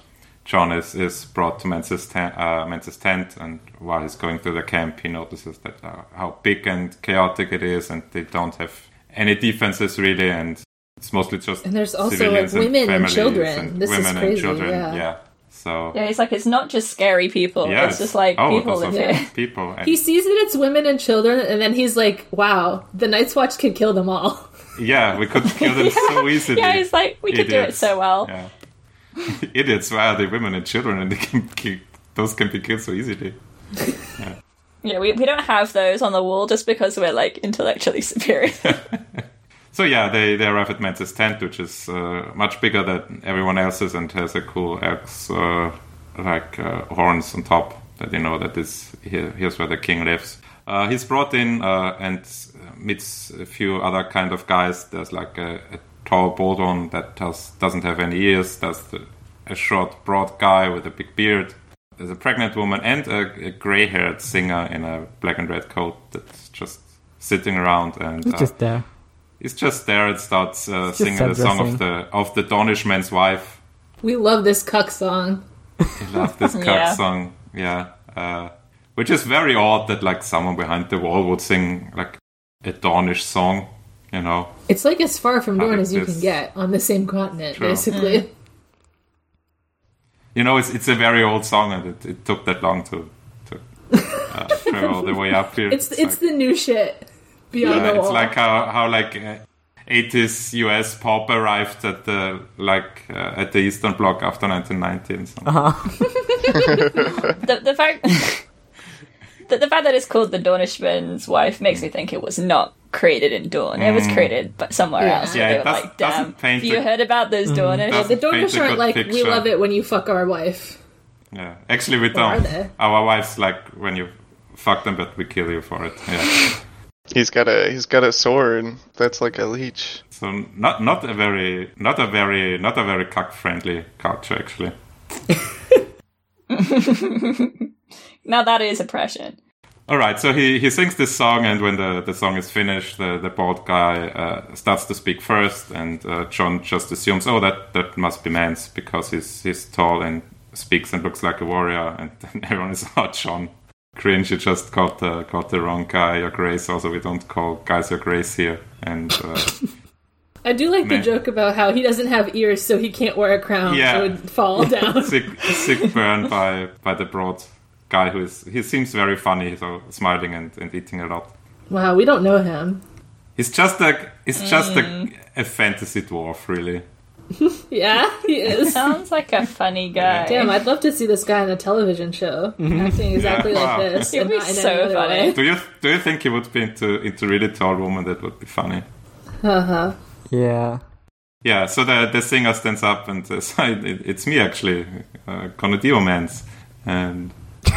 Speaker 5: John is, is brought to Mensa's, ten- uh, Mensa's tent and while he's going through the camp he notices that uh, how big and chaotic it is and they don't have any defenses really and it's mostly just
Speaker 2: And there's also,
Speaker 5: civilians
Speaker 2: like, women and
Speaker 5: families
Speaker 2: children.
Speaker 5: and
Speaker 2: This is
Speaker 5: women and
Speaker 2: crazy,
Speaker 5: children
Speaker 2: yeah.
Speaker 5: so
Speaker 3: Yeah, he's like it's not just scary people.
Speaker 5: yeah,
Speaker 3: It's just like
Speaker 5: oh,
Speaker 3: people
Speaker 5: those
Speaker 3: live
Speaker 5: are
Speaker 3: here.
Speaker 5: people and,
Speaker 2: He sees that it's women and children, and then he's like, "Wow, the Night's Watch could kill them all."
Speaker 5: yeah we could kill them so easily
Speaker 3: Yeah, he's like we could do it
Speaker 5: Idiots.
Speaker 3: so well.
Speaker 5: yeah. idiots why are they women and children and they can kill, those can be killed so easily
Speaker 3: Yeah, we, we don't have those on the wall just because we're like intellectually superior.
Speaker 5: So yeah, they, they arrive at Mantis tent, which is uh, much bigger than everyone else's and has a cool axe, uh, like uh, horns on top. That you know that is here, here's where the king lives. Uh, he's brought in uh, and meets a few other kind of guys. There's like a, a tall, bald one that has, doesn't have any ears. There's the, a short, broad guy with a big beard. There's a pregnant woman and a, a gray-haired singer in a black and red coat that's just sitting around and
Speaker 4: it's
Speaker 5: uh,
Speaker 4: just there.
Speaker 5: He's just there and starts uh,
Speaker 4: just
Speaker 5: singing the song
Speaker 4: suggesting.
Speaker 5: of the of the Dornish man's wife.
Speaker 2: We love this cuck song.
Speaker 5: I love this cuck
Speaker 3: Yeah.
Speaker 5: song. Yeah. Uh, which is very odd that like someone behind the wall would sing like a Dornish song, you know.
Speaker 2: It's like as far from Dorne
Speaker 5: think
Speaker 2: as you
Speaker 5: this-
Speaker 2: can get on the same continent,
Speaker 5: True.
Speaker 2: basically.
Speaker 5: You know, it's it's a very old song, and it, it took that long to to uh, travel all the way up here.
Speaker 2: It's it's the new shit. Beyond
Speaker 5: Yeah,
Speaker 2: the wall.
Speaker 5: it's like how how like uh, eighties US pop arrived at the like uh, at the Eastern Bloc after nineteen ninety and something.
Speaker 3: the, the fact the, the fact that it's called the Dornishman's wife makes me think it was not created in Dawn. It was created but somewhere
Speaker 2: Yeah. Mm.
Speaker 3: else.
Speaker 5: Mm. Yeah,
Speaker 3: they
Speaker 5: it
Speaker 3: were
Speaker 5: does-
Speaker 3: like,
Speaker 5: doesn't
Speaker 3: damn,
Speaker 5: paint
Speaker 3: have you
Speaker 5: the-
Speaker 3: heard about those Dornish?
Speaker 5: doesn't
Speaker 2: the Dornish
Speaker 5: paint a
Speaker 2: aren't
Speaker 5: good
Speaker 2: like we
Speaker 5: picture.
Speaker 2: love it when you fuck our wife.
Speaker 5: Yeah, actually we
Speaker 2: Oh, are
Speaker 5: don't.
Speaker 2: they?
Speaker 5: Our wives like when you fuck them, but we kill you for it. Yeah,
Speaker 6: He's got a he's got a sword that's like a leech.
Speaker 5: so not not a very not a very not a very cuck friendly culture actually.
Speaker 3: Now that is oppression.
Speaker 5: All right, so he, he sings this song, and when the, the song is finished, the, the bald guy uh, starts to speak first, and uh, John just assumes, oh, that, that must be man's because he's he's tall and speaks and looks like a warrior, and then everyone is, oh, John, cringe, you just got the, got the wrong guy, your grace. Also, we don't call guys your grace here. And uh,
Speaker 2: I do like
Speaker 5: Man.
Speaker 2: the joke about how he doesn't have ears, so he can't wear a crown.
Speaker 5: Yeah.
Speaker 2: So it would fall down.
Speaker 5: sick sick burn by by the broad guy who is he seems very funny, so smiling and, and eating a lot.
Speaker 2: wow, we don't know him.
Speaker 5: He's just a he's just a, a fantasy dwarf, really.
Speaker 2: Yeah, he is.
Speaker 3: Sounds like a funny guy.
Speaker 2: Damn, I'd love to see this guy on a television show acting exactly
Speaker 5: Mm-hmm. wow.
Speaker 2: like this.
Speaker 3: It
Speaker 2: and
Speaker 3: would be
Speaker 2: not in
Speaker 3: so
Speaker 2: any other
Speaker 3: funny.
Speaker 2: way.
Speaker 5: Do you do you think he would be into into really tall woman? That would be funny.
Speaker 2: Uh-huh.
Speaker 4: Yeah.
Speaker 5: Yeah. So the the singer stands up and says, "Hi, it- "It's me, actually, uh, Conadio Mans." And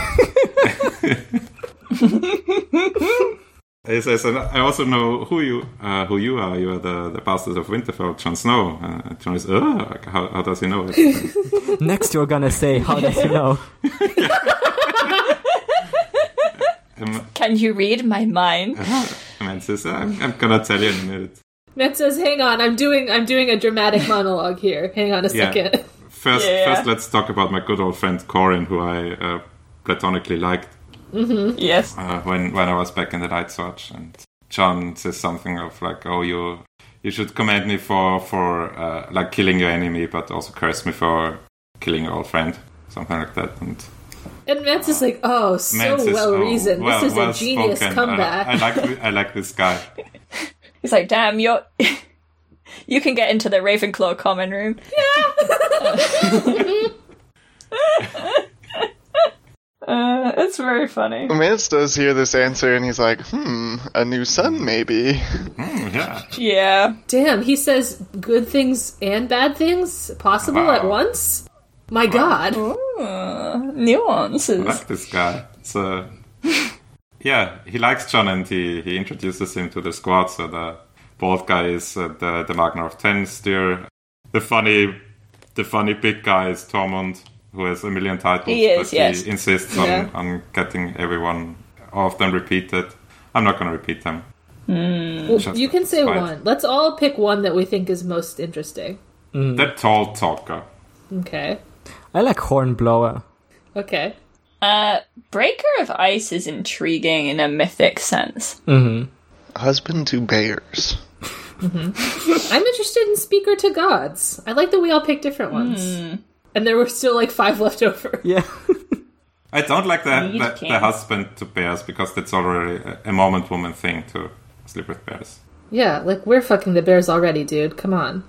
Speaker 5: he says, "And I also know who you uh, who you are. You are the the bastards of Winterfell, Jon Snow." Uh, Jon is, "Ugh, how, how does he know it?"
Speaker 4: Next, you're gonna say, "How does he know?"
Speaker 5: um,
Speaker 3: Can you read my mind?
Speaker 5: Mans says, I'm, "I'm gonna tell you in a minute."
Speaker 2: Matt says, "Hang on, I'm doing I'm doing a dramatic monologue here. Hang on a
Speaker 5: Yeah.
Speaker 2: second.
Speaker 5: First,
Speaker 3: Yeah.
Speaker 5: first, let's talk about my good old friend Corin, who I uh, platonically liked
Speaker 3: yes.
Speaker 5: uh, when when I was back in the Light Search. And John says something of like, "Oh, you you should commend me for for uh, like killing your enemy, but also curse me for killing your old friend." Something like that. And
Speaker 2: And Matt's is like, "Oh, so
Speaker 5: Mance says,
Speaker 2: well
Speaker 5: "Oh,
Speaker 2: reasoned.
Speaker 5: well-
Speaker 2: this is
Speaker 5: well
Speaker 2: a genius
Speaker 5: spoken.
Speaker 2: comeback."
Speaker 5: I, I like thi- I like this guy.
Speaker 3: It's like, damn, you're you can get into the Ravenclaw common room. Yeah. uh, it's very funny.
Speaker 6: Mance does hear this answer and he's like, hmm, a new son maybe.
Speaker 5: Mm, yeah,
Speaker 3: Yeah.
Speaker 2: Damn, he says good things and bad things possible
Speaker 5: Wow.
Speaker 2: at once. My God,
Speaker 3: Uh,
Speaker 5: I
Speaker 3: nuances.
Speaker 5: like this guy. So yeah, he likes John and he, he introduces him to the squad. So the bald guy is uh, the the Magna of Ten steer. The funny the funny big guy is Tormund, who has a million titles.
Speaker 3: He is,
Speaker 5: but
Speaker 3: yes.
Speaker 5: He insists on,
Speaker 2: Yeah.
Speaker 5: on getting everyone all of them repeated. I'm not gonna repeat them.
Speaker 2: Well,
Speaker 5: Just
Speaker 2: you can say
Speaker 5: spite.
Speaker 2: one. Let's all pick one that we think is most interesting.
Speaker 3: Hmm.
Speaker 5: That tall talker.
Speaker 2: Okay,
Speaker 4: I like Hornblower.
Speaker 2: okay.
Speaker 3: Uh, Breaker of Ice is intriguing in a mythic sense.
Speaker 6: Husband to bears.
Speaker 2: I'm interested in Speaker to Gods. I like that we all picked different ones,
Speaker 5: Hmm.
Speaker 2: and there were still like five left over.
Speaker 4: Yeah.
Speaker 5: I don't like the
Speaker 3: Need
Speaker 5: the, the
Speaker 3: cans.
Speaker 5: husband to bears because that's already a- a moment woman thing to sleep with bears.
Speaker 2: Yeah, like we're fucking the bears already, dude. Come on,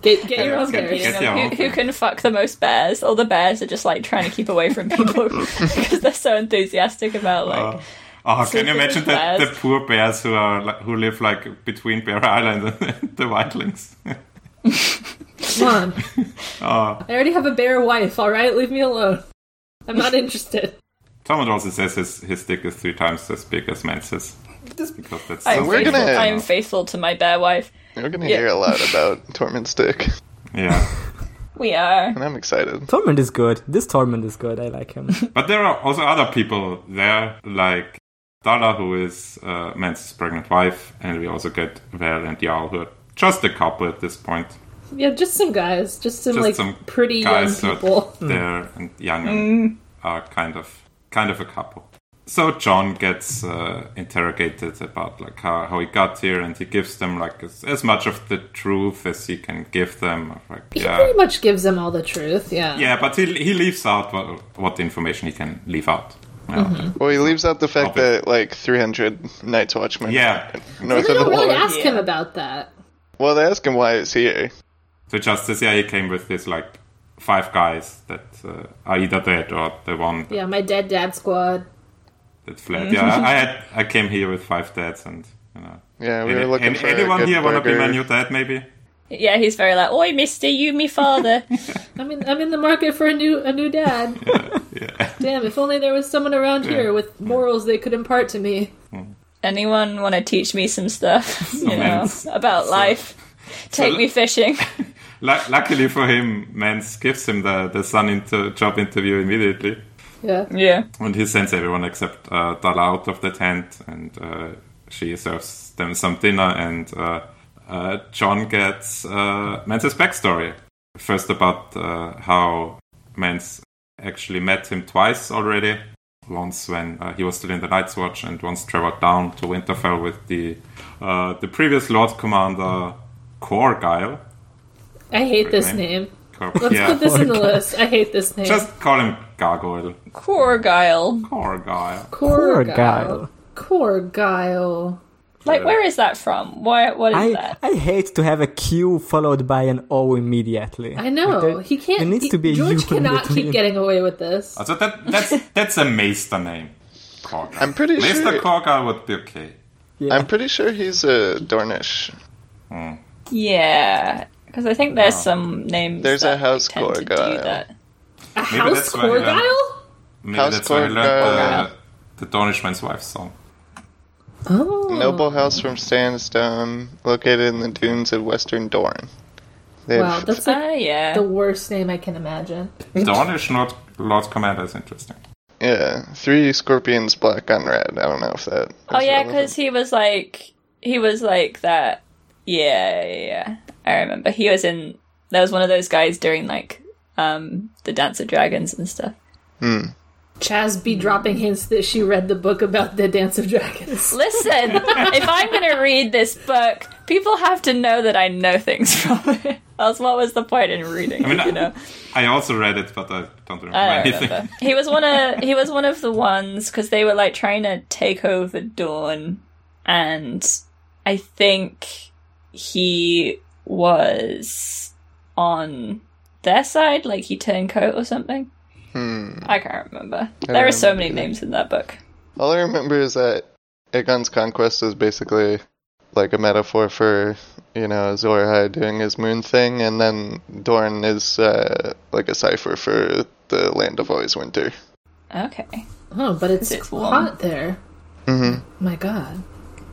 Speaker 2: get get your own
Speaker 5: Get-
Speaker 2: bears.
Speaker 5: get
Speaker 3: You
Speaker 5: your
Speaker 3: know,
Speaker 5: own
Speaker 3: who, who can fuck the most bears? All the bears are just like trying to keep away from people because they're so enthusiastic about like
Speaker 5: Oh, can
Speaker 3: Sleeping
Speaker 5: you imagine
Speaker 3: with
Speaker 5: that the
Speaker 3: bears.
Speaker 5: poor bears who are like, who live like between Bear Island and the Wildlings?
Speaker 2: Come on.
Speaker 5: Ah.
Speaker 2: I already have a bear wife, alright? Leave me alone. I'm not interested.
Speaker 5: Tom also says his, his dick is three times as big as Mance's. Because that's
Speaker 3: I'm,
Speaker 5: so
Speaker 6: we're
Speaker 3: faithful,
Speaker 6: gonna-
Speaker 3: I'm faithful to my bear wife.
Speaker 6: We're gonna
Speaker 3: Yeah.
Speaker 6: hear a lot about Torment Stick.
Speaker 5: Yeah.
Speaker 3: We are.
Speaker 6: And I'm excited.
Speaker 4: Torment is good. This Torment is good. I like him.
Speaker 5: But there are also other people there, like Dala, who is uh, Mance's pregnant wife, and we also get Val and Jarl, who are just a couple at this point.
Speaker 2: Yeah, just some guys. Just some,
Speaker 5: Just
Speaker 2: like,
Speaker 5: some
Speaker 2: pretty young
Speaker 5: guys who
Speaker 2: people. Mm.
Speaker 5: are there and young and are kind of kind of a couple. so John gets uh, interrogated about like how, how he got here, and he gives them like as, as much of the truth as he can give them. of, Like,
Speaker 2: He
Speaker 5: yeah,
Speaker 2: pretty much gives them all the truth. Yeah.
Speaker 5: yeah, but he he leaves out what, what information he can leave out. Yeah,
Speaker 2: Mm-hmm.
Speaker 6: Well, he leaves out the fact
Speaker 5: I'll
Speaker 6: that like 300 Night's Watchmen.
Speaker 5: Yeah.
Speaker 6: North
Speaker 2: They
Speaker 6: of the
Speaker 2: don't really
Speaker 6: wall.
Speaker 2: ask him about that.
Speaker 6: Well, they ask him why it's here.
Speaker 5: to justice, yeah, he came with this like five guys that uh, are either dead or the one that,
Speaker 2: Yeah, Mm-hmm. my dead dad squad.
Speaker 5: that fled. Yeah, I I had I came here with five dads, and you know,
Speaker 6: Yeah, we
Speaker 5: Any-
Speaker 6: were looking
Speaker 5: any-
Speaker 6: for
Speaker 5: anyone
Speaker 6: a good
Speaker 5: here want to be my
Speaker 6: burger.
Speaker 5: new dad? Maybe.
Speaker 3: Yeah, he's very like, "Oi, Mister, you me father."
Speaker 2: I'm in, I'm in the market for a new a new dad.
Speaker 5: Yeah.
Speaker 2: Damn, if only there was someone around here with morals they could impart to me.
Speaker 3: Anyone want to teach me some stuff? You know,
Speaker 5: Romance.
Speaker 3: about life. Take me fishing.
Speaker 5: Lu luckily for him, Mance gives him the, the Sun inter- job interview immediately.
Speaker 2: Yeah.
Speaker 3: Yeah.
Speaker 5: And he sends everyone except uh, Dala out of the tent, and uh, she serves them some dinner. And uh, uh, John gets uh, Mance's backstory. First, about uh, how Mance actually met him twice already. Once when uh, he was still in the Night's Watch, and once traveled down to Winterfell with the uh, the previous Lord Commander Corgyle.
Speaker 2: I hate this
Speaker 5: Right.
Speaker 2: name.
Speaker 5: Cor-
Speaker 2: Let's
Speaker 5: yeah.
Speaker 2: put this in the list. I hate this name.
Speaker 5: Just call him Gargoyle.
Speaker 3: Corgyle.
Speaker 5: Gargoyle.
Speaker 2: Corgyle. Corgyle.
Speaker 3: Like, where is that from? Why? What is
Speaker 4: I,
Speaker 3: that?
Speaker 4: I hate to have a Q followed by an O immediately.
Speaker 2: I know.
Speaker 4: Like, there-
Speaker 2: he can't.
Speaker 4: There needs
Speaker 2: he-
Speaker 4: to be a U
Speaker 2: George
Speaker 4: in
Speaker 2: cannot keep
Speaker 4: between.
Speaker 2: getting away with this.
Speaker 5: Also, that, that's that's a Maester name. Corgyle.
Speaker 6: I'm pretty
Speaker 5: Maester
Speaker 6: sure-
Speaker 5: Corgyle would be okay.
Speaker 4: Yeah.
Speaker 6: I'm pretty sure he's a Dornish.
Speaker 5: Hmm.
Speaker 3: Yeah, because I think there's some names.
Speaker 6: Oh. There's a
Speaker 3: that
Speaker 6: house
Speaker 3: tend to do
Speaker 6: Corgyle.
Speaker 3: that.
Speaker 2: A
Speaker 5: Maybe
Speaker 2: house
Speaker 5: that's why he learned-
Speaker 2: Corgyle?
Speaker 5: Maybe
Speaker 6: House
Speaker 5: that's why I learned
Speaker 6: Corgyle.
Speaker 5: the, the Dornishman's Wife song.
Speaker 2: Oh.
Speaker 6: Noble house from sandstone, located in the dunes of western Dorne. They
Speaker 2: Wow,
Speaker 6: have
Speaker 2: that's like
Speaker 3: Ah, yeah.
Speaker 2: the worst name I can imagine.
Speaker 5: Dornish Lord, Lord Commander is interesting.
Speaker 6: yeah, three scorpions, black on red. I don't know if that.
Speaker 3: oh
Speaker 6: is
Speaker 3: yeah,
Speaker 6: relevant.
Speaker 3: because he was like, he was like that. Yeah, yeah, yeah. I remember he was in. There was one of those guys doing like um the Dance of Dragons and stuff.
Speaker 2: Chaz be dropping hints that she read the book about the Dance of Dragons.
Speaker 3: Listen, if I'm gonna read this book, people have to know that I know things from it. Else, what was the point in reading?
Speaker 5: I mean,
Speaker 3: it, you know.
Speaker 5: I also read it, but I don't remember
Speaker 2: Ah,
Speaker 3: I don't
Speaker 5: anything.
Speaker 3: remember. He was one of he was one of the ones because they were like trying to take over Dawn, and I think he was on their side, like he turned coat or something. Hmm. I can't remember. there are so many names in that book.
Speaker 6: All I remember is that Aegon's conquest is basically like a metaphor for you know Zorahai doing his moon thing, and then Dorne is uh, like a cipher for the land of always winter.
Speaker 3: Okay.
Speaker 2: Oh, but it's,
Speaker 3: It's warm.
Speaker 2: hot there. Mm-hmm. My God,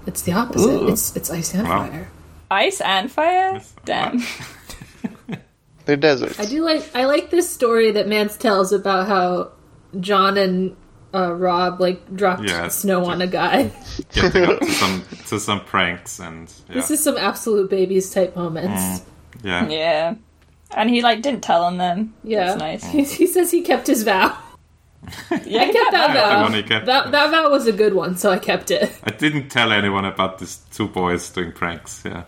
Speaker 2: it's the opposite. It's it's ice and
Speaker 5: Wow.
Speaker 2: fire.
Speaker 3: Ice and fire? Damn.
Speaker 6: They're deserts.
Speaker 2: I do like I like this story that Mance tells about how John and uh, Rob like dropped
Speaker 5: Yeah.
Speaker 2: snow on a guy.
Speaker 5: Getting up to some, to some pranks and yeah.
Speaker 2: This is some absolute babies type moments.
Speaker 5: yeah.
Speaker 3: Yeah. And he like didn't tell on them.
Speaker 2: Yeah,
Speaker 3: That's nice.
Speaker 5: Mm.
Speaker 2: He, he says he kept his vow.
Speaker 3: Yeah, I
Speaker 2: kept that
Speaker 5: The
Speaker 2: vow.
Speaker 5: one he kept.
Speaker 2: That that vow was a good one, so I kept it.
Speaker 5: I didn't tell anyone about these two boys doing pranks. Yeah,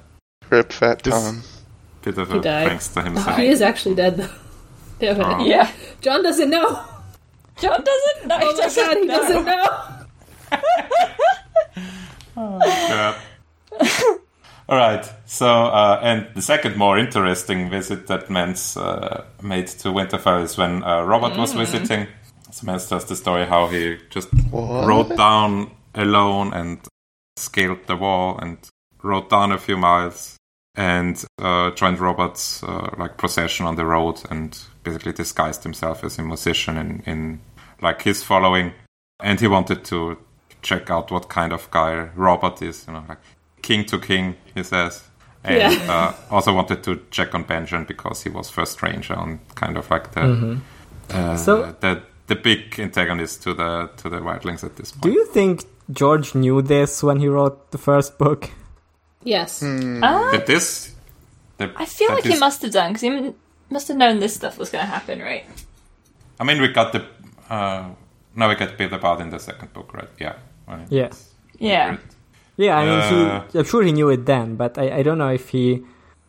Speaker 6: Rip Fat
Speaker 5: This-
Speaker 6: Tom.
Speaker 5: bit of
Speaker 2: He
Speaker 5: a
Speaker 2: died. Oh,
Speaker 5: prankster himself.
Speaker 2: He is actually dead though. Damn it.
Speaker 5: Oh.
Speaker 3: Yeah.
Speaker 2: John doesn't know.
Speaker 3: John doesn't know.
Speaker 2: Oh
Speaker 3: he
Speaker 2: my
Speaker 3: doesn't
Speaker 2: God, he
Speaker 3: know.
Speaker 2: doesn't know.
Speaker 5: Yeah. All right. So, uh, and the second more interesting visit that Mance uh, made to Winterfell is when uh, Robert was visiting. So Mance tells the story how he just rode down alone and scaled the wall and rode down a few miles and uh, joined Robert's uh, like procession on the road and basically disguised himself as a musician in, in like his following. And he wanted to check out what kind of guy Robert is, you know, like king to king, he says. And uh, also wanted to check on Benjamin because he was first ranger on kind of like the uh,
Speaker 4: So-
Speaker 5: the the big antagonist to the to the wildlings at this point.
Speaker 4: Do you think George knew this when he wrote the first book?
Speaker 2: Yes.
Speaker 5: Hmm. That this, that-
Speaker 3: Ah, I feel
Speaker 5: that
Speaker 3: like he
Speaker 5: this-
Speaker 3: must Hmm. have done because he m- must have known this stuff was going to happen, right?
Speaker 5: I mean, we got the. Uh, No, we get bit about in the second book, right? Yeah. Right.
Speaker 4: Yeah.
Speaker 3: Yeah.
Speaker 4: Yeah, I mean,
Speaker 5: Uh,
Speaker 4: he, I'm sure he knew it then, but I, I don't know if he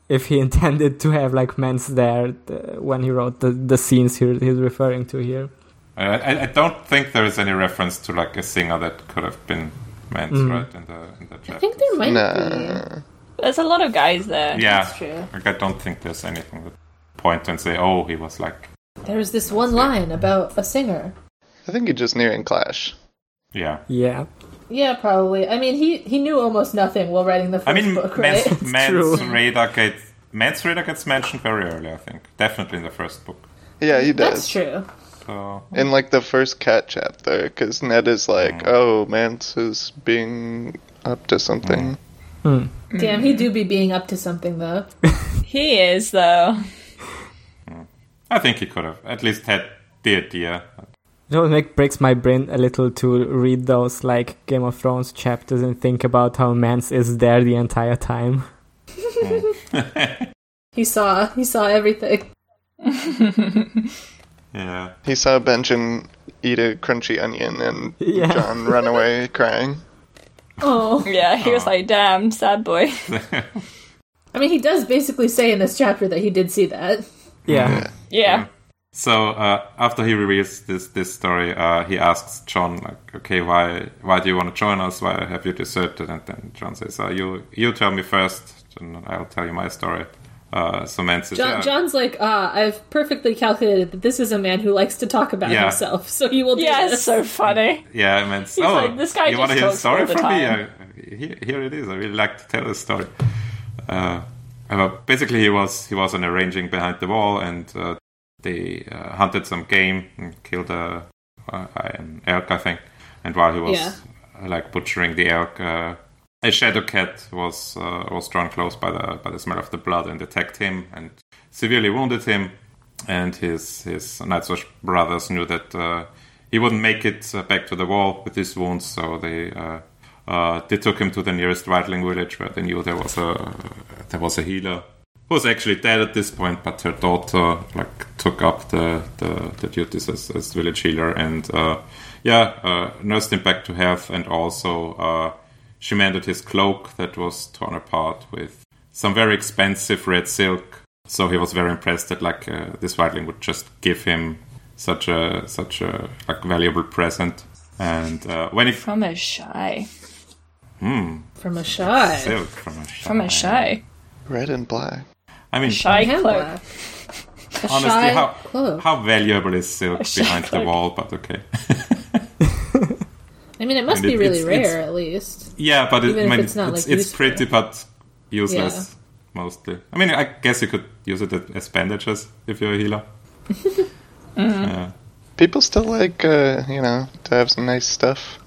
Speaker 4: if he intended to have like ments there uh, when he wrote the, the scenes he, he's referring to here.
Speaker 5: Uh, I, I don't think there is any reference to like a singer that could have been meant,
Speaker 4: Mm.
Speaker 5: right? In the in the
Speaker 2: I
Speaker 5: chapter.
Speaker 2: think there might be.
Speaker 6: Nah.
Speaker 3: There's a lot of guys there.
Speaker 5: yeah.
Speaker 2: that's true.
Speaker 5: Like I don't think there's anything that point and say, oh, he was like,
Speaker 2: There was this one line about a singer.
Speaker 6: I think he just knew in Clash.
Speaker 5: yeah.
Speaker 4: Yeah.
Speaker 2: Yeah, probably. I mean, he he knew almost nothing while writing the first
Speaker 5: I mean,
Speaker 2: book, right?
Speaker 5: Mans,
Speaker 4: true.
Speaker 5: Mans Radar gets Mans Radar gets mentioned very early, I think, definitely in the first book.
Speaker 6: Yeah, he does.
Speaker 2: That's true.
Speaker 5: So
Speaker 6: In like the first cat chapter, because Ned is like,
Speaker 5: Mm.
Speaker 6: "Oh, Mance is being up to
Speaker 5: Mm.
Speaker 6: something."
Speaker 4: Hmm.
Speaker 2: Damn, he do be being up to something though.
Speaker 3: He is though.
Speaker 5: I think he could have at least had the idea.
Speaker 4: It always make, breaks my brain a little to read those like Game of Thrones chapters and think about how Mance is there the entire time.
Speaker 2: He saw he saw everything.
Speaker 5: Yeah.
Speaker 6: He saw Benjamin eat a crunchy onion and
Speaker 4: Yeah.
Speaker 6: John run away crying.
Speaker 2: Oh,
Speaker 3: Yeah, he was like, damn, sad boy.
Speaker 2: I mean, he does basically say in this chapter that he did see that.
Speaker 4: Yeah.
Speaker 3: Yeah.
Speaker 5: So uh, after he reveals this this story, uh, he asks John like, "Okay, why why do you want to join us? Why have you deserted?" And then John says, uh, "You you tell me first, and I'll tell you my story." Uh, so Man says,
Speaker 2: John,
Speaker 5: "Yeah,
Speaker 2: John's like, ah, I've perfectly calculated that this is a man who likes to talk about
Speaker 5: Yeah.
Speaker 2: himself, so he will do
Speaker 3: Yeah, it's
Speaker 2: this.
Speaker 3: so funny.
Speaker 2: Hmm.
Speaker 5: yeah, man. oh,
Speaker 3: like, "This guy
Speaker 5: you want to
Speaker 3: just
Speaker 5: hear
Speaker 3: talks all
Speaker 5: a story
Speaker 3: the
Speaker 5: from me? Uh, here, here it is. I really like to tell this story. Uh, uh, basically, he was he was an arranging behind the wall, and uh, they uh, hunted some game and killed a, uh, an elk, I think. And while he was
Speaker 2: Yeah.
Speaker 5: uh, like butchering the elk, uh, a shadow cat was uh, was drawn close by the by the smell of the blood and attacked him and severely wounded him. And his his Nightwatch brothers knew that uh, he wouldn't make it uh, back to the wall with his wounds, so they. Uh, uh, they took him to the nearest Whiteling village where they knew there was a there was a healer who's actually dead at this point, but her daughter like took up the the, the duties as, as village healer and uh, yeah, uh, nursed him back to health, and also uh, she mended his cloak that was torn apart with some very expensive red silk. So he was very impressed that like uh, this Whiteling would just give him such a such a like valuable present. And uh, when he hmm,
Speaker 3: From a shy.
Speaker 2: From a shy.
Speaker 5: silk from a
Speaker 3: From a shy.
Speaker 6: Red and black.
Speaker 5: I mean,
Speaker 3: Shy
Speaker 2: Hand
Speaker 3: cloak.
Speaker 2: black.
Speaker 5: honestly,
Speaker 2: shy
Speaker 5: how,
Speaker 2: cloak.
Speaker 5: how valuable is silk
Speaker 3: shy
Speaker 5: behind the
Speaker 3: cloak.
Speaker 5: wall? But okay,
Speaker 2: I mean, it must
Speaker 5: And
Speaker 2: be
Speaker 5: it-
Speaker 2: really
Speaker 5: it's- it's-
Speaker 2: rare, at least.
Speaker 5: yeah, but it,
Speaker 2: Even
Speaker 5: I
Speaker 2: if
Speaker 5: mean,
Speaker 2: it's
Speaker 5: it's
Speaker 2: not,
Speaker 5: it's,
Speaker 2: like,
Speaker 5: it's
Speaker 2: useful.
Speaker 5: pretty but useless mostly. I mean, I guess you could use it as bandages if you're a healer.
Speaker 2: Uh-huh.
Speaker 5: Yeah.
Speaker 6: People still like, uh, you know, to have some nice stuff.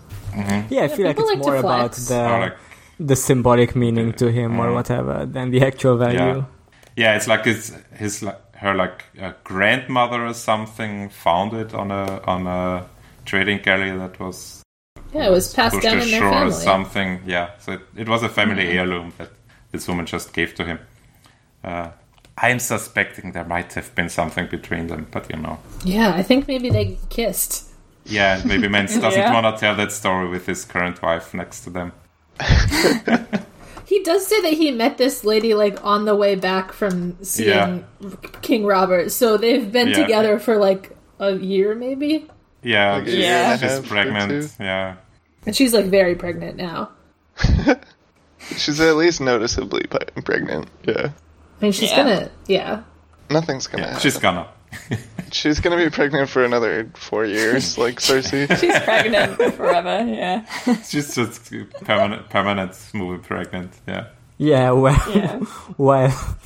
Speaker 4: Yeah, I feel like
Speaker 2: people
Speaker 4: it's
Speaker 2: like to
Speaker 4: more about
Speaker 2: flex.
Speaker 4: the
Speaker 5: Or like- Mm-hmm.
Speaker 4: the symbolic meaning to him or whatever than the actual value.
Speaker 5: Yeah, it's like his his like her like uh, grandmother or something found it on a on a trading galley that was
Speaker 2: Yeah, it was passed
Speaker 5: pushed
Speaker 2: down in their
Speaker 5: ashore or
Speaker 2: family. Mm-hmm.
Speaker 5: something. Yeah, so it, it was a family heirloom that this woman just gave to him. Uh, I'm suspecting there might have been something between them, but you know,
Speaker 2: Yeah, I think maybe they kissed.
Speaker 5: yeah, maybe Mance doesn't
Speaker 3: Yeah.
Speaker 5: want to tell that story with his current wife next to them.
Speaker 2: He does say that he met this lady like on the way back from seeing King Robert, so they've been
Speaker 5: Yeah.
Speaker 2: together for like a year maybe.
Speaker 5: Yeah,
Speaker 6: Like a
Speaker 5: she's,
Speaker 6: year and a
Speaker 5: she's
Speaker 6: half or
Speaker 5: pregnant.
Speaker 6: two.
Speaker 5: Yeah,
Speaker 2: And she's like very pregnant now.
Speaker 6: She's at least noticeably pe- pregnant. Yeah.
Speaker 2: I mean, she's
Speaker 3: Yeah.
Speaker 2: gonna, yeah.
Speaker 6: Nothing's gonna happen.
Speaker 5: she's gonna.
Speaker 6: She's gonna be pregnant for another four years, like Cersei.
Speaker 3: She's pregnant forever, yeah.
Speaker 5: She's just permanent, permanent movie pregnant. Yeah.
Speaker 4: Yeah, well,
Speaker 3: Yeah.
Speaker 4: well,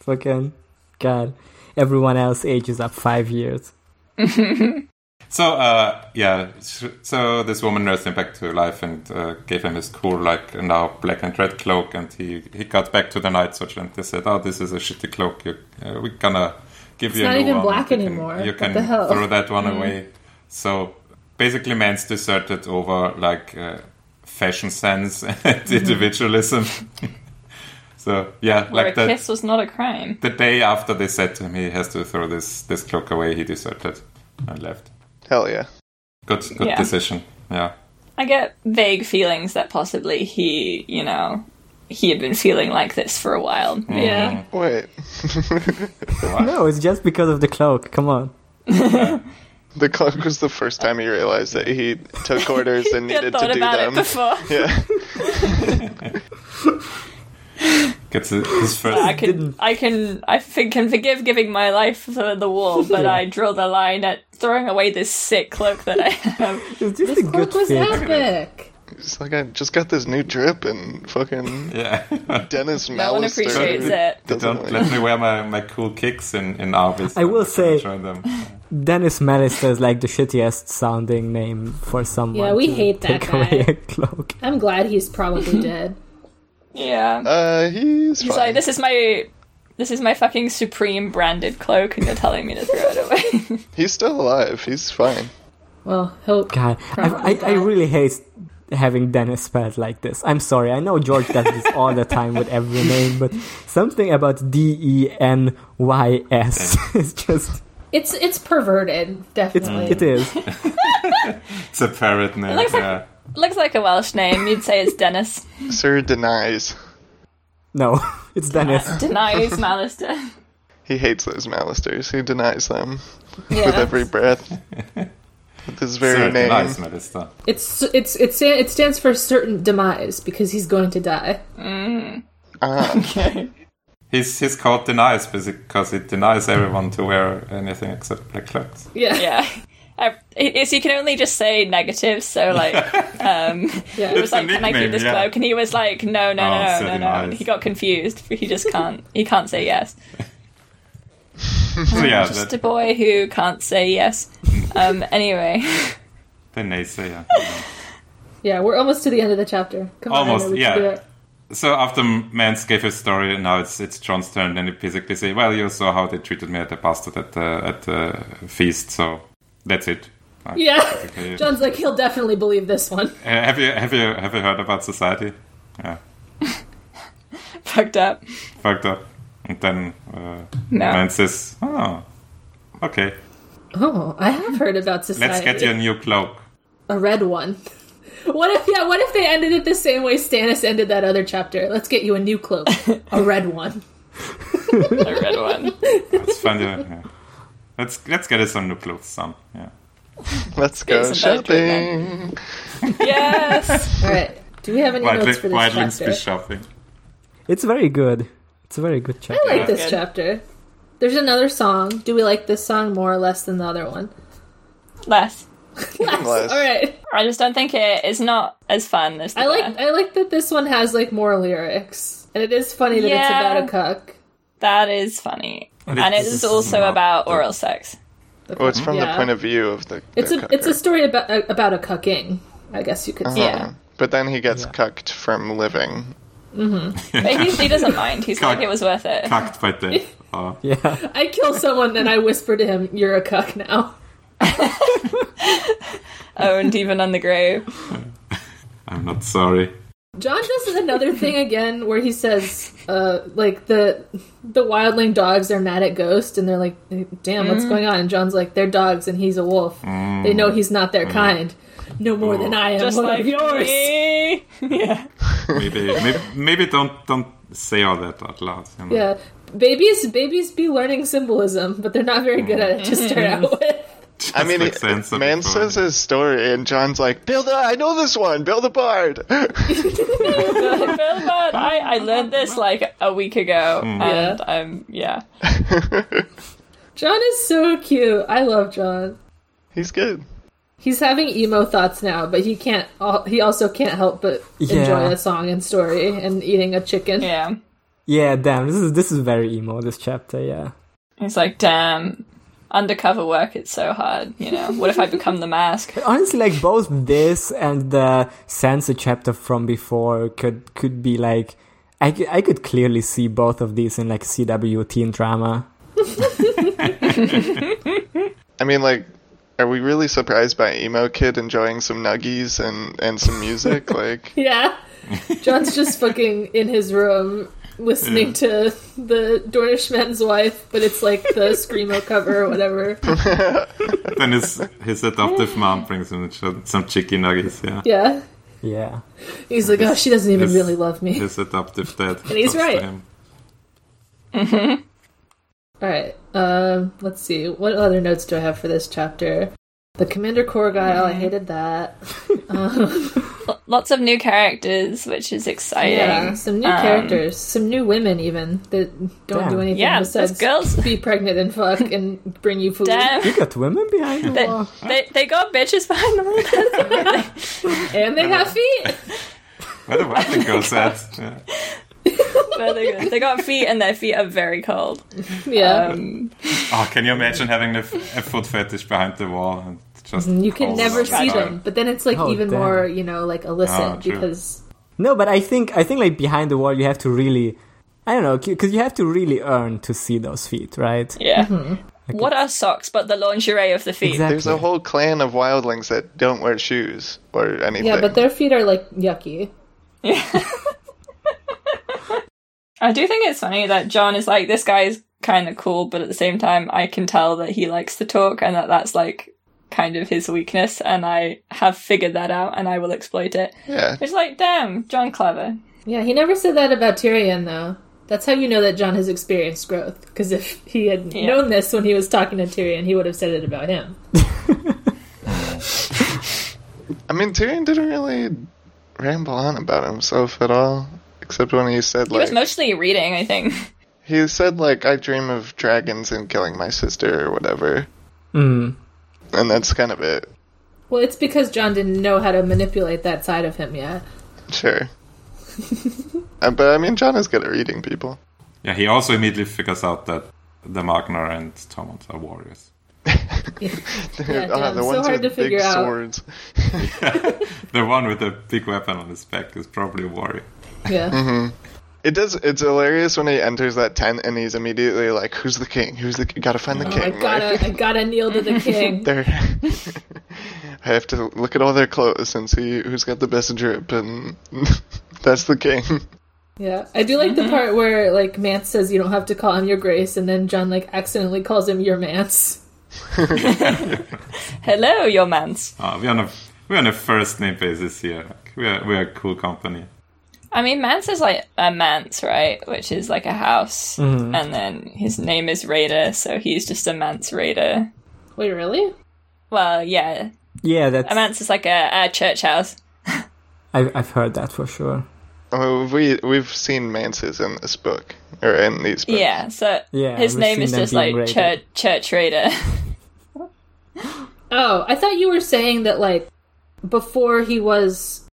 Speaker 4: fucking god, everyone else ages up five years.
Speaker 5: So uh, yeah, sh- so this woman nursed him back to life and uh, gave him his cool, like now black and red cloak, and he he got back to the night search and they said, "Oh, this is a shitty cloak. You, uh, we're gonna give you a
Speaker 2: not
Speaker 5: new
Speaker 2: even
Speaker 5: one.
Speaker 2: black
Speaker 5: You can-
Speaker 2: anymore.
Speaker 5: you
Speaker 2: What
Speaker 5: can
Speaker 2: the hell?" Mm-hmm.
Speaker 5: throw that one away." So basically, man's deserted over like uh, fashion sense and
Speaker 2: Mm-hmm.
Speaker 5: individualism. so yeah,
Speaker 3: Where
Speaker 5: like
Speaker 3: a
Speaker 5: that
Speaker 3: kiss was not a crime.
Speaker 5: the day after they said to him he has to throw this this cloak away, he deserted and left.
Speaker 6: Hell yeah.
Speaker 5: Good, good
Speaker 3: Yeah.
Speaker 5: decision. Yeah.
Speaker 3: I get vague feelings that possibly he, you know, he had been feeling like this for a while.
Speaker 5: Mm-hmm.
Speaker 2: Yeah.
Speaker 6: Wait.
Speaker 4: No, it's just because of the cloak. Come on.
Speaker 6: the clock was the first time he realized that he took orders and
Speaker 3: I
Speaker 6: needed
Speaker 3: thought
Speaker 6: to do
Speaker 3: about
Speaker 6: them.
Speaker 3: it before.
Speaker 6: Yeah.
Speaker 5: Gets his first.
Speaker 3: I can,
Speaker 4: Didn't.
Speaker 3: I can, I think can forgive giving my life for the wall, but I draw the line at throwing away this sick cloak that I have.
Speaker 4: It's just a
Speaker 2: This
Speaker 4: good
Speaker 2: book was
Speaker 4: thing.
Speaker 2: epic.
Speaker 6: It's like I just got this new drip and fucking
Speaker 5: Yeah.
Speaker 6: Dennis Mallister.
Speaker 3: No one appreciates it.
Speaker 6: doesn't
Speaker 5: Don't
Speaker 6: like-
Speaker 5: let me wear my, my cool kicks in in Arbis.
Speaker 4: I will
Speaker 5: I'm gonna
Speaker 4: say-
Speaker 5: join them.
Speaker 4: Dennis Mellister is like the shittiest sounding name for someone.
Speaker 2: Yeah, we
Speaker 4: to
Speaker 2: hate that
Speaker 4: take
Speaker 2: guy.
Speaker 4: away a cloak.
Speaker 2: I'm glad he's probably dead.
Speaker 3: Yeah.
Speaker 6: Uh, he's
Speaker 3: He's
Speaker 6: fine.
Speaker 3: like, this is my, this is my fucking supreme branded cloak, and you're telling me to throw it away.
Speaker 6: He's still alive. He's fine.
Speaker 2: Well, hope.
Speaker 4: God, I, I, I really hate having Dennis spelled like this. I'm sorry. I know George does this all the time with every name, but something about D E N Y S is just
Speaker 2: It's it's perverted,
Speaker 4: it's
Speaker 2: definitely.
Speaker 4: it is.
Speaker 5: It's a parrot name.
Speaker 3: looks like-
Speaker 5: yeah.
Speaker 3: Looks like a Welsh name. You'd say it's Dennis.
Speaker 6: Sir denies.
Speaker 4: No, it's Dennis.
Speaker 3: Denies Malister.
Speaker 6: He hates those Malisters. He denies them
Speaker 2: yeah.
Speaker 6: with every breath. with his very
Speaker 5: Sir,
Speaker 6: name.
Speaker 5: nice, Melissa.
Speaker 2: It's it's it's it stands for certain demise because he's going to die.
Speaker 3: Mm.
Speaker 6: Ah,
Speaker 5: He's he's called denies because he denies everyone to wear anything except black clothes.
Speaker 2: Yeah,
Speaker 3: Yeah. I, it's, you can only just say negatives, so like, um,
Speaker 2: Yeah.
Speaker 3: it was
Speaker 5: It's a
Speaker 3: like, can I keep
Speaker 5: nickname,
Speaker 3: this
Speaker 5: yeah.
Speaker 3: cloak? And he was like, no, no,
Speaker 5: Oh,
Speaker 3: no,
Speaker 5: so
Speaker 3: no, no,
Speaker 5: he
Speaker 3: no.
Speaker 5: lies.
Speaker 3: He got confused. He just can't. He can't say yes.
Speaker 5: So yeah,
Speaker 3: Just
Speaker 5: that,
Speaker 3: a boy who can't say yes. Um, anyway,
Speaker 5: the naysayer.
Speaker 2: yeah. We're almost to the end of the chapter. Come on,
Speaker 5: Almost,
Speaker 2: I know we
Speaker 5: yeah.
Speaker 2: Can do it.
Speaker 5: So after Mance gave his story, now it's it's John's turn, and he basically say, "Well, you saw how they treated me at the bastard at the at the feast, so that's it." Like,
Speaker 2: Yeah.
Speaker 5: okay.
Speaker 2: John's like he'll definitely believe this one.
Speaker 5: Uh, have you have you have you heard about society? Yeah,
Speaker 3: fucked up.
Speaker 5: fucked up. And then uh,
Speaker 3: No.
Speaker 5: Mance says, "Oh, okay,
Speaker 2: Oh, I have heard about society.
Speaker 5: let's get you a new cloak."
Speaker 2: a red one. What if yeah? What if they ended it the same way Stannis ended that other chapter? Let's get you a new cloak, a red one.
Speaker 3: The red one.
Speaker 5: Let's find you. Yeah. Let's let's get us some new clothes, son. Yeah.
Speaker 6: let's go
Speaker 3: It's about to
Speaker 6: shopping.
Speaker 3: Yes.
Speaker 2: All right. Do we have any notes for
Speaker 5: White
Speaker 2: this
Speaker 5: links
Speaker 2: chapter?
Speaker 5: be shopping.
Speaker 4: It's very good. It's a very good chapter.
Speaker 2: I like this
Speaker 3: Good.
Speaker 2: chapter. There's another song. Do we like this song more or less than the other one?
Speaker 3: Less.
Speaker 6: Less.
Speaker 2: All right.
Speaker 3: I just don't think it is not as fun as the
Speaker 2: I like
Speaker 3: bear.
Speaker 2: I like that this one has like more lyrics, and it is funny that
Speaker 3: Yeah.
Speaker 2: it's about a cuck.
Speaker 3: that is funny, and it
Speaker 5: it's
Speaker 3: is also
Speaker 5: not
Speaker 3: about
Speaker 5: the-
Speaker 3: oral sex.
Speaker 6: Well, it's from
Speaker 2: Yeah.
Speaker 6: the point of view of the.
Speaker 2: It's
Speaker 6: the
Speaker 2: a it's a
Speaker 6: cucker.
Speaker 2: story about about a cucking. I guess you could say.
Speaker 3: Yeah.
Speaker 6: But then he gets cucked from living.
Speaker 3: But he, he doesn't mind. He's like,
Speaker 5: Cock.
Speaker 3: it was worth it.
Speaker 5: Cucked by death. Oh,
Speaker 4: Yeah.
Speaker 2: I kill someone and I whisper to him, "You're a cuck now."
Speaker 3: Owned even on the grave.
Speaker 5: I'm not sorry.
Speaker 2: John does another thing again where he says, uh, like the the wildling dogs are mad at Ghost and they're like, "Damn,
Speaker 3: Mm.
Speaker 2: what's going on?" And John's like, "They're dogs and he's a wolf. They know he's not their kind. No more than I am.
Speaker 3: Mm. Just
Speaker 2: one
Speaker 3: like
Speaker 2: of yours."
Speaker 3: me. Yeah.
Speaker 5: Maybe maybe, maybe don't don't say all that out loud. You know?
Speaker 2: Yeah, babies babies be learning symbolism, but they're not very good at it
Speaker 3: Mm.
Speaker 2: to start out with.
Speaker 6: I mean,
Speaker 5: like
Speaker 6: he-
Speaker 5: sense of
Speaker 6: man
Speaker 5: people.
Speaker 6: says his story, and John's like, "Build a, I know this one. Build a bard."
Speaker 3: Bill Bard, I, I learned this like a week ago, and I'm yeah.
Speaker 2: John is so cute. I love John.
Speaker 6: He's good.
Speaker 2: He's having emo thoughts now, but he can't. al- He also can't help but enjoy
Speaker 4: Yeah.
Speaker 2: a song and story and eating a chicken.
Speaker 3: Yeah.
Speaker 4: Yeah, damn. This is this is very emo this chapter, yeah.
Speaker 3: He's like, damn, undercover work, it's so hard, you know. What if I become the mask?
Speaker 4: honestly like both this and the Sansa chapter from before could could be like I, c- I could clearly see both of these in like CW teen drama.
Speaker 6: I mean, like Are we really surprised by emo kid enjoying some nuggies and and some music? like,
Speaker 2: Yeah. John's just fucking in his room listening to the Dornishman's wife, but it's like the Screamo cover or whatever.
Speaker 5: Then his his adoptive mom brings him ch- some chicken nuggets. Yeah.
Speaker 2: Yeah.
Speaker 4: Yeah.
Speaker 2: He's like, oh, she doesn't even
Speaker 5: Yes.
Speaker 2: really love me.
Speaker 5: His adoptive dad.
Speaker 2: And he's
Speaker 5: talks to
Speaker 2: right.
Speaker 5: him.
Speaker 2: All right. Um, let's see. What other notes do I have for this chapter? The Commander Core guy. Oh, I hated that. Um,
Speaker 3: L- lots of new characters, which is exciting.
Speaker 2: Yeah, some new
Speaker 3: Um,
Speaker 2: characters, some new women even that don't
Speaker 4: Damn.
Speaker 2: do anything
Speaker 3: Yeah, those
Speaker 2: besides
Speaker 3: girls.
Speaker 2: be pregnant and fuck and bring you food.
Speaker 3: Damn.
Speaker 4: You got women behind the
Speaker 3: They,
Speaker 2: Oh.
Speaker 4: wall.
Speaker 3: they, they got bitches behind them.
Speaker 2: And they have
Speaker 4: Uh-huh.
Speaker 2: feet.
Speaker 5: Where the white girl said. Yeah.
Speaker 3: Where they, go. they got feet, and their feet are very cold.
Speaker 2: Yeah.
Speaker 3: Um,
Speaker 5: Oh, can you imagine having a, f- a foot fetish behind the wall and just
Speaker 3: um,
Speaker 2: you can
Speaker 5: calls
Speaker 2: never
Speaker 5: out
Speaker 2: see
Speaker 5: loud?
Speaker 2: them, but then it's like
Speaker 4: Oh,
Speaker 2: even
Speaker 4: damn. Oh,
Speaker 2: more, you know, like illicit
Speaker 5: Ah, true.
Speaker 2: because
Speaker 4: No, but I think I think like behind the wall you have to really I don't know, because you have to really earn to see those feet, right?
Speaker 3: yeah.
Speaker 2: Mm-hmm.
Speaker 3: What are socks but the lingerie of the feet?
Speaker 4: Exactly.
Speaker 6: there's a whole clan of wildlings that don't wear shoes or anything.
Speaker 2: yeah, but their feet are like yucky.
Speaker 3: I do think it's funny that John is like, this guy is kind of cool, but at the same time, I can tell that he likes to talk and that that's like kind of his weakness, and I have figured that out and I will exploit it.
Speaker 6: yeah,
Speaker 3: It's like, damn, John clever.
Speaker 2: Yeah, he never said that about Tyrion though. That's how you know that John has experienced growth. Because if he had
Speaker 3: Yeah.
Speaker 2: known this when he was talking to Tyrion, he would have said it about him.
Speaker 6: I mean Tyrion didn't really ramble on about himself at all, except when he said
Speaker 3: He was
Speaker 6: like
Speaker 3: mostly reading, I think.
Speaker 6: he said like I dream of dragons and killing my sister or whatever,
Speaker 4: Mm.
Speaker 6: and that's kind of it.
Speaker 2: Well, it's because John didn't know how to manipulate that side of him yet.
Speaker 6: Sure. Uh, but I mean, John is good at reading people.
Speaker 5: Yeah, he also immediately figures out that the Magnar and Tormund are warriors.
Speaker 2: Yeah,
Speaker 6: Ah,
Speaker 2: damn, so hard to figure out.
Speaker 6: swords.
Speaker 5: The one with the big weapon on his back is probably a warrior.
Speaker 2: Yeah.
Speaker 6: Mm-hmm. It does. It's hilarious when he enters that tent and he's immediately like, "Who's the king? Who's the? Gotta find the
Speaker 2: Oh, I
Speaker 6: king." right?
Speaker 2: gotta, I gotta kneel to the king.
Speaker 6: They're- I have to look at all their clothes and see who's got the best drip, and that's the king.
Speaker 2: Yeah, I do like the part where like Mance says you don't have to call him your grace, and then John like accidentally calls him your Mance.
Speaker 3: Hello, your mans.
Speaker 5: Uh, we're on a we're on a first name basis here. Like, we're we're a cool company.
Speaker 3: I mean, Mance is like a manse, right? Which is like a house. And then his name is Raider, so he's just a manse raider.
Speaker 2: Wait, really?
Speaker 3: Well, yeah.
Speaker 4: Yeah,
Speaker 3: A
Speaker 4: that's
Speaker 3: manse is like a, a church house.
Speaker 4: I've I've heard that for sure.
Speaker 6: Oh, we we've seen manses in this book or in these books.
Speaker 3: Yeah, so
Speaker 4: Yeah,
Speaker 3: his
Speaker 4: we've
Speaker 3: name
Speaker 4: seen
Speaker 3: is
Speaker 4: them
Speaker 3: just
Speaker 4: being
Speaker 3: like
Speaker 4: raided.
Speaker 3: church, church Raider.
Speaker 2: Oh, I thought you were saying that like before he was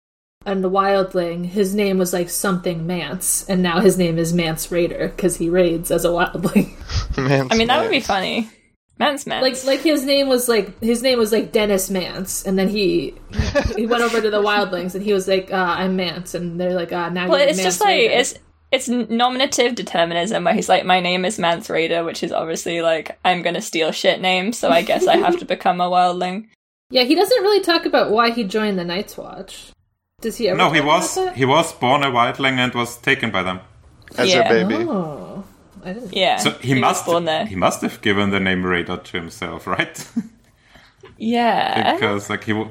Speaker 2: a wildling, his name was like something Mance, and now his name is Mance Raider because he raids as a wildling.
Speaker 6: Mance
Speaker 3: I mean, that would be
Speaker 6: Mance.
Speaker 3: funny. Man's man.
Speaker 2: like like his name was like his name was like Dennis Mance, and then he he went over to the wildlings and he was like uh, I'm Mance, and they're like uh, now
Speaker 3: well,
Speaker 2: you're
Speaker 3: it's
Speaker 2: Mance
Speaker 3: just like
Speaker 2: Raider.
Speaker 3: it's it's nominative determinism where he's like, my name is Mance Raider, which is obviously like I'm gonna steal shit names, so I guess I have to become a wildling.
Speaker 2: Yeah, he doesn't really talk about why he joined the Night's Watch. Does he ever?
Speaker 5: No, he
Speaker 2: talk
Speaker 5: was
Speaker 2: about that?
Speaker 5: he was born a wildling and was taken by them.
Speaker 6: as
Speaker 3: Yeah.
Speaker 6: a baby.
Speaker 2: Oh, I didn't.
Speaker 3: Yeah,
Speaker 5: So he,
Speaker 3: was
Speaker 5: must
Speaker 3: born there.
Speaker 5: he must have given the name Raider to himself, right?
Speaker 3: yeah,
Speaker 5: because like he w-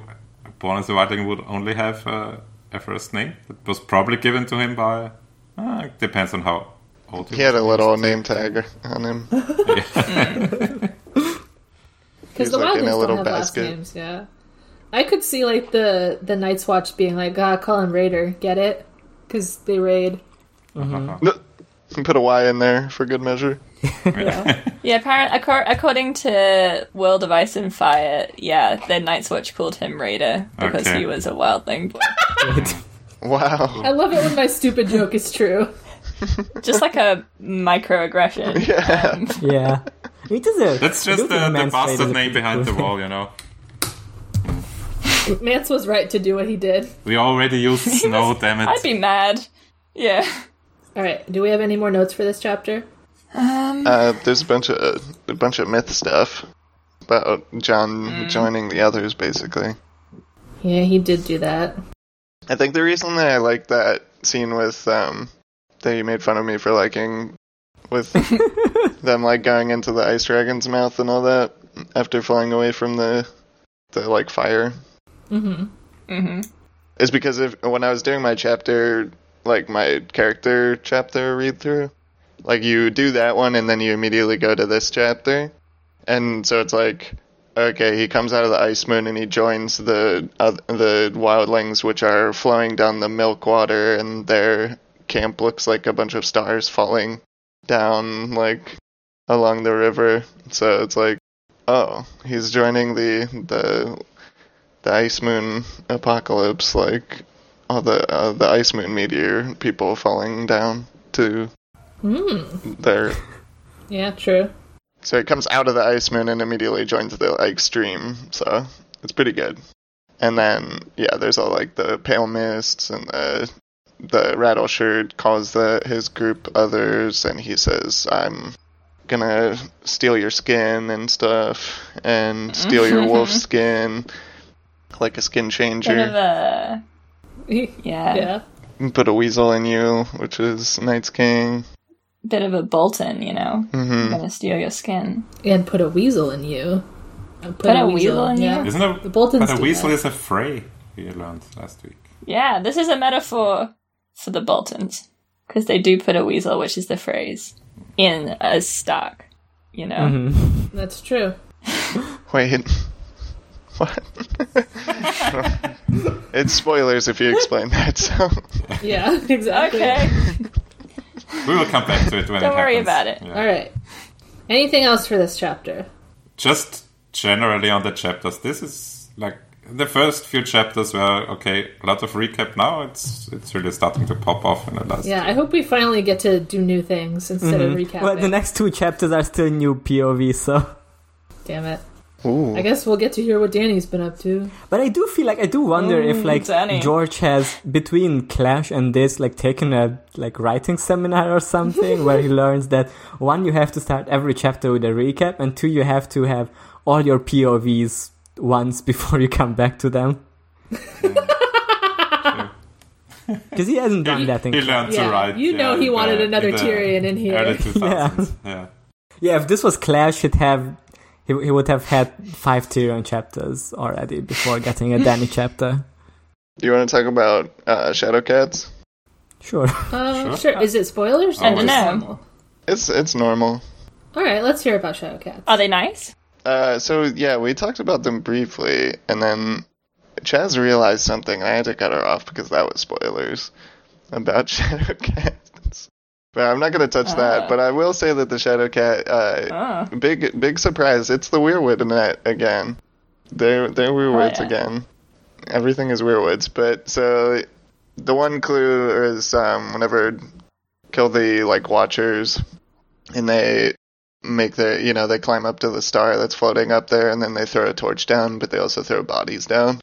Speaker 5: born as a wildling would only have uh, a first name that was probably given to him by. Uh, it depends on how old he,
Speaker 6: He
Speaker 5: was.
Speaker 6: had a little name tag on him.
Speaker 2: because
Speaker 6: He's
Speaker 2: the
Speaker 6: like in a
Speaker 2: wildlings
Speaker 6: little
Speaker 2: don't have
Speaker 6: basket.
Speaker 2: last names. Yeah, I could see like the the Night's Watch being like, "Ah, call him Raider." Get it? Because they raid.
Speaker 5: Uh-huh.
Speaker 3: Mm-hmm.
Speaker 6: Put a Y in there for good measure.
Speaker 3: yeah. Apparent, accor- according to World of Ice and Fire, yeah, the Night's Watch called him Raider because
Speaker 5: Okay.
Speaker 3: he was a wildling,
Speaker 2: I
Speaker 6: Wow.
Speaker 2: love it when my stupid joke is true.
Speaker 3: just like a microaggression. Um,
Speaker 6: Yeah.
Speaker 4: Yeah. It is a,
Speaker 5: That's
Speaker 4: I do think
Speaker 5: just the, the
Speaker 4: Man's Blade is
Speaker 5: bastard
Speaker 4: a
Speaker 5: name
Speaker 4: pretty
Speaker 5: behind
Speaker 4: cool
Speaker 5: the
Speaker 4: thing.
Speaker 5: wall, you know.
Speaker 2: Mance was right to do what he did.
Speaker 5: We already used snow, damn it.
Speaker 3: I'd be mad. Yeah.
Speaker 2: All right. Do we have any more notes for this chapter?
Speaker 3: Um,
Speaker 6: Uh, there's a bunch of a bunch of myth stuff. about John joining the others, basically.
Speaker 2: Yeah, he did do that.
Speaker 6: I think the reason that I like that scene with um that you made fun of me for liking with them like going into the ice dragon's mouth and all that after flying away from the the like fire
Speaker 2: Mm-hmm.
Speaker 6: is because if when I was doing my chapter like my character chapter read through like you do that one and then you immediately go to this chapter and so it's like okay he comes out of the ice moon and he joins the uh, the wildlings which are flowing down the milk water and their camp looks like a bunch of stars falling down like along the river so it's like oh he's joining the the the ice moon apocalypse like all the uh, the ice moon meteor people falling down to
Speaker 2: Mm.
Speaker 6: their
Speaker 2: Yeah, true.
Speaker 6: so it comes out of the Iceman and immediately joins the like stream. So it's pretty good. And then yeah, there's all like the pale mists and the the rattle shirt calls the his group others and he says, I'm gonna steal your skin and stuff and steal your wolf skin like a skin
Speaker 3: Kind of
Speaker 6: changer.
Speaker 3: a
Speaker 2: yeah.
Speaker 3: yeah,
Speaker 6: and Put a weasel in you, which is Knight's King.
Speaker 3: bit of a Bolton, you know.
Speaker 6: hmm
Speaker 3: Gonna steal your skin.
Speaker 2: And put a weasel in you. Put,
Speaker 3: a weasel in
Speaker 2: yeah.
Speaker 3: you?
Speaker 5: Isn't it?
Speaker 2: The Boltons
Speaker 5: But
Speaker 2: do
Speaker 5: a weasel
Speaker 2: that.
Speaker 5: is a fray. We learned last week.
Speaker 3: Yeah, this is a metaphor for the Boltons because they do put a weasel, which is the phrase, in a stock. You know,
Speaker 2: That's true.
Speaker 6: Wait. What? it's spoilers if you explain that, so.
Speaker 2: Yeah, exactly.
Speaker 3: okay,
Speaker 5: We will come back to it when
Speaker 3: Don't
Speaker 5: it
Speaker 3: worry
Speaker 5: happens.
Speaker 3: about it.
Speaker 5: Yeah.
Speaker 2: All right. Anything else for this chapter?
Speaker 5: just generally on the chapters this is like the first few chapters were okay a lot of recap now it's it's really starting to pop off in the last
Speaker 2: Yeah, I hope we finally get to do new things instead of recapping.
Speaker 4: Well, the next two chapters are still new POV, so.
Speaker 2: Damn it. I
Speaker 6: Ooh.
Speaker 2: guess we'll get to hear what Danny's been up to.
Speaker 4: But I do feel like I do wonder if like
Speaker 3: Danny.
Speaker 4: George has between Clash and this like taken a like writing seminar or something where he learns that one you have to start every chapter with a recap and two you have to have all your POVs once before you come back to them. Because he hasn't done that
Speaker 5: he
Speaker 4: in
Speaker 5: learned
Speaker 2: Yeah,
Speaker 5: to write
Speaker 2: you know
Speaker 5: yeah,
Speaker 2: he wanted
Speaker 5: in the-
Speaker 2: another
Speaker 5: in the
Speaker 2: Tyrion in here.
Speaker 5: early 2000s yeah,
Speaker 4: Yeah, if this was Clash, he'd have he, he would have had five Tyrion chapters already before getting a Danny chapter.
Speaker 6: Do you want to talk about uh, Shadowcats?
Speaker 4: Sure.
Speaker 2: Uh, sure. Is it spoilers?
Speaker 5: I
Speaker 2: or just
Speaker 3: dunno.
Speaker 2: normal?
Speaker 6: It's it's normal.
Speaker 2: All right, let's hear about Shadowcats.
Speaker 3: are they nice?
Speaker 6: Uh, so yeah, we talked about them briefly, and then Chaz realized something, and I had to cut her off because that was spoilers about Shadowcats. But I'm not going to touch that. But I will say that the Shadowcat, uh, big big surprise, it's the Weirwood in that again. They're they're Weirwoods
Speaker 3: yeah.
Speaker 6: again. Everything is Weirwoods. But so the one clue is um, whenever kill the like Watchers, and they make their you know they climb up to the star that's floating up there and then they throw a torch down but they also throw bodies down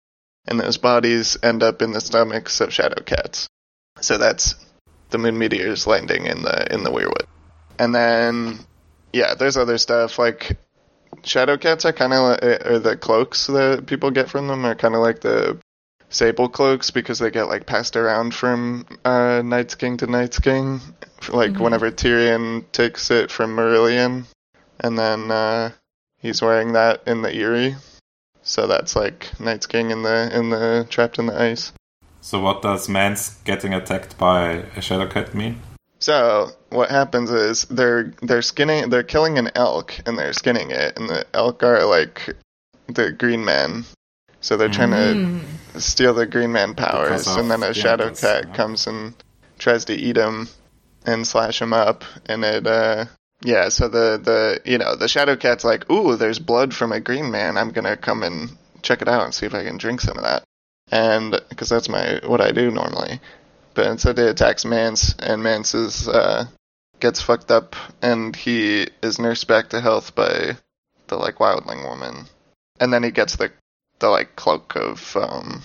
Speaker 6: and those bodies end up in the stomachs of shadow cats so that's the moon meteors landing in the in the weirwood and then yeah there's other stuff like shadow cats are kind of or the cloaks that people get from them are kind of like the sable cloaks because they get like passed around from uh knight's king to knight's king like whenever tyrion takes it from merillion and then uh he's wearing that in the eerie so that's like knight's king in the in the trapped in the ice
Speaker 5: so what does man's getting attacked by a shadow cat mean
Speaker 6: So what happens is they're they're skinning they're killing an elk and they're skinning it and the elk are like the green man. So they're trying
Speaker 2: Mm. Hmm.
Speaker 6: to steal the green man powers
Speaker 5: Because of
Speaker 6: and then a
Speaker 5: the
Speaker 6: shadow
Speaker 5: others,
Speaker 6: cat
Speaker 5: yeah.
Speaker 6: comes and tries to eat him and slash him up and it uh yeah, so the the you know, the shadow cat's like, "Ooh, there's blood from a green man. I'm going to come and check it out and see if I can drink some of that." And cuz that's my what I do normally but instead it attacks Mance, and Mance is uh, gets fucked up, and he is nursed back to health by the like wildling woman, and then he gets the the like cloak of um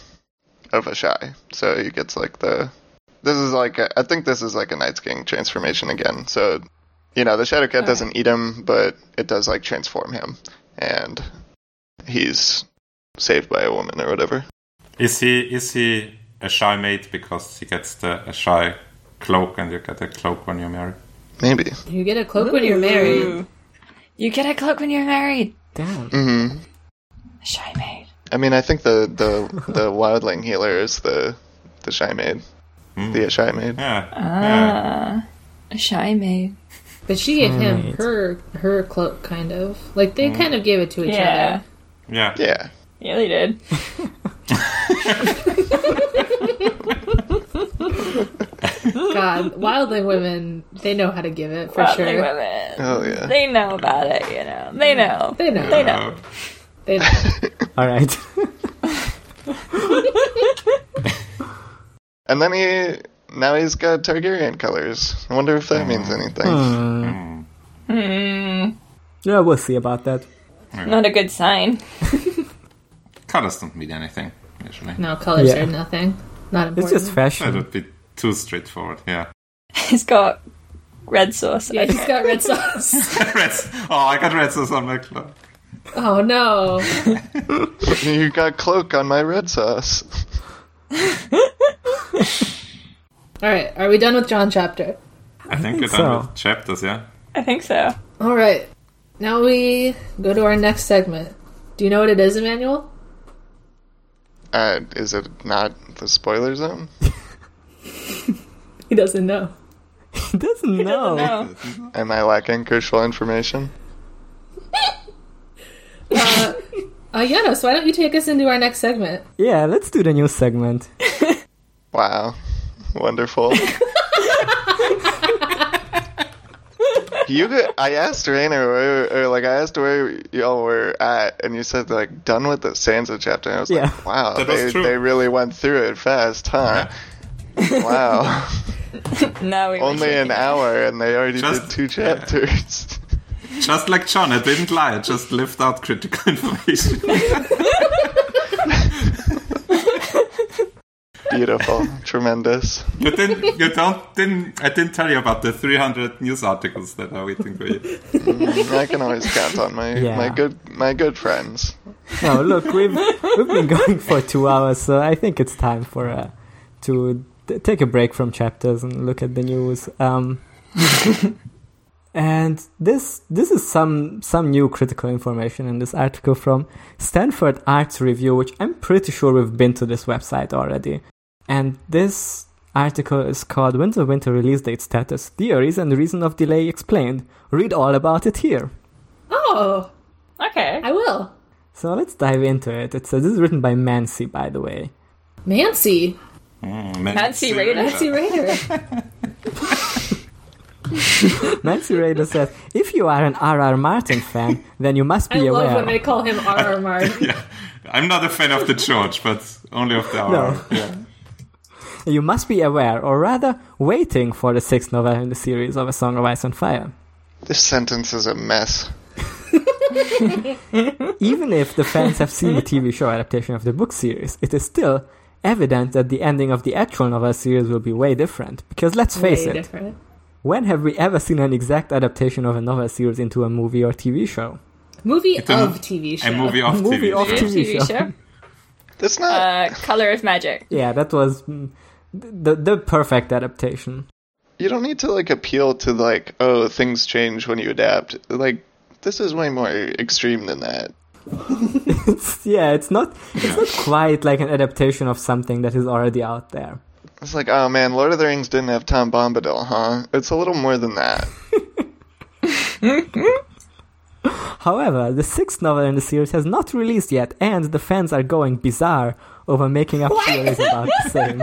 Speaker 6: of a shy, so he gets like the this is like a, I think this is like a Night's King transformation again. So you know the Shadow Cat doesn't eat him, but it does like transform him, and he's saved by a woman or whatever.
Speaker 5: Is he is he a shy mate because he gets the a shy cloak and you get a cloak when you marry?
Speaker 6: Maybe.
Speaker 2: You get a cloak when you're married.
Speaker 3: Oh. You get a cloak when you're married.
Speaker 4: Damn.
Speaker 6: hmm
Speaker 3: Shy maid.
Speaker 6: I mean, I think the the the wildling healer is the the shy maid, the shy maid.
Speaker 5: Hmm. Yeah. yeah.
Speaker 3: A shy maid.
Speaker 2: But she gave him her her cloak, kind of. Like they kind of gave it to each
Speaker 3: Yeah.
Speaker 5: Yeah.
Speaker 6: Yeah.
Speaker 3: Yeah, they did.
Speaker 2: other. God, wildling women, they know how to give it for
Speaker 3: Well,
Speaker 2: sure.
Speaker 3: they women.
Speaker 6: Oh yeah.
Speaker 3: They know about it, you know. They know.
Speaker 2: They know.
Speaker 3: They know.
Speaker 5: Uh,
Speaker 2: They know.
Speaker 4: All right.
Speaker 6: And then he now he's got Targaryen colors. I wonder if that means anything.
Speaker 3: Mm-hmm.
Speaker 4: yeah, we'll see about that.
Speaker 3: Not a good sign.
Speaker 5: colors don't mean anything usually.
Speaker 2: No, colors
Speaker 4: Yeah.
Speaker 2: are nothing. Not
Speaker 4: It's
Speaker 2: important.
Speaker 4: just
Speaker 5: That
Speaker 4: fashion.
Speaker 5: would be too straightforward. Yeah.
Speaker 3: He's got red sauce.
Speaker 2: yeah,
Speaker 3: Okay.
Speaker 2: he's got red sauce.
Speaker 5: red. Oh, I got red sauce on my cloak.
Speaker 2: Oh no.
Speaker 6: You got cloak on my red sauce.
Speaker 2: Alright, are we done with John chapter?
Speaker 5: I think
Speaker 4: think
Speaker 5: we're done
Speaker 4: so.
Speaker 5: with chapters. Yeah.
Speaker 3: I think so.
Speaker 2: Alright. Now we go to our next segment. Do you know what it is, Emmanuel?
Speaker 6: Uh, is it not the spoiler zone?
Speaker 2: He doesn't know.
Speaker 4: He doesn't know.
Speaker 3: No.
Speaker 6: Am I lacking crucial information?
Speaker 2: Uh Janos, why don't you take us into our next segment?
Speaker 4: Yeah, let's do the new segment.
Speaker 6: Wow. Wonderful. you could, I asked Rainer where, or like I asked where y'all were at and you said like done with the Sansa chapter and I was
Speaker 4: Yeah.
Speaker 6: like wow
Speaker 5: That was
Speaker 6: they,
Speaker 5: true.
Speaker 6: they really went through it fast huh wow
Speaker 3: No, we
Speaker 6: only an hour and they already
Speaker 5: Just-
Speaker 6: did two chapters
Speaker 5: Just like John, I didn't lie. I just left out critical information.
Speaker 6: beautiful tremendous
Speaker 5: you didn't. You don't. Didn't. I didn't tell you about the 300 news articles that are waiting for you.
Speaker 6: I can always count on my
Speaker 4: Yeah.
Speaker 6: my good my good friends
Speaker 4: No, look, we've we've been going for two hours, so I think it's time for uh, to t- take a break from chapters and look at the news. Um, and this this is some some new critical information in this article from Stanford Arts Review, which I'm pretty sure we've been to this website already. And this article is called "When's the Winter Release Date Status: Theories and Reason of Delay Explained." Read all about it here.
Speaker 2: Oh,
Speaker 3: Okay.
Speaker 2: I will.
Speaker 4: So let's dive into it. It says this is written by Mancy, by the way.
Speaker 2: Mancy.
Speaker 5: Mm,
Speaker 3: Nancy Reader.
Speaker 2: Nancy Raider.
Speaker 4: Nancy Raider says, if you are an R.R. Martin fan, then you must
Speaker 2: I
Speaker 4: be
Speaker 2: love
Speaker 4: aware.
Speaker 2: when they call him R.R. Martin.
Speaker 5: I'm not a fan of the church, but only of the hour.
Speaker 4: No. You must be aware, or rather, waiting for the sixth novel in the series of A Song of Ice and Fire.
Speaker 6: this sentence is a mess
Speaker 4: Even if the fans have seen the TV show adaptation of the book series, it is still evident that the ending of the actual novel series will be way different. Because let's face
Speaker 2: Way
Speaker 4: it,
Speaker 2: different.
Speaker 4: when have we ever seen an exact adaptation of a novel series into a movie or TV show?
Speaker 2: Movie
Speaker 5: a
Speaker 2: of
Speaker 5: mo-
Speaker 2: TV show.
Speaker 5: A movie off
Speaker 4: Movie
Speaker 5: TV.
Speaker 4: off
Speaker 5: yeah.
Speaker 4: TV.
Speaker 3: TV show.
Speaker 4: show.
Speaker 6: that's not
Speaker 3: Uh, Color of Magic.
Speaker 4: Yeah, that was mm, the the perfect adaptation.
Speaker 6: you don't need to like appeal to like oh things change when you adapt like this is way more extreme than that
Speaker 4: It's, yeah, it's not it's not quite like an adaptation of something that is already out there.
Speaker 6: it's like oh man lord of the rings didn't have tom bombadil huh it's a little more than that
Speaker 4: However, the sixth novel in the series has not released yet, and the fans are going bizarre over making up theories about the same.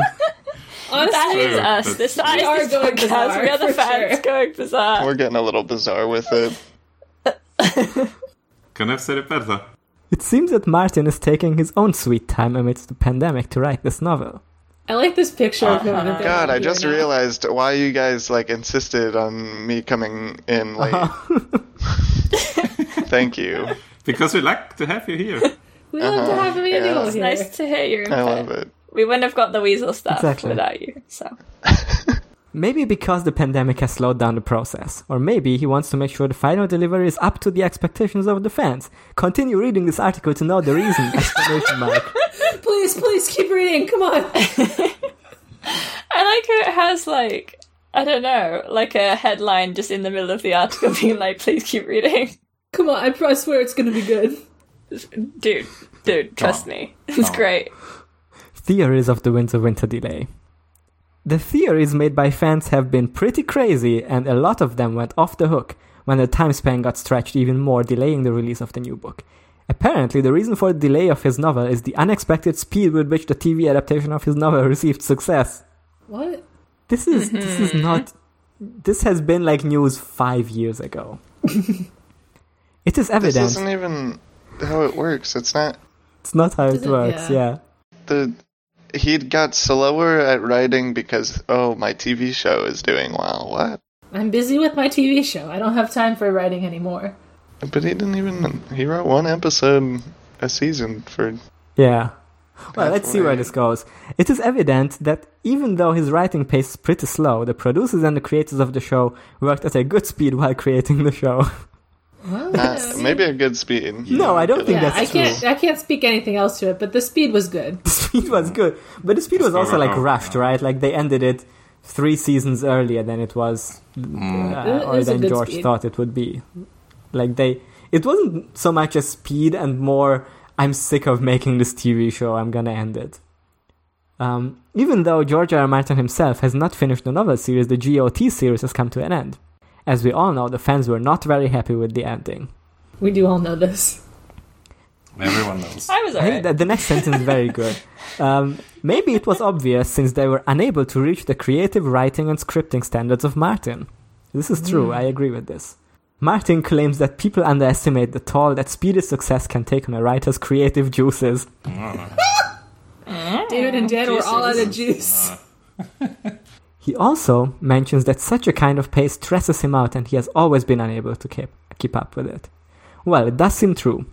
Speaker 2: Honestly,
Speaker 3: That is
Speaker 5: True.
Speaker 3: us. This, that
Speaker 2: We
Speaker 3: is
Speaker 2: Oh, are
Speaker 3: this
Speaker 2: going
Speaker 3: podcast.
Speaker 2: bizarre,
Speaker 3: we are the
Speaker 2: for
Speaker 3: fans
Speaker 2: sure.
Speaker 3: going bizarre.
Speaker 6: we're getting a little bizarre with it
Speaker 5: Can I have said it better?
Speaker 4: It seems that Martin is taking his own sweet time amidst the pandemic to write this novel.
Speaker 2: I like this picture of him.
Speaker 5: Uh-huh.
Speaker 2: in the background
Speaker 6: god i
Speaker 2: here
Speaker 6: just
Speaker 2: now.
Speaker 6: realized why you guys like insisted on me coming in late thank you
Speaker 5: Because we like to have you here.
Speaker 2: We love to have Emmanuel
Speaker 6: Uh-huh. Yeah.
Speaker 2: here.
Speaker 3: Nice to hear your
Speaker 6: i
Speaker 3: input.
Speaker 6: love it
Speaker 3: We wouldn't have got the weasel stuff
Speaker 4: Exactly.
Speaker 3: without you. So
Speaker 4: Maybe because the pandemic has slowed down the process, or maybe he wants to make sure the final delivery is up to the expectations of the fans. Continue reading this article to know the reason! Exclamation mark.
Speaker 2: Please, please keep reading. Come on.
Speaker 3: I like how it has like I don't know, like a headline just in the middle of the article being like, "Please keep reading,
Speaker 2: Come on. I, pr- I swear it's going to be good.
Speaker 3: dude, dude, trust
Speaker 5: on.
Speaker 3: me, it's great."
Speaker 4: Theories of the Winds of Winter delay. The theories made by fans have been pretty crazy, and a lot of them went off the hook when the time span got stretched even more, delaying the release of the new book. Apparently, the reason for the delay of his novel is the unexpected speed with which the TV adaptation of his novel received success.
Speaker 2: What?
Speaker 4: This is this is not this has been like news 5 years ago. it is
Speaker 6: This
Speaker 4: evident.
Speaker 6: isn't even how it works. It's not
Speaker 4: It's not how it
Speaker 2: Isn't-
Speaker 4: works,
Speaker 2: yeah.
Speaker 4: yeah.
Speaker 6: the. He got slower at writing because oh my TV show is doing well. What?
Speaker 2: I'm busy with my TV show. I don't have time for writing anymore.
Speaker 6: But he didn't even. He wrote one episode a season for.
Speaker 4: Yeah. Well,
Speaker 6: That's
Speaker 4: let's see where
Speaker 6: right.
Speaker 4: this goes. It is evident that even though his writing pace is pretty slow, the producers and the creators of the show worked at a good speed while creating the show.
Speaker 2: Well,
Speaker 6: Uh,
Speaker 2: yeah.
Speaker 6: maybe a good speed.
Speaker 4: No, I don't think
Speaker 2: Yeah,
Speaker 4: that's
Speaker 2: I
Speaker 4: true.
Speaker 2: can't. I can't speak anything else to it, but the speed was good.
Speaker 4: The speed was good, but the speed was
Speaker 5: not
Speaker 4: also like
Speaker 5: enough,
Speaker 4: rushed,
Speaker 5: yeah.
Speaker 4: right? Like they ended it three seasons earlier than it was,
Speaker 5: Mm.
Speaker 2: It-
Speaker 4: uh,
Speaker 2: it
Speaker 4: or
Speaker 2: was a
Speaker 4: than
Speaker 2: good
Speaker 4: George
Speaker 2: speed.
Speaker 4: thought it would be. Like they, it wasn't so much a speed and more. I'm sick of making this TV show. I'm gonna end it. Um, even though George R. R. Martin himself has not finished the novel series, the GOT series has come to an end. As we all know, the fans were not very happy with the ending.
Speaker 2: We do all know this.
Speaker 5: Everyone knows.
Speaker 3: I was
Speaker 4: I think
Speaker 3: alright.
Speaker 4: that the next sentence is very good. Um, maybe it was obvious since they were unable to reach the creative writing and scripting standards of Martin. This is true, I agree with this. Martin claims that people underestimate the toll that speedy success can take on a writer's creative juices.
Speaker 2: David and Dan were all out of juice.
Speaker 4: He also mentions that such a kind of pace stresses him out and he has always been unable to keep, keep up with it. Well, it does seem true.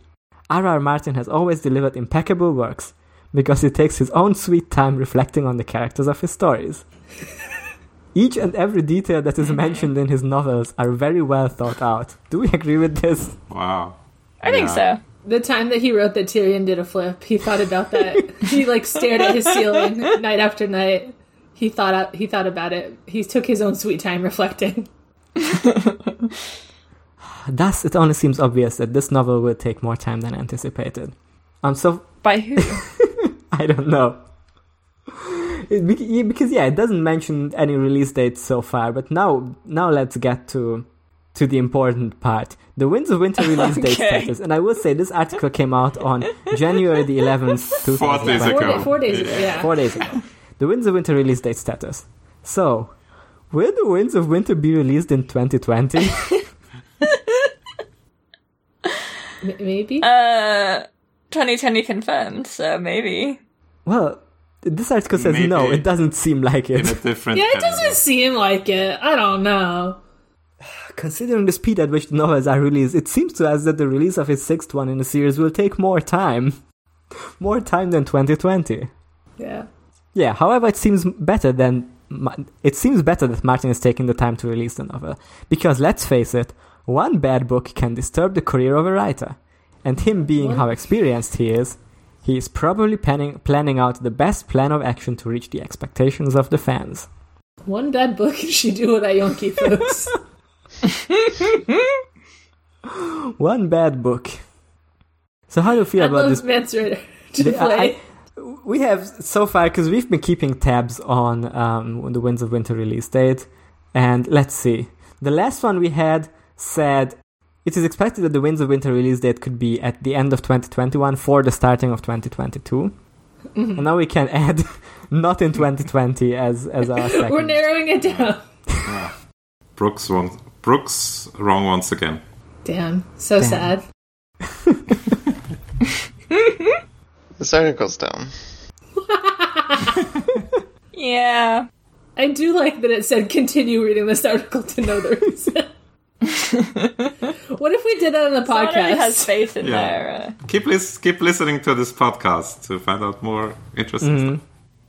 Speaker 4: R.R. Martin has always delivered impeccable works because he takes his own sweet time reflecting on the characters of his stories. Each and every detail that is mentioned in his novels are very well thought out. Do we agree with this?
Speaker 5: Wow.
Speaker 3: I think so.
Speaker 2: The time that he wrote that Tyrion did a flip, he thought about that. he like stared at his ceiling night after night. He thought out, he thought about it. He took his own sweet time reflecting.
Speaker 4: Thus, it only seems obvious that this novel will take more time than anticipated. Um, so
Speaker 3: By who?
Speaker 4: I don't know. It, bec- yeah, because yeah, it doesn't mention any release dates so far. But now, now let's get to to the important part: the Winds of Winter release date
Speaker 3: Okay.
Speaker 4: status. And I will say this article came out on January the eleventh, two
Speaker 5: Four
Speaker 4: thousand
Speaker 5: days
Speaker 2: Four, da-
Speaker 4: twenty.
Speaker 5: ago.
Speaker 2: four days ago, yeah.
Speaker 4: Four days ago, the Winds of Winter release date status. So, will the Winds of Winter be released in twenty twenty?
Speaker 2: M- maybe.
Speaker 3: Uh, 2020 confirmed, so maybe.
Speaker 4: well, this article says no.
Speaker 5: Maybe.
Speaker 4: It doesn't seem like it.
Speaker 5: In a different.
Speaker 2: yeah, it
Speaker 5: calendar.
Speaker 2: doesn't seem like it. I don't know.
Speaker 4: Considering the speed at which the novels are released, it seems to us that the release of his sixth one in the series will take more time. More time than 2020.
Speaker 2: Yeah.
Speaker 4: Yeah, however, it seems better than. Ma- It seems better that Martin is taking the time to release the novel. Because let's face it, one bad book can disturb the career of a writer. And him being
Speaker 2: One-
Speaker 4: how experienced he is, he is probably planning, planning out the best plan of action to reach the expectations of the fans.
Speaker 2: One bad book and she do what I Yonki folks.
Speaker 4: One bad book. So, how do you feel
Speaker 2: I
Speaker 4: about this
Speaker 2: love Mance Ritter to
Speaker 4: The- I-
Speaker 2: play.
Speaker 4: I- we have so far because we've been keeping tabs on um, the Winds of Winter release date, and let's see. The last one we had said it is expected that the Winds of Winter release date could be at the end of 2021 for the starting of 2022.
Speaker 2: Mm-hmm.
Speaker 4: And now we can add not in 2020 as as our 2nd
Speaker 2: We're narrowing it down.
Speaker 5: Brooks won- Brooks wrong once again.
Speaker 2: Damn, so
Speaker 4: Damn.
Speaker 2: sad.
Speaker 6: This article's dumb.
Speaker 3: Yeah.
Speaker 2: I do like that it said continue reading this article to know the reason. what if we did that on the
Speaker 3: Someone really has
Speaker 2: podcast?
Speaker 3: faith in
Speaker 5: Yeah.
Speaker 3: their. Uh,
Speaker 5: Keep lis- keep listening to this podcast
Speaker 4: Mm-hmm.
Speaker 5: to find out more interesting. stuff.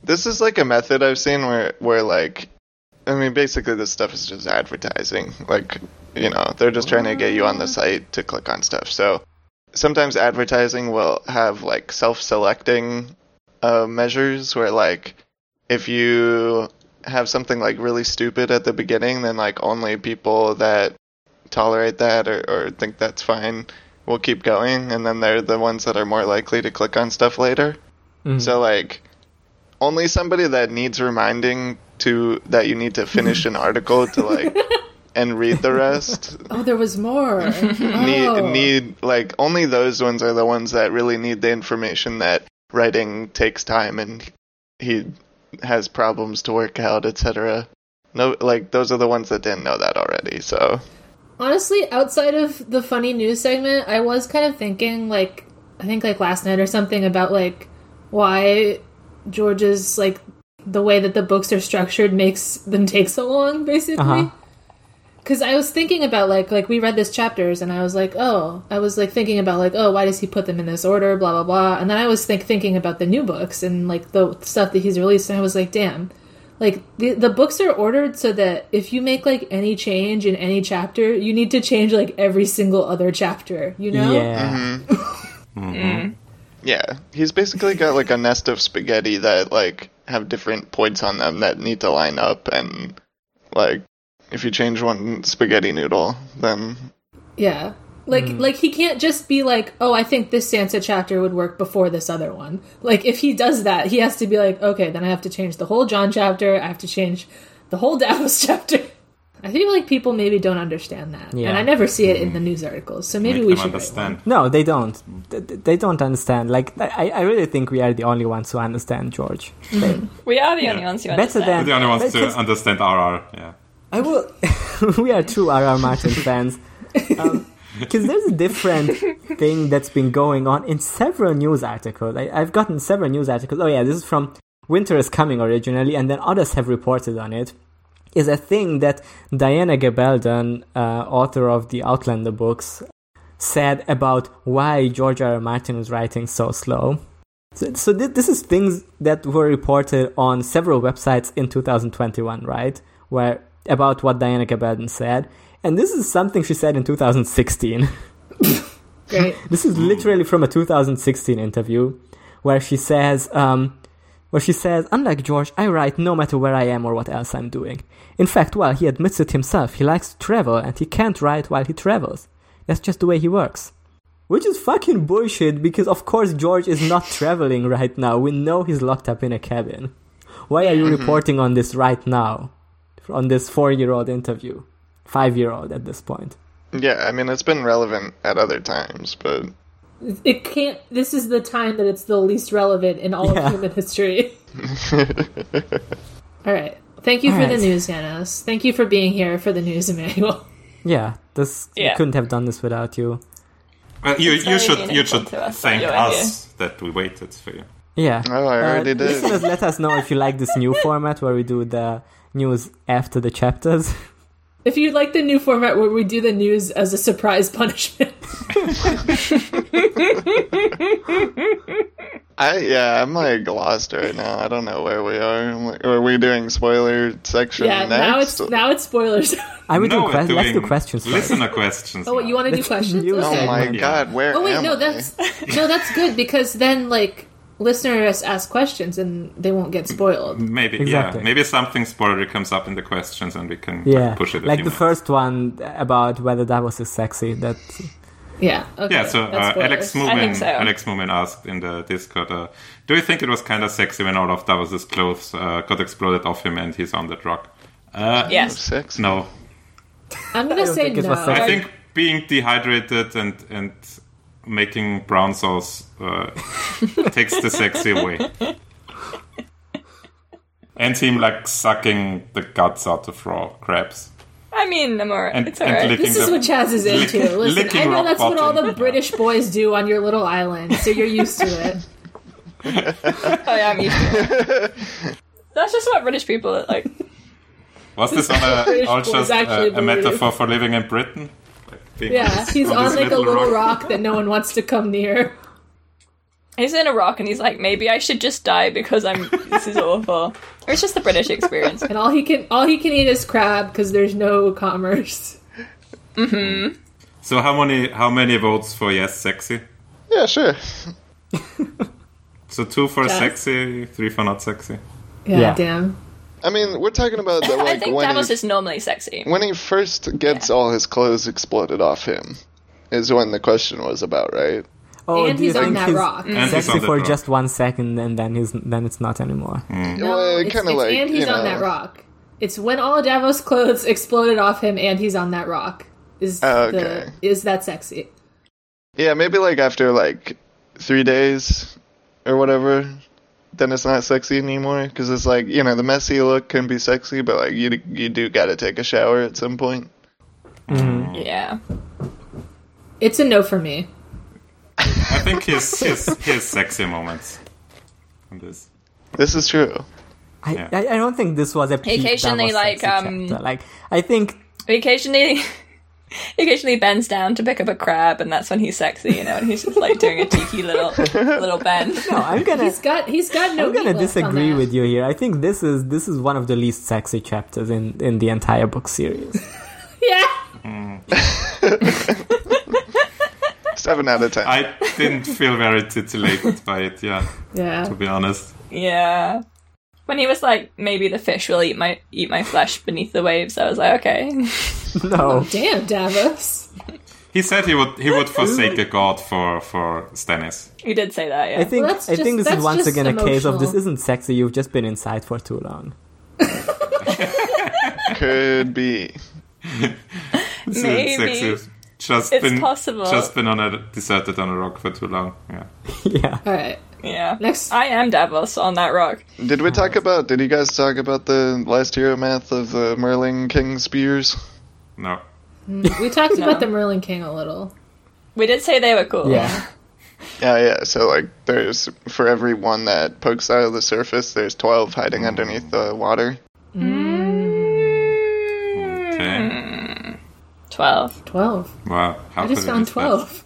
Speaker 6: This is like a method I've seen where where like I mean, basically, this stuff is just advertising. Like, you know, they're just trying to get you on the site to click on stuff. So sometimes advertising will have like self-selecting uh, measures where, like, if you have something like really stupid at the beginning, then like only people that tolerate that or, or think that's fine will keep going, and then they're the ones that are more likely to click on stuff later.
Speaker 4: Mm-hmm.
Speaker 6: So like only somebody that needs reminding to that you need to finish an article to like and read the rest
Speaker 2: Oh, there was more.
Speaker 6: need
Speaker 2: oh.
Speaker 6: need like only those ones are the ones that really need the information that writing takes time and he has problems to work out etc no like those are the ones that didn't know that already so
Speaker 2: Honestly, outside of the funny news segment, I was kind of thinking like I think like last night or something about like why George's like the way that the books are structured makes them take so long basically.
Speaker 4: Uh-huh.
Speaker 2: Cuz I was thinking about like like we read this chapters and I was like, "Oh, I was like thinking about like, oh, why does he put them in this order, blah blah blah." And then I was think thinking about the new books and like the stuff that he's released and I was like, "Damn, like the, the books are ordered so that if you make like any change in any chapter you need to change like every single other chapter you know
Speaker 4: Yeah.
Speaker 6: yeah he's basically got like a nest of spaghetti that like have different points on them that need to line up and like if you change one spaghetti noodle then
Speaker 2: yeah like
Speaker 4: Mm.
Speaker 2: like he can't just be like oh i think this sansa chapter would work before this other one like if he does that he has to be like okay then i have to change the whole john chapter i have to change the whole davos chapter i feel like people maybe don't understand that
Speaker 4: Yeah.
Speaker 2: and i never see it in the news articles so maybe
Speaker 5: Make
Speaker 2: we should write
Speaker 5: them
Speaker 2: one.
Speaker 5: understand.
Speaker 4: No, they don't. Th- th- They don't understand. Like, I, I really think we are the only ones who understand George.
Speaker 3: We are the only ones who
Speaker 4: Better
Speaker 3: understand.
Speaker 5: We're
Speaker 4: than
Speaker 5: the only ones to
Speaker 4: because
Speaker 5: understand RR. Yeah.
Speaker 4: I will. we are true R.R. Martin fans. Because there's a different thing that's been going on in several news articles. I, I've gotten several news articles. Oh, yeah, this is from Winter is Coming originally, and then others have reported on it. Is a thing that Diana Gabaldon, uh, author of the Outlander books, said about why George R. R. Martin was writing so slow. So, so thi- this is things that were reported on several websites in 2021, right? Where about what Diana Gabaldon said, and this is something she said in 2016.
Speaker 2: great
Speaker 4: This is literally from a 2016 interview where she says, um, where she says, unlike George, I write no matter where I am or what else I'm doing. In fact, while he admits it himself, he likes to travel and he can't write while he travels. That's just the way he works. Which is fucking bullshit because of course George is not traveling right now. We know he's locked up in a cabin. Why are you reporting on this right now? On this four year old interview? Five year old at this point.
Speaker 6: yeah i mean it's been relevant at other times but
Speaker 2: it can't this is the time that it's the least relevant in all
Speaker 4: Yeah.
Speaker 2: of human history all right thank you
Speaker 4: All
Speaker 2: for the
Speaker 4: right.
Speaker 2: news Yanos. thank you for being here for the news emmanuel
Speaker 4: Yeah, this we
Speaker 3: Yeah.
Speaker 4: couldn't have done this without you.
Speaker 5: Well, Uh, you,
Speaker 3: very
Speaker 5: you should you
Speaker 3: meaningful
Speaker 5: should
Speaker 3: to us,
Speaker 5: thank
Speaker 3: your
Speaker 5: us that we waited for you.
Speaker 4: Yeah.
Speaker 6: Oh, I already did.
Speaker 4: Listeners, let us know if you like this new format where we do the news after the chapters.
Speaker 2: if you like the new format where we do the news as a surprise punishment
Speaker 6: I yeah, I'm like lost right now. I don't know where we are. I'm like, are we doing spoiler section
Speaker 2: yeah now
Speaker 6: next?
Speaker 2: it's now it's spoilers
Speaker 4: I would do
Speaker 5: we're
Speaker 4: que- let's do
Speaker 5: doing
Speaker 4: questions first.
Speaker 5: Listener questions.
Speaker 2: oh what, you want to do
Speaker 4: That's
Speaker 2: questions
Speaker 4: news.
Speaker 6: oh
Speaker 2: okay.
Speaker 6: my
Speaker 5: Yeah.
Speaker 6: god, where
Speaker 2: oh wait
Speaker 6: am
Speaker 2: no
Speaker 6: I?
Speaker 2: that's no that's good because then like listeners ask questions and they won't get spoiled
Speaker 5: Maybe
Speaker 4: Exactly.
Speaker 5: yeah. Maybe something spoilery comes up in the questions, and we can like,
Speaker 4: Yeah,
Speaker 5: push it. a
Speaker 4: like
Speaker 5: few
Speaker 4: the
Speaker 5: minutes.
Speaker 4: first one about whether Davos is sexy. That
Speaker 2: yeah okay
Speaker 5: Yeah, so uh,
Speaker 2: that's
Speaker 5: Alex
Speaker 2: spoilers.
Speaker 3: I think
Speaker 5: Moomin,
Speaker 3: so.
Speaker 5: Alex Moomin asked in the Discord, uh, "Do you think it was kind of sexy when all of Davos's clothes uh, got exploded off him and he's on the drug?" Uh,
Speaker 3: Yes.
Speaker 6: Oh, six?
Speaker 5: No,
Speaker 2: i'm gonna say
Speaker 4: think it
Speaker 2: no
Speaker 4: was
Speaker 5: I
Speaker 4: Like-
Speaker 5: think being dehydrated and and making brown sauce uh, takes the sexy away. And him like sucking the guts out of raw crabs.
Speaker 3: I mean, I'm alright.
Speaker 5: And-
Speaker 3: it's
Speaker 5: and
Speaker 3: alright.
Speaker 5: licking
Speaker 2: This is
Speaker 5: the-
Speaker 2: what Chaz is into.
Speaker 5: Lick-
Speaker 2: Listen,
Speaker 5: licking
Speaker 2: I know
Speaker 5: rock
Speaker 2: that's what all
Speaker 5: bottom.
Speaker 2: the British boys do on your little island, so you're used to it.
Speaker 3: Oh, I am used to it. That's just what British people are like.
Speaker 5: Was this on a, all
Speaker 2: boys
Speaker 5: just
Speaker 2: actually
Speaker 5: a, a
Speaker 2: believe.
Speaker 5: metaphor for living in Britain? Like being
Speaker 2: Yeah, he's on
Speaker 5: this
Speaker 2: like a little rock that no one wants to come near.
Speaker 3: He's in a rock and he's like, maybe I should just die because I'm. this is awful. It's just the British experience.
Speaker 2: And all he can all he can eat is crab because there's no commerce.
Speaker 5: So how many how many votes for yes sexy?
Speaker 6: Yeah, sure.
Speaker 5: So two for
Speaker 2: Yes.
Speaker 5: sexy, three for not
Speaker 2: Mm.
Speaker 5: sexy.
Speaker 2: Yeah,
Speaker 4: Yeah.
Speaker 2: damn.
Speaker 6: I mean, we're talking about the,
Speaker 3: I
Speaker 6: like
Speaker 3: think
Speaker 6: when
Speaker 3: Davos
Speaker 6: he,
Speaker 3: is normally sexy.
Speaker 6: when he first gets all his clothes exploded off him is when the question was about, right?
Speaker 4: Oh,
Speaker 2: and
Speaker 4: do you
Speaker 2: he's on
Speaker 4: think
Speaker 2: that
Speaker 4: he's
Speaker 2: rock.
Speaker 6: Mm.
Speaker 5: And he's
Speaker 4: sexy
Speaker 5: on that
Speaker 4: for
Speaker 5: rock. Mm,
Speaker 4: just one second and then he's then it's not anymore?
Speaker 2: Mm-hmm. No,
Speaker 6: Well, it
Speaker 2: it's,
Speaker 6: kinda
Speaker 2: it's
Speaker 6: like,
Speaker 2: and he's
Speaker 6: you
Speaker 2: on
Speaker 6: know.
Speaker 2: that rock. It's when all of Davos' clothes exploded off him, and he's on that rock. Is
Speaker 6: Oh, okay.
Speaker 2: the, is that sexy?
Speaker 6: Yeah, maybe like after like three days or whatever, then it's not sexy anymore. Because it's like you know the messy look can be sexy, but like you you do gotta take a shower at some point.
Speaker 4: Mm-hmm.
Speaker 3: Yeah.
Speaker 2: It's a no for me.
Speaker 5: I think his his his sexy moments. On this.
Speaker 6: This is true.
Speaker 4: I,
Speaker 5: Yeah.
Speaker 4: I, I don't think this was a peak
Speaker 3: Occasionally,
Speaker 4: Davos
Speaker 3: like,
Speaker 4: sexy
Speaker 3: um,
Speaker 4: chapter. like I think
Speaker 3: He occasionally, he occasionally bends down to pick up a crab, and that's when he's sexy, you know. And he's just like doing a cheeky little little bend.
Speaker 4: no, oh, I'm gonna
Speaker 2: He's got he's got no.
Speaker 4: I'm gonna
Speaker 2: meatloaf on
Speaker 4: disagree
Speaker 2: that.
Speaker 4: with you here. I think this is this is one of the least sexy chapters in in the entire book series.
Speaker 2: Yeah,
Speaker 6: Seven out of ten.
Speaker 5: I didn't feel very titillated by it, yeah,
Speaker 2: yeah.
Speaker 5: to be honest.
Speaker 3: Yeah. When he was like, maybe the fish will eat my eat my flesh beneath the waves, I was like, okay.
Speaker 4: no,
Speaker 2: Damn Davos.
Speaker 5: He said he would he would forsake a god for for Stannis.
Speaker 3: He did say that, yeah.
Speaker 4: I think
Speaker 2: Well, that's
Speaker 4: I think
Speaker 2: just-
Speaker 4: this
Speaker 2: that's
Speaker 4: is once
Speaker 2: just
Speaker 4: again a case of this
Speaker 2: emotional.
Speaker 4: isn't sexy. You've just been inside for too long.
Speaker 6: Could be.
Speaker 5: This is
Speaker 3: Maybe.
Speaker 5: sexy. Just
Speaker 3: It's
Speaker 5: been
Speaker 3: possible.
Speaker 5: just been on a deserted on a rock for too long. Yeah.
Speaker 4: yeah,
Speaker 2: All right,
Speaker 3: yeah.
Speaker 2: next.
Speaker 3: I am Davos on that rock.
Speaker 6: Did we talk about? Did you guys talk about the last hero math of the Merlin King spears?
Speaker 5: No.
Speaker 2: We talked
Speaker 3: No.
Speaker 2: about the Merlin King a little.
Speaker 3: We did say they were cool.
Speaker 4: yeah,
Speaker 6: Yeah, yeah. So like, there's for every one that pokes out of the surface, there's twelve
Speaker 3: Mm.
Speaker 6: hiding underneath the water.
Speaker 5: Okay.
Speaker 3: Twelve.
Speaker 2: Twelve.
Speaker 5: Wow. How
Speaker 2: Hmm. I just
Speaker 5: could we
Speaker 2: found
Speaker 5: miss that?
Speaker 2: twelve.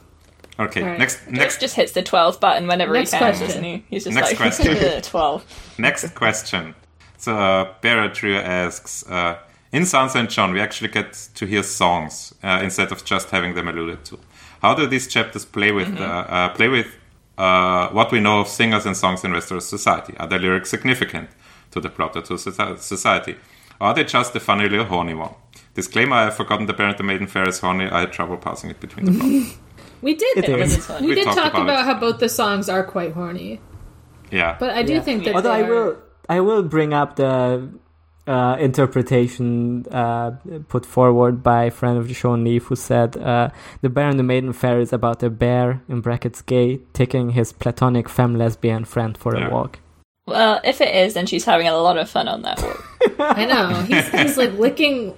Speaker 5: Okay.
Speaker 2: Alright.
Speaker 5: Next
Speaker 3: Next
Speaker 5: next
Speaker 3: just hits the twelve button whenever
Speaker 2: Next
Speaker 3: he can,
Speaker 2: question.
Speaker 3: doesn't he? He's just
Speaker 5: Next
Speaker 3: like
Speaker 5: question.
Speaker 3: "Ugh, twelve.
Speaker 5: Next question. So uh, Beratria asks, uh, in Sansa and John, we actually get to hear songs uh, instead of just having them alluded to. How do these chapters play with uh, uh, play with uh, what we know of singers and songs in Westeros society? Are their lyrics significant to the plot or to soci- society? Or are they just a funny little horny one? Disclaimer: I have forgotten the parent and maiden fair is horny. I had trouble passing it between the plots.
Speaker 2: We did.
Speaker 4: it
Speaker 3: It
Speaker 4: is.
Speaker 3: was fun.
Speaker 2: We,
Speaker 5: We
Speaker 2: did
Speaker 5: talked
Speaker 2: talk
Speaker 5: about
Speaker 2: about,
Speaker 5: it.
Speaker 2: how both the songs are quite horny,
Speaker 5: yeah,
Speaker 2: but I do
Speaker 4: Yeah.
Speaker 2: think that.
Speaker 4: Although
Speaker 2: they
Speaker 4: I
Speaker 2: are-
Speaker 4: will, I will bring up the uh, interpretation uh, put forward by a friend of the show, Neve, who said uh, the Bear and the Maiden Fair is about a bear in brackets gay taking his platonic femme lesbian friend for
Speaker 5: Yeah.
Speaker 4: a walk.
Speaker 3: Well, if it is, then she's having a lot of fun on that walk.
Speaker 2: I know he's, he's like licking.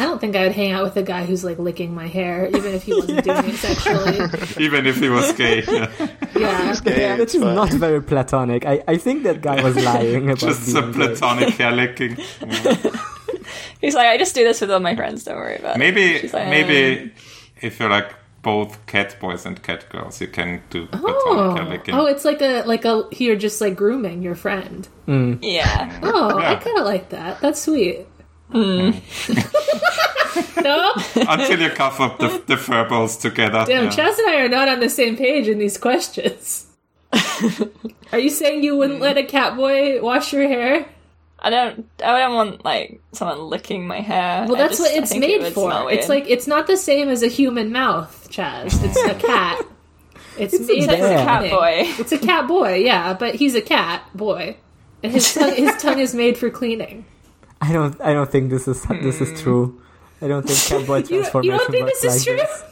Speaker 2: I don't think I would hang out with a guy who's like licking my hair, even if he wasn't doing it sexually.
Speaker 5: even if he was gay,
Speaker 2: Yeah,
Speaker 6: Yeah,
Speaker 4: Yeah, which
Speaker 6: it's
Speaker 4: is
Speaker 6: fine.
Speaker 4: not very platonic. I, I think that guy was lying about
Speaker 5: just a
Speaker 4: being gay.
Speaker 5: platonic hair licking.
Speaker 3: He's like, I just do this with all my friends, don't worry about it.
Speaker 5: Maybe
Speaker 3: She's like, "Um,
Speaker 2: um,
Speaker 5: maybe if you're like both cat boys and cat girls, you can do platonic hair
Speaker 2: Oh,
Speaker 5: licking.
Speaker 2: oh, it's like a like a you're just like grooming your friend.
Speaker 3: Yeah.
Speaker 2: Oh, I
Speaker 5: Yeah.
Speaker 2: kind of like that. That's sweet.
Speaker 4: Hmm.
Speaker 2: no,
Speaker 5: Until you cuff up the, the fur balls together.
Speaker 2: damn,
Speaker 5: yeah.
Speaker 2: Chaz and I are not on the same page in these questions. are you saying you wouldn't let a cat boy wash your hair?
Speaker 3: I don't. I don't want like someone licking my hair.
Speaker 2: Well,
Speaker 3: I
Speaker 2: that's
Speaker 3: just- I
Speaker 2: what it's
Speaker 3: think it
Speaker 2: made
Speaker 3: would smell
Speaker 2: for. It's
Speaker 3: weird.
Speaker 2: like it's not the same as a human mouth, Chaz. It's a cat. It's, made
Speaker 4: bear.
Speaker 2: as a cat
Speaker 3: Cat boy.
Speaker 2: It's a cat boy, yeah, but he's a cat boy, and his tongue, his tongue is made for cleaning.
Speaker 4: I don't I don't think this is this is true. I don't think Catboy
Speaker 2: Hmm. You,
Speaker 4: transformation
Speaker 2: you don't think
Speaker 4: works
Speaker 2: this is
Speaker 4: like
Speaker 2: true?
Speaker 4: this.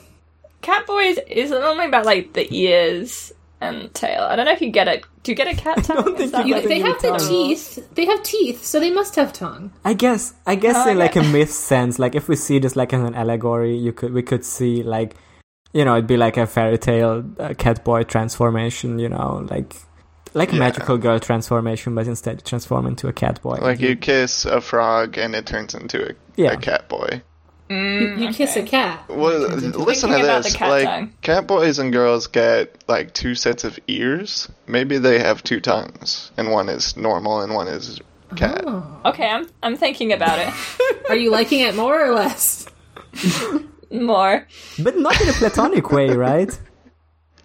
Speaker 3: cat boys is only about like the ears and tail. I don't know if you get it. Do you get a cat tongue?
Speaker 4: don't
Speaker 3: Is
Speaker 4: think
Speaker 3: that
Speaker 4: you
Speaker 3: what
Speaker 4: get
Speaker 2: They
Speaker 4: You
Speaker 2: have the
Speaker 4: tongue.
Speaker 2: teeth. They have teeth, so they must have tongue.
Speaker 4: I guess I guess
Speaker 3: Oh,
Speaker 4: in like
Speaker 3: yeah.
Speaker 4: a myth sense, like if we see this like as an allegory, you could we could see like you know it'd be like a fairy tale uh, Catboy transformation, you know, like like a
Speaker 6: Yeah.
Speaker 4: magical girl transformation, but instead you transform into a Catboy.
Speaker 6: Like you kiss a frog and it turns into a,
Speaker 4: Yeah.
Speaker 6: a cat boy.
Speaker 2: You,
Speaker 3: Mm-hmm.
Speaker 2: you kiss a cat.
Speaker 6: Well, listen to
Speaker 3: Thinking about
Speaker 6: this.
Speaker 3: the cat
Speaker 6: like,
Speaker 3: tongue.
Speaker 6: cat boys and girls get like two sets of ears. Maybe they have two tongues, and one is normal and one is cat.
Speaker 4: Oh.
Speaker 3: Okay, I'm I'm thinking about it
Speaker 2: Are you liking it more or less?
Speaker 3: more.
Speaker 4: But not in a platonic way, right?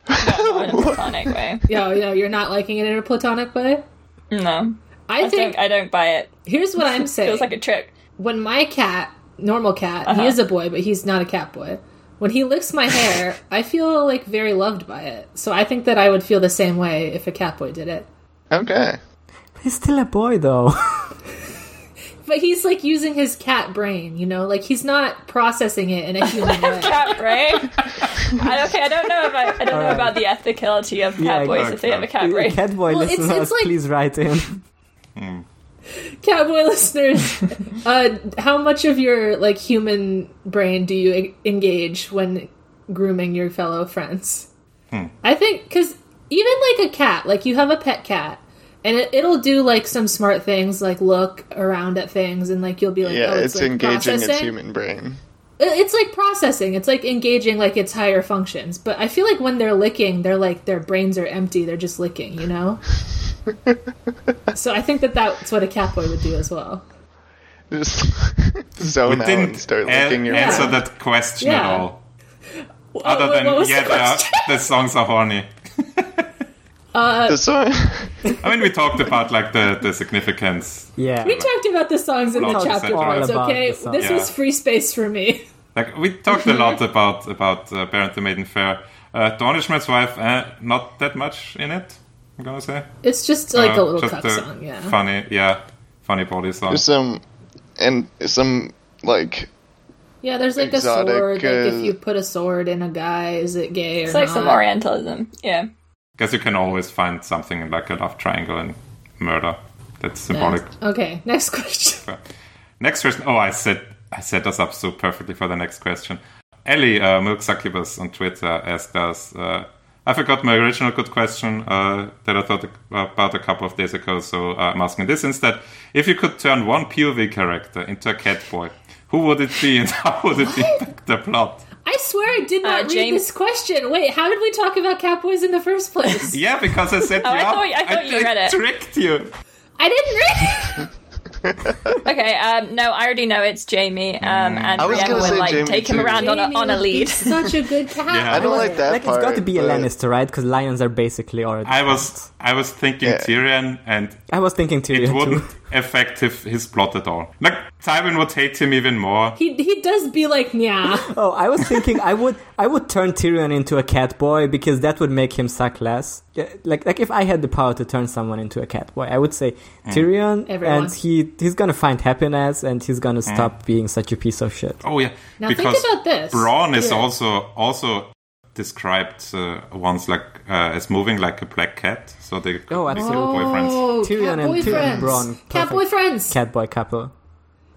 Speaker 3: No, in a platonic way.
Speaker 2: Yo, yo, you're not liking it in a platonic way.
Speaker 3: No,
Speaker 2: I,
Speaker 3: I
Speaker 2: think
Speaker 3: don't. I don't buy it.
Speaker 2: here's what I'm saying.
Speaker 3: Feels like a trick.
Speaker 2: when my cat, normal cat, he is a boy, but he's not a cat boy. When he licks my hair, I feel like very loved by it. So I think that I would feel the same way if a cat boy did it.
Speaker 6: Okay.
Speaker 4: He's still a boy, though.
Speaker 2: But he's like using his cat brain, you know, like he's not processing it in a human way.
Speaker 3: Cat brain. I, okay, I don't know about I don't know
Speaker 4: Alright.
Speaker 3: about the ethicality of cat
Speaker 4: Uh, Yeah,
Speaker 3: boys
Speaker 4: okay.
Speaker 3: if they have a cat brain.
Speaker 4: Cat boy
Speaker 2: Well, it's-
Speaker 4: listeners,
Speaker 2: it's like-
Speaker 4: please write in.
Speaker 2: Catboy listeners, uh, how much of your like human brain do you e- engage when grooming your fellow friends?
Speaker 6: Hmm.
Speaker 2: I think because even like a cat, like you have a pet cat, and it, it'll do like some smart things, like look around at things, and like you'll be like,
Speaker 6: Yeah,
Speaker 2: oh,
Speaker 6: it's,
Speaker 2: like,
Speaker 6: engaging its
Speaker 2: processing.
Speaker 6: human brain.
Speaker 2: It- It's like processing. It's like engaging like its higher functions. But I feel like when they're licking, they're like their brains are empty. They're just licking, you know. so I think that that's what a catboy would do as well.
Speaker 6: Just zone out and
Speaker 5: an-
Speaker 6: start licking your
Speaker 5: answer
Speaker 6: brain.
Speaker 5: that question at
Speaker 2: Yeah.
Speaker 5: all.
Speaker 2: What-
Speaker 5: Other
Speaker 2: Oh, what-
Speaker 5: than
Speaker 2: what was
Speaker 5: yeah,
Speaker 2: the
Speaker 5: they are,
Speaker 2: question?
Speaker 5: the songs are horny.
Speaker 6: The song-
Speaker 5: I mean, we talked about like the, the significance.
Speaker 4: Yeah.
Speaker 2: we talked about the songs in the
Speaker 5: Well,
Speaker 2: chapter
Speaker 5: all
Speaker 2: notes.
Speaker 4: about
Speaker 2: Okay,
Speaker 4: the songs.
Speaker 2: this was
Speaker 5: Yeah.
Speaker 2: free space for me.
Speaker 5: Like we talked a
Speaker 2: Mm-hmm.
Speaker 5: lot about about uh, Baron the Maiden Fair. Uh, Dornishmann's wife, uh, not that much in it. I'm gonna say
Speaker 2: It's just like
Speaker 5: Uh,
Speaker 2: a little
Speaker 5: just
Speaker 2: cuck
Speaker 5: a
Speaker 2: song, yeah.
Speaker 5: funny, yeah, funny body song.
Speaker 4: Oh.
Speaker 6: there's some, and some like
Speaker 2: Yeah, there's like
Speaker 6: Exotic,
Speaker 2: a sword. Like
Speaker 6: uh,
Speaker 2: if you put a sword in a guy, is it gay or
Speaker 3: It's like
Speaker 2: not?
Speaker 3: some Orientalism. Yeah.
Speaker 5: Guess you can always find something in like a love triangle and murder. That's symbolic.
Speaker 2: Okay, next question.
Speaker 5: Next question. Oh, I set I set us up so perfectly for the next question. Ellie uh, Milk Succubus on Twitter asked us. Uh, I forgot my original good question uh, that I thought about a couple of days ago, so uh, I'm asking this instead. If you could turn one POV character into a cat boy, who would it be and how would it impact the plot?
Speaker 2: I swear I did not read
Speaker 3: Uh, James-
Speaker 2: this question. Wait, how did we talk about catboys in the first place?
Speaker 5: Yeah, because I set
Speaker 3: Oh,
Speaker 5: you
Speaker 3: I
Speaker 5: up.
Speaker 3: thought- I thought you
Speaker 5: I
Speaker 3: read it.
Speaker 5: tricked you.
Speaker 2: I didn't read. it.
Speaker 3: Okay. Um, no, I already know it's Jamie. Um, and
Speaker 6: Mm. was
Speaker 3: Brianna
Speaker 6: gonna
Speaker 3: would
Speaker 6: say
Speaker 3: like
Speaker 6: Jamie
Speaker 3: take him
Speaker 6: too.
Speaker 3: around on
Speaker 2: Jamie
Speaker 3: a, on a
Speaker 2: would be
Speaker 3: lead.
Speaker 2: Such a good cat.
Speaker 5: Yeah.
Speaker 6: I don't like that
Speaker 4: like,
Speaker 6: part.
Speaker 4: it's got to be a
Speaker 6: but
Speaker 4: Lannister, right? Because lions are basically already.
Speaker 5: I was I was thinking
Speaker 6: Yeah.
Speaker 5: Tyrion and
Speaker 4: I was thinking
Speaker 5: it
Speaker 4: Tyrion
Speaker 5: wouldn't
Speaker 4: too.
Speaker 5: affect his, his plot at all. Like Tywin would hate him even more.
Speaker 2: He he does be like yeah.
Speaker 4: Oh, I was thinking I would I would turn Tyrion into a cat boy because that would make him suck less. Yeah, Like like if I had the power to turn someone into a cat boy, I would say Tyrion,
Speaker 2: Everyone.
Speaker 4: and he he's gonna find happiness and he's gonna stop being such a piece of shit.
Speaker 5: Oh yeah,
Speaker 2: Now think about this.
Speaker 5: Braun is
Speaker 2: Yeah.
Speaker 5: also also described uh, once like uh, as moving like a black cat, so they could
Speaker 4: Oh,
Speaker 5: be good
Speaker 4: absolutely.
Speaker 5: boyfriends.
Speaker 2: Oh,
Speaker 4: Tyrion
Speaker 2: cat
Speaker 4: and-
Speaker 2: boyfriends.
Speaker 4: Tyrion and Bronn,
Speaker 2: Cat
Speaker 4: perfect.
Speaker 2: boyfriends.
Speaker 4: Cat boy couple.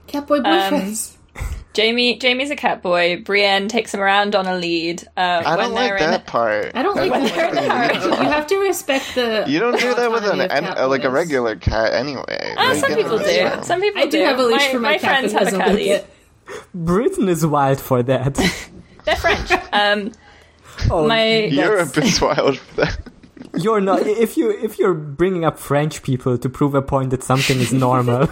Speaker 2: Cat
Speaker 3: Um,
Speaker 2: boy boyfriends.
Speaker 3: Jamie. Jamie's a cat boy. Brienne takes him around on a lead. Uh,
Speaker 6: I
Speaker 3: when
Speaker 6: don't
Speaker 3: they're
Speaker 6: like
Speaker 3: in,
Speaker 6: that part.
Speaker 2: I don't like
Speaker 3: When
Speaker 2: that.
Speaker 3: they're in the
Speaker 2: You have to respect the.
Speaker 6: You don't do that with an,
Speaker 2: autonomy of
Speaker 6: an
Speaker 2: cat
Speaker 6: uh, like a
Speaker 2: boys.
Speaker 6: regular cat anyway.
Speaker 3: Oh, some
Speaker 6: Like, you know,
Speaker 3: people
Speaker 6: it's
Speaker 3: do.
Speaker 6: fine.
Speaker 3: Some people
Speaker 2: I do have a leash for my, cat
Speaker 3: friends
Speaker 2: that
Speaker 3: have a
Speaker 2: doesn't
Speaker 3: cat
Speaker 2: lick
Speaker 3: leash.
Speaker 2: it.
Speaker 4: Britain is wild for that.
Speaker 3: They're French. Um,
Speaker 4: Oh,
Speaker 3: my
Speaker 6: Europe is wild for that.
Speaker 4: You're not if you if you're bringing up French people to prove a point that something is normal.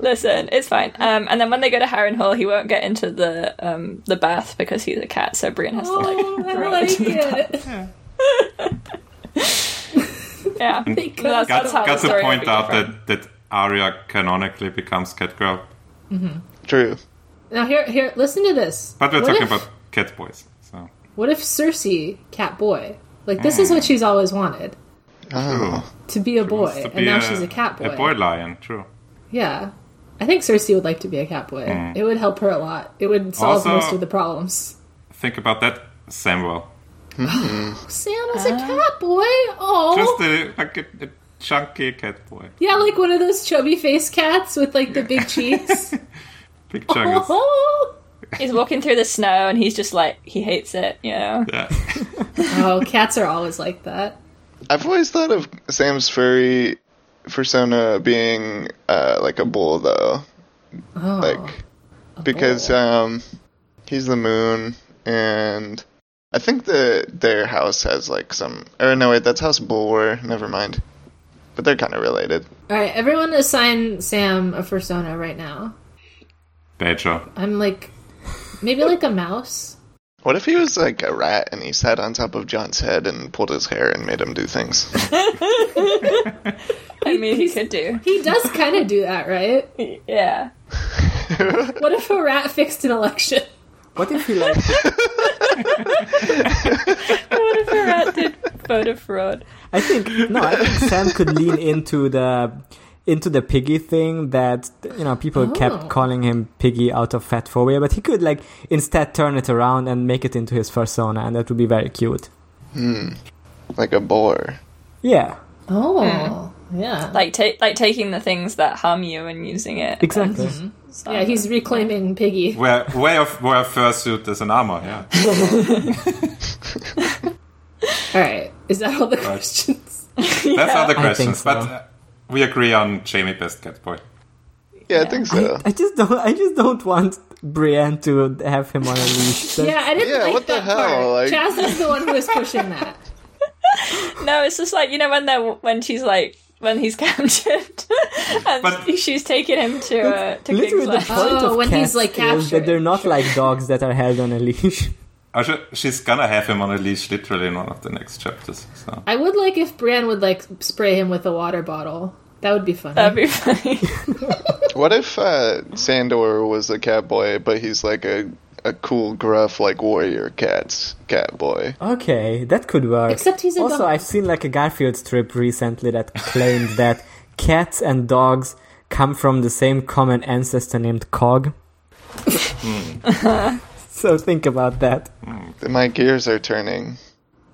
Speaker 3: listen, it's fine. Um, and then when they go to Harren Hall, he won't get into the um the bath because he's a cat. So Brienne has to like,
Speaker 2: Oh, I like it.
Speaker 3: yeah. That's,
Speaker 5: Got,
Speaker 3: that's how
Speaker 5: got
Speaker 3: the
Speaker 5: to
Speaker 3: story
Speaker 5: point
Speaker 3: would be
Speaker 5: out
Speaker 3: different.
Speaker 5: that that Arya canonically becomes Catgirl,
Speaker 6: True.
Speaker 2: Now here, here, listen to this.
Speaker 5: but we're
Speaker 2: what
Speaker 5: talking
Speaker 2: if,
Speaker 5: about cat boys. So
Speaker 2: what if Cersei, cat boy? Like this is what she's always wanted
Speaker 6: Oh.
Speaker 2: to be a boy,
Speaker 5: Hmm. Wants to be
Speaker 2: and now she's a cat boy.
Speaker 5: a boy lion. True.
Speaker 2: Yeah, I think Cersei would like to be a cat boy. It would help her a lot. It would solve
Speaker 5: Hmm. Also-
Speaker 2: most of the problems.
Speaker 5: Think about that, Samuel.
Speaker 2: Sam is
Speaker 3: Ah.
Speaker 2: a cat boy. Oh,
Speaker 5: Just a, like a, a chunky cat boy.
Speaker 2: yeah, like one of those chubby face cats with like the big cheeks.
Speaker 5: Big chungus.
Speaker 2: oh.
Speaker 3: he's walking through the snow and he's just like he hates it. You know,
Speaker 5: Yeah.
Speaker 2: Oh, cats are always like that.
Speaker 6: I've always thought of Sam's furry persona being uh, like a bull, though.
Speaker 2: Oh,
Speaker 6: Like because um, he's the moon, and I think the their house has like some. Or no, wait, that's House Bulwer. Never mind. But they're kind of related.
Speaker 2: All right, everyone assign Sam a persona right now.
Speaker 5: Badger.
Speaker 2: I'm like, maybe like a mouse.
Speaker 6: What if he was like a rat and he sat on top of John's head and pulled his hair and made him do things?
Speaker 3: I mean, he could do.
Speaker 2: He does kind of do that, right?
Speaker 3: Yeah.
Speaker 2: What if a rat fixed an election?
Speaker 4: What if you like?
Speaker 3: What if a rat did voter fraud?
Speaker 4: I think no. I think Sam could lean into the into the piggy thing that you know people
Speaker 2: Oh.
Speaker 4: kept calling him piggy out of fat phobia, but he could like instead turn it around and make it into his persona, and that would be very cute.
Speaker 6: like a boar.
Speaker 4: Yeah,
Speaker 2: Oh, yeah.
Speaker 3: Like take like taking the things that harm you and using it.
Speaker 4: exactly.
Speaker 2: Mm-hmm.
Speaker 3: as-
Speaker 2: yeah, he's reclaiming Piggy.
Speaker 5: Where way of where a fursuit is an armor, yeah.
Speaker 2: All right, is that all the questions?
Speaker 5: That's other
Speaker 4: I think
Speaker 5: questions, but
Speaker 4: so.
Speaker 5: uh, we agree on Jamie best cat boy.
Speaker 6: Yeah, I think so.
Speaker 4: I just don't. I just don't want Brienne to have him on a leash. That-
Speaker 2: Yeah, I didn't
Speaker 6: Yeah,
Speaker 2: like
Speaker 6: what the
Speaker 2: that part.
Speaker 6: hell, like-
Speaker 2: Chaz is the one who was pushing that.
Speaker 3: No, it's just like you know when they are when she's like when he's captured and
Speaker 5: But-
Speaker 3: she's taking him to uh, to King's
Speaker 4: Literally, the
Speaker 3: Landing.
Speaker 4: point
Speaker 2: Oh,
Speaker 4: of
Speaker 2: when
Speaker 4: cats
Speaker 2: he's, like,
Speaker 4: is that
Speaker 2: captured.
Speaker 4: they're not like dogs that are held on a leash.
Speaker 5: Oh, she, she's gonna have him on a leash literally in one of the next chapters. So
Speaker 2: I would like if Brienne would like spray him with a water bottle. That would be funny.
Speaker 3: That'd be funny.
Speaker 6: What if uh, Sandor was a cat boy, but he's like a, a cool, gruff, like warrior cat's cat boy?
Speaker 4: Okay, that could work.
Speaker 2: Except he's a
Speaker 4: also.
Speaker 2: dog.
Speaker 4: I've seen like a Garfield strip recently that claimed that cats and dogs come from the same common ancestor named Cog. so think about that.
Speaker 6: My gears are turning.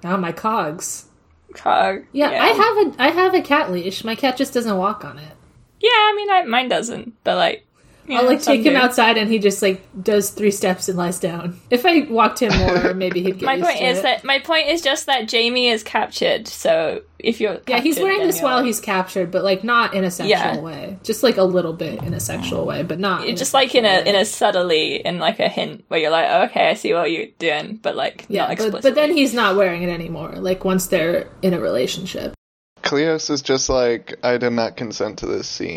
Speaker 2: Now Ah, my cogs.
Speaker 3: Cog.
Speaker 2: Yeah, I have a I have a cat leash. My cat just doesn't walk on it.
Speaker 3: Yeah, I mean, I, mine doesn't, but like, you
Speaker 2: I'll
Speaker 3: know,
Speaker 2: like
Speaker 3: some
Speaker 2: take him
Speaker 3: do.
Speaker 2: outside and he just like does three steps and lies down. If I walked him more, maybe he'd get
Speaker 3: My
Speaker 2: used
Speaker 3: point
Speaker 2: to
Speaker 3: is
Speaker 2: it.
Speaker 3: that my point is just that Jamie is captured. So if you're
Speaker 2: yeah, he's
Speaker 3: captured,
Speaker 2: wearing
Speaker 3: then
Speaker 2: this
Speaker 3: you're,
Speaker 2: while
Speaker 3: like-
Speaker 2: he's captured, but like not in a sexual
Speaker 3: Yeah.
Speaker 2: way. Just like a little bit in a sexual way, but not in a
Speaker 3: just like in a in a subtly in like a hint where you're like, oh, okay, I see what you're doing, but like
Speaker 2: yeah,
Speaker 3: not
Speaker 2: but,
Speaker 3: explicitly.
Speaker 2: but then he's not wearing it anymore. Like once they're in a relationship,
Speaker 6: Cleos is just like, I did not consent to this scene.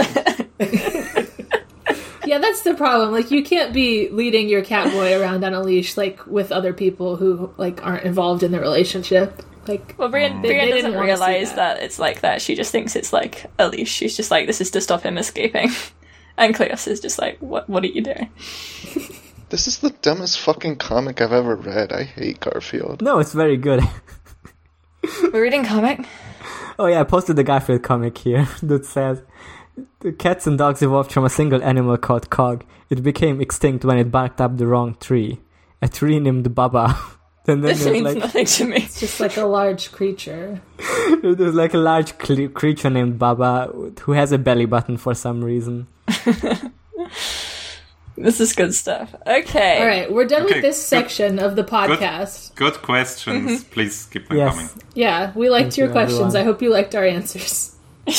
Speaker 2: yeah, that's the problem. Like you can't be leading your cat boy around on a leash like with other people who like aren't involved in the relationship. Like
Speaker 3: well,
Speaker 4: Mm.
Speaker 3: Brian,
Speaker 2: they
Speaker 3: Brian
Speaker 2: didn't
Speaker 3: doesn't
Speaker 2: wanna see
Speaker 3: realize
Speaker 2: that.
Speaker 3: that. it's like that. She just thinks it's like a leash. She's just like, this is to stop him escaping. And Cleos is just like, what? What are you doing?
Speaker 6: this is the dumbest fucking comic I've ever read. I hate Garfield.
Speaker 4: No, it's very good.
Speaker 3: We're reading comic.
Speaker 4: oh yeah, I posted the Garfield comic here that says the cats and dogs evolved from a single animal called Cog. It became extinct when it barked up the wrong tree, a tree named Baba. and then
Speaker 3: This
Speaker 4: there's
Speaker 3: means
Speaker 4: like
Speaker 3: nothing to me.
Speaker 2: it's just like a large creature.
Speaker 4: There's like a large cl- creature named Baba who has a belly button for some reason.
Speaker 3: This is good stuff. Okay.
Speaker 2: All right, we're done
Speaker 5: Okay,
Speaker 2: with this
Speaker 5: good-
Speaker 2: section of the podcast.
Speaker 5: good questions.
Speaker 2: Mm-hmm.
Speaker 5: Please keep them coming.
Speaker 4: Yes.
Speaker 2: Yeah, we liked
Speaker 4: Thank
Speaker 2: your
Speaker 4: you,
Speaker 2: questions.
Speaker 4: everyone.
Speaker 2: I hope you liked our answers.
Speaker 3: I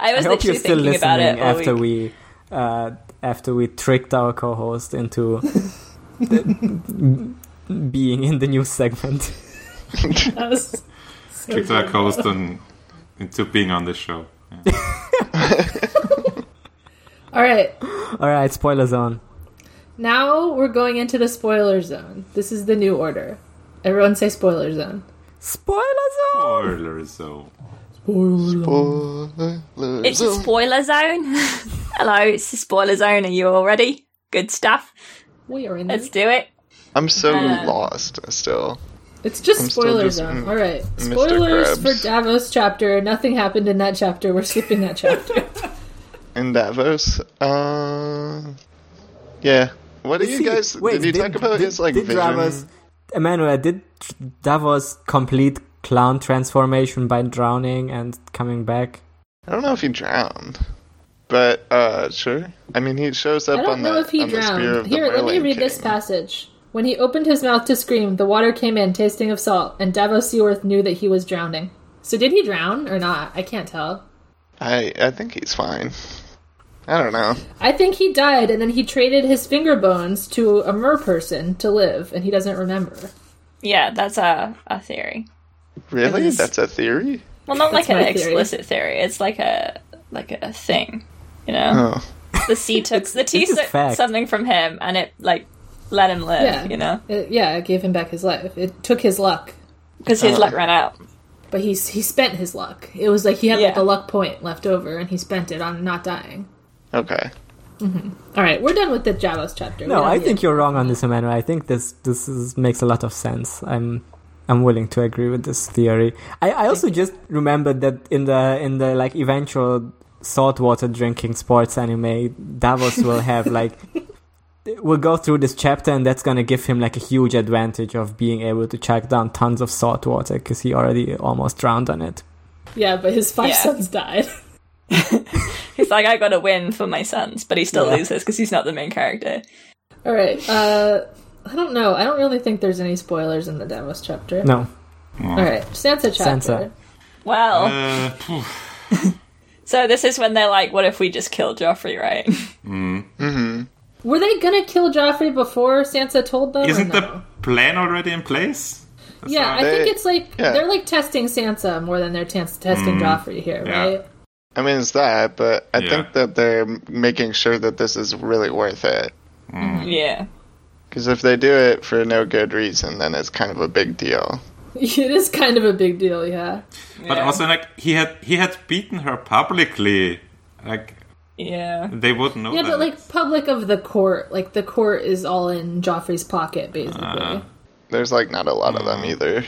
Speaker 4: I
Speaker 3: was
Speaker 4: hope
Speaker 3: literally
Speaker 4: you're still
Speaker 3: thinking about
Speaker 4: listening
Speaker 3: it all
Speaker 4: after
Speaker 3: week.
Speaker 4: we uh, after we tricked our co-host into the- being in the new segment.
Speaker 2: That was so
Speaker 5: Kicked our
Speaker 2: good.
Speaker 5: coast and into being on this show. Yeah.
Speaker 2: All right,
Speaker 4: All right, spoiler zone.
Speaker 2: now we're going into the spoiler zone. This is the new order. Everyone say spoiler zone.
Speaker 4: Spoiler zone.
Speaker 5: Spoiler zone.
Speaker 3: It's a
Speaker 6: Spoilers.
Speaker 3: spoiler zone. Hello, it's the spoiler zone. Are you all ready? Good stuff.
Speaker 2: We are in.
Speaker 3: Let's
Speaker 2: It's,
Speaker 3: do it.
Speaker 6: I'm so
Speaker 3: Uh,
Speaker 6: lost still.
Speaker 2: it's just
Speaker 6: I'm still
Speaker 2: spoiler
Speaker 6: just-
Speaker 2: zone.
Speaker 6: mm,
Speaker 2: All right, spoilers for
Speaker 6: Krabs.
Speaker 2: Davos chapter. Nothing happened in that chapter. We're skipping that chapter.
Speaker 6: In Davos? Uh, yeah. What do you
Speaker 4: See,
Speaker 6: guys. did you talk about
Speaker 4: did-
Speaker 6: his, like,
Speaker 4: did
Speaker 6: vision?
Speaker 4: Davos, Emmanuel, did Davos complete clown transformation by drowning and coming back?
Speaker 6: I don't know if he drowned, but uh, sure. I mean, he shows up
Speaker 2: I don't
Speaker 6: on
Speaker 2: know
Speaker 6: the
Speaker 2: if he
Speaker 6: on the spear
Speaker 2: drowned.
Speaker 6: of the
Speaker 2: Here, let me
Speaker 6: Merlin
Speaker 2: read this
Speaker 6: King.
Speaker 2: passage. When he opened his mouth to scream, the water came in, tasting of salt, and Davos Seaworth knew that he was drowning. So did he drown or not? I can't tell.
Speaker 6: I I think he's fine. I don't know.
Speaker 2: I think he died, and then he traded his finger bones to a mer person to live, and he doesn't remember.
Speaker 3: Yeah, that's a, a theory.
Speaker 6: Really?
Speaker 3: It's-
Speaker 6: That's a theory?
Speaker 3: Well, not
Speaker 2: That's
Speaker 3: like an
Speaker 2: my theory.
Speaker 3: explicit theory. It's like a like a thing, you know.
Speaker 6: Oh.
Speaker 3: The sea took the tea
Speaker 4: just
Speaker 3: took
Speaker 4: fact.
Speaker 3: something from him, and it like let him live,
Speaker 2: Yeah.
Speaker 3: you know,
Speaker 2: It, yeah, it gave him back his life. It took his luck,
Speaker 3: because
Speaker 2: Uh.
Speaker 3: his luck ran out.
Speaker 2: but he's he spent his luck. It was like he had like
Speaker 3: Yeah.
Speaker 2: a luck point left over, and he spent it on not dying.
Speaker 6: Okay.
Speaker 2: All right, we're done with the Javos chapter. We
Speaker 4: No,
Speaker 2: don't
Speaker 4: I
Speaker 2: need
Speaker 4: think
Speaker 2: it.
Speaker 4: you're wrong on this, Emmanuel. I think this this is, makes a lot of sense. I'm I'm willing to agree with this theory. I, I also just remembered that in the in the like eventual saltwater drinking sports anime, Davos will have like will go through this chapter, and that's gonna give him like a huge advantage of being able to check down tons of salt water because he already almost drowned on it.
Speaker 2: yeah, but his five
Speaker 3: Yeah.
Speaker 2: sons died.
Speaker 3: He's like, I got a win for my sons, but he still
Speaker 4: Yeah.
Speaker 3: loses because he's not the main character.
Speaker 2: All right, uh, I don't know. I don't really think there's any spoilers in the Davos chapter.
Speaker 4: No,
Speaker 2: All right, Sansa chapter.
Speaker 4: Sansa.
Speaker 3: Well,
Speaker 5: Uh, phew.
Speaker 3: so this is when they're like, what if we just kill Joffrey, right?
Speaker 2: Were they gonna kill Joffrey before Sansa told them? or
Speaker 5: isn't
Speaker 2: no?
Speaker 5: the plan already in place? That's
Speaker 2: Yeah,
Speaker 5: how-
Speaker 2: I think
Speaker 6: They-
Speaker 2: it's like
Speaker 6: yeah.
Speaker 2: they're like testing Sansa more than they're tans- testing Joffrey here,
Speaker 5: Mm. yeah.
Speaker 2: right?
Speaker 6: I mean, it's that, but I
Speaker 5: Yeah.
Speaker 6: think that they're making sure that this is really worth it. Mm.
Speaker 3: yeah.
Speaker 6: Because if they do it for no good reason, then it's kind of a big deal.
Speaker 2: it is kind of a big deal, yeah.
Speaker 5: But
Speaker 3: Yeah.
Speaker 5: also, like he had he had beaten her publicly. Like
Speaker 3: Yeah.
Speaker 5: they would know.
Speaker 2: Yeah,
Speaker 5: that.
Speaker 2: but like public of the court, like the court is all in Joffrey's pocket, basically.
Speaker 5: Uh-huh.
Speaker 6: There's like not a lot of them either.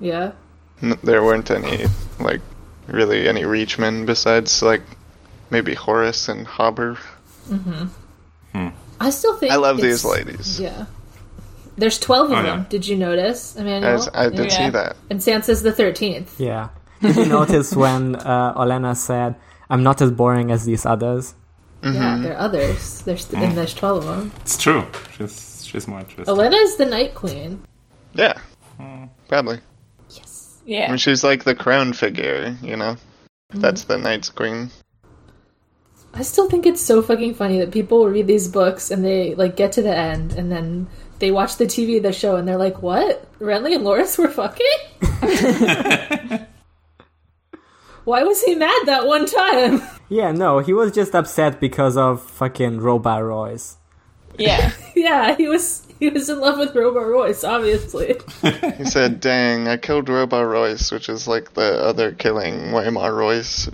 Speaker 2: yeah.
Speaker 6: N- There weren't any, like, really any Reachmen besides, like, maybe Horace and Hobber.
Speaker 2: I still think
Speaker 6: I love these
Speaker 2: it's-
Speaker 6: ladies.
Speaker 2: Yeah. There's twelve of
Speaker 5: Oh, yeah.
Speaker 2: them. Did you notice, Emmanuel?
Speaker 6: As I did
Speaker 3: Yeah.
Speaker 6: see that.
Speaker 2: and Sansa's the thirteenth.
Speaker 4: yeah. Did you notice when uh, Olena said, "I'm not as boring as these others"?
Speaker 2: Yeah,
Speaker 6: Mm-hmm.
Speaker 2: there are others. There's
Speaker 5: Mm.
Speaker 2: and there's twelve of them.
Speaker 5: it's true. She's she's more interesting.
Speaker 2: Elena's the Night Queen.
Speaker 6: Yeah. Probably. I
Speaker 3: Yeah.
Speaker 6: mean, she's like the crown figure, you know? That's the Night's Queen.
Speaker 2: I still think it's so fucking funny that people read these books and they like get to the end and then they watch the TV of the show and they're like, "What? Renly and Loris were fucking? Why was he mad that one time?"
Speaker 4: Yeah, no, he was just upset because of fucking Robar Royce.
Speaker 3: Yeah.
Speaker 2: yeah, he was he was in love with Robo Royce, obviously.
Speaker 6: He said, Dang, I killed Robar Royce, which is like the other killing Waymar Royce.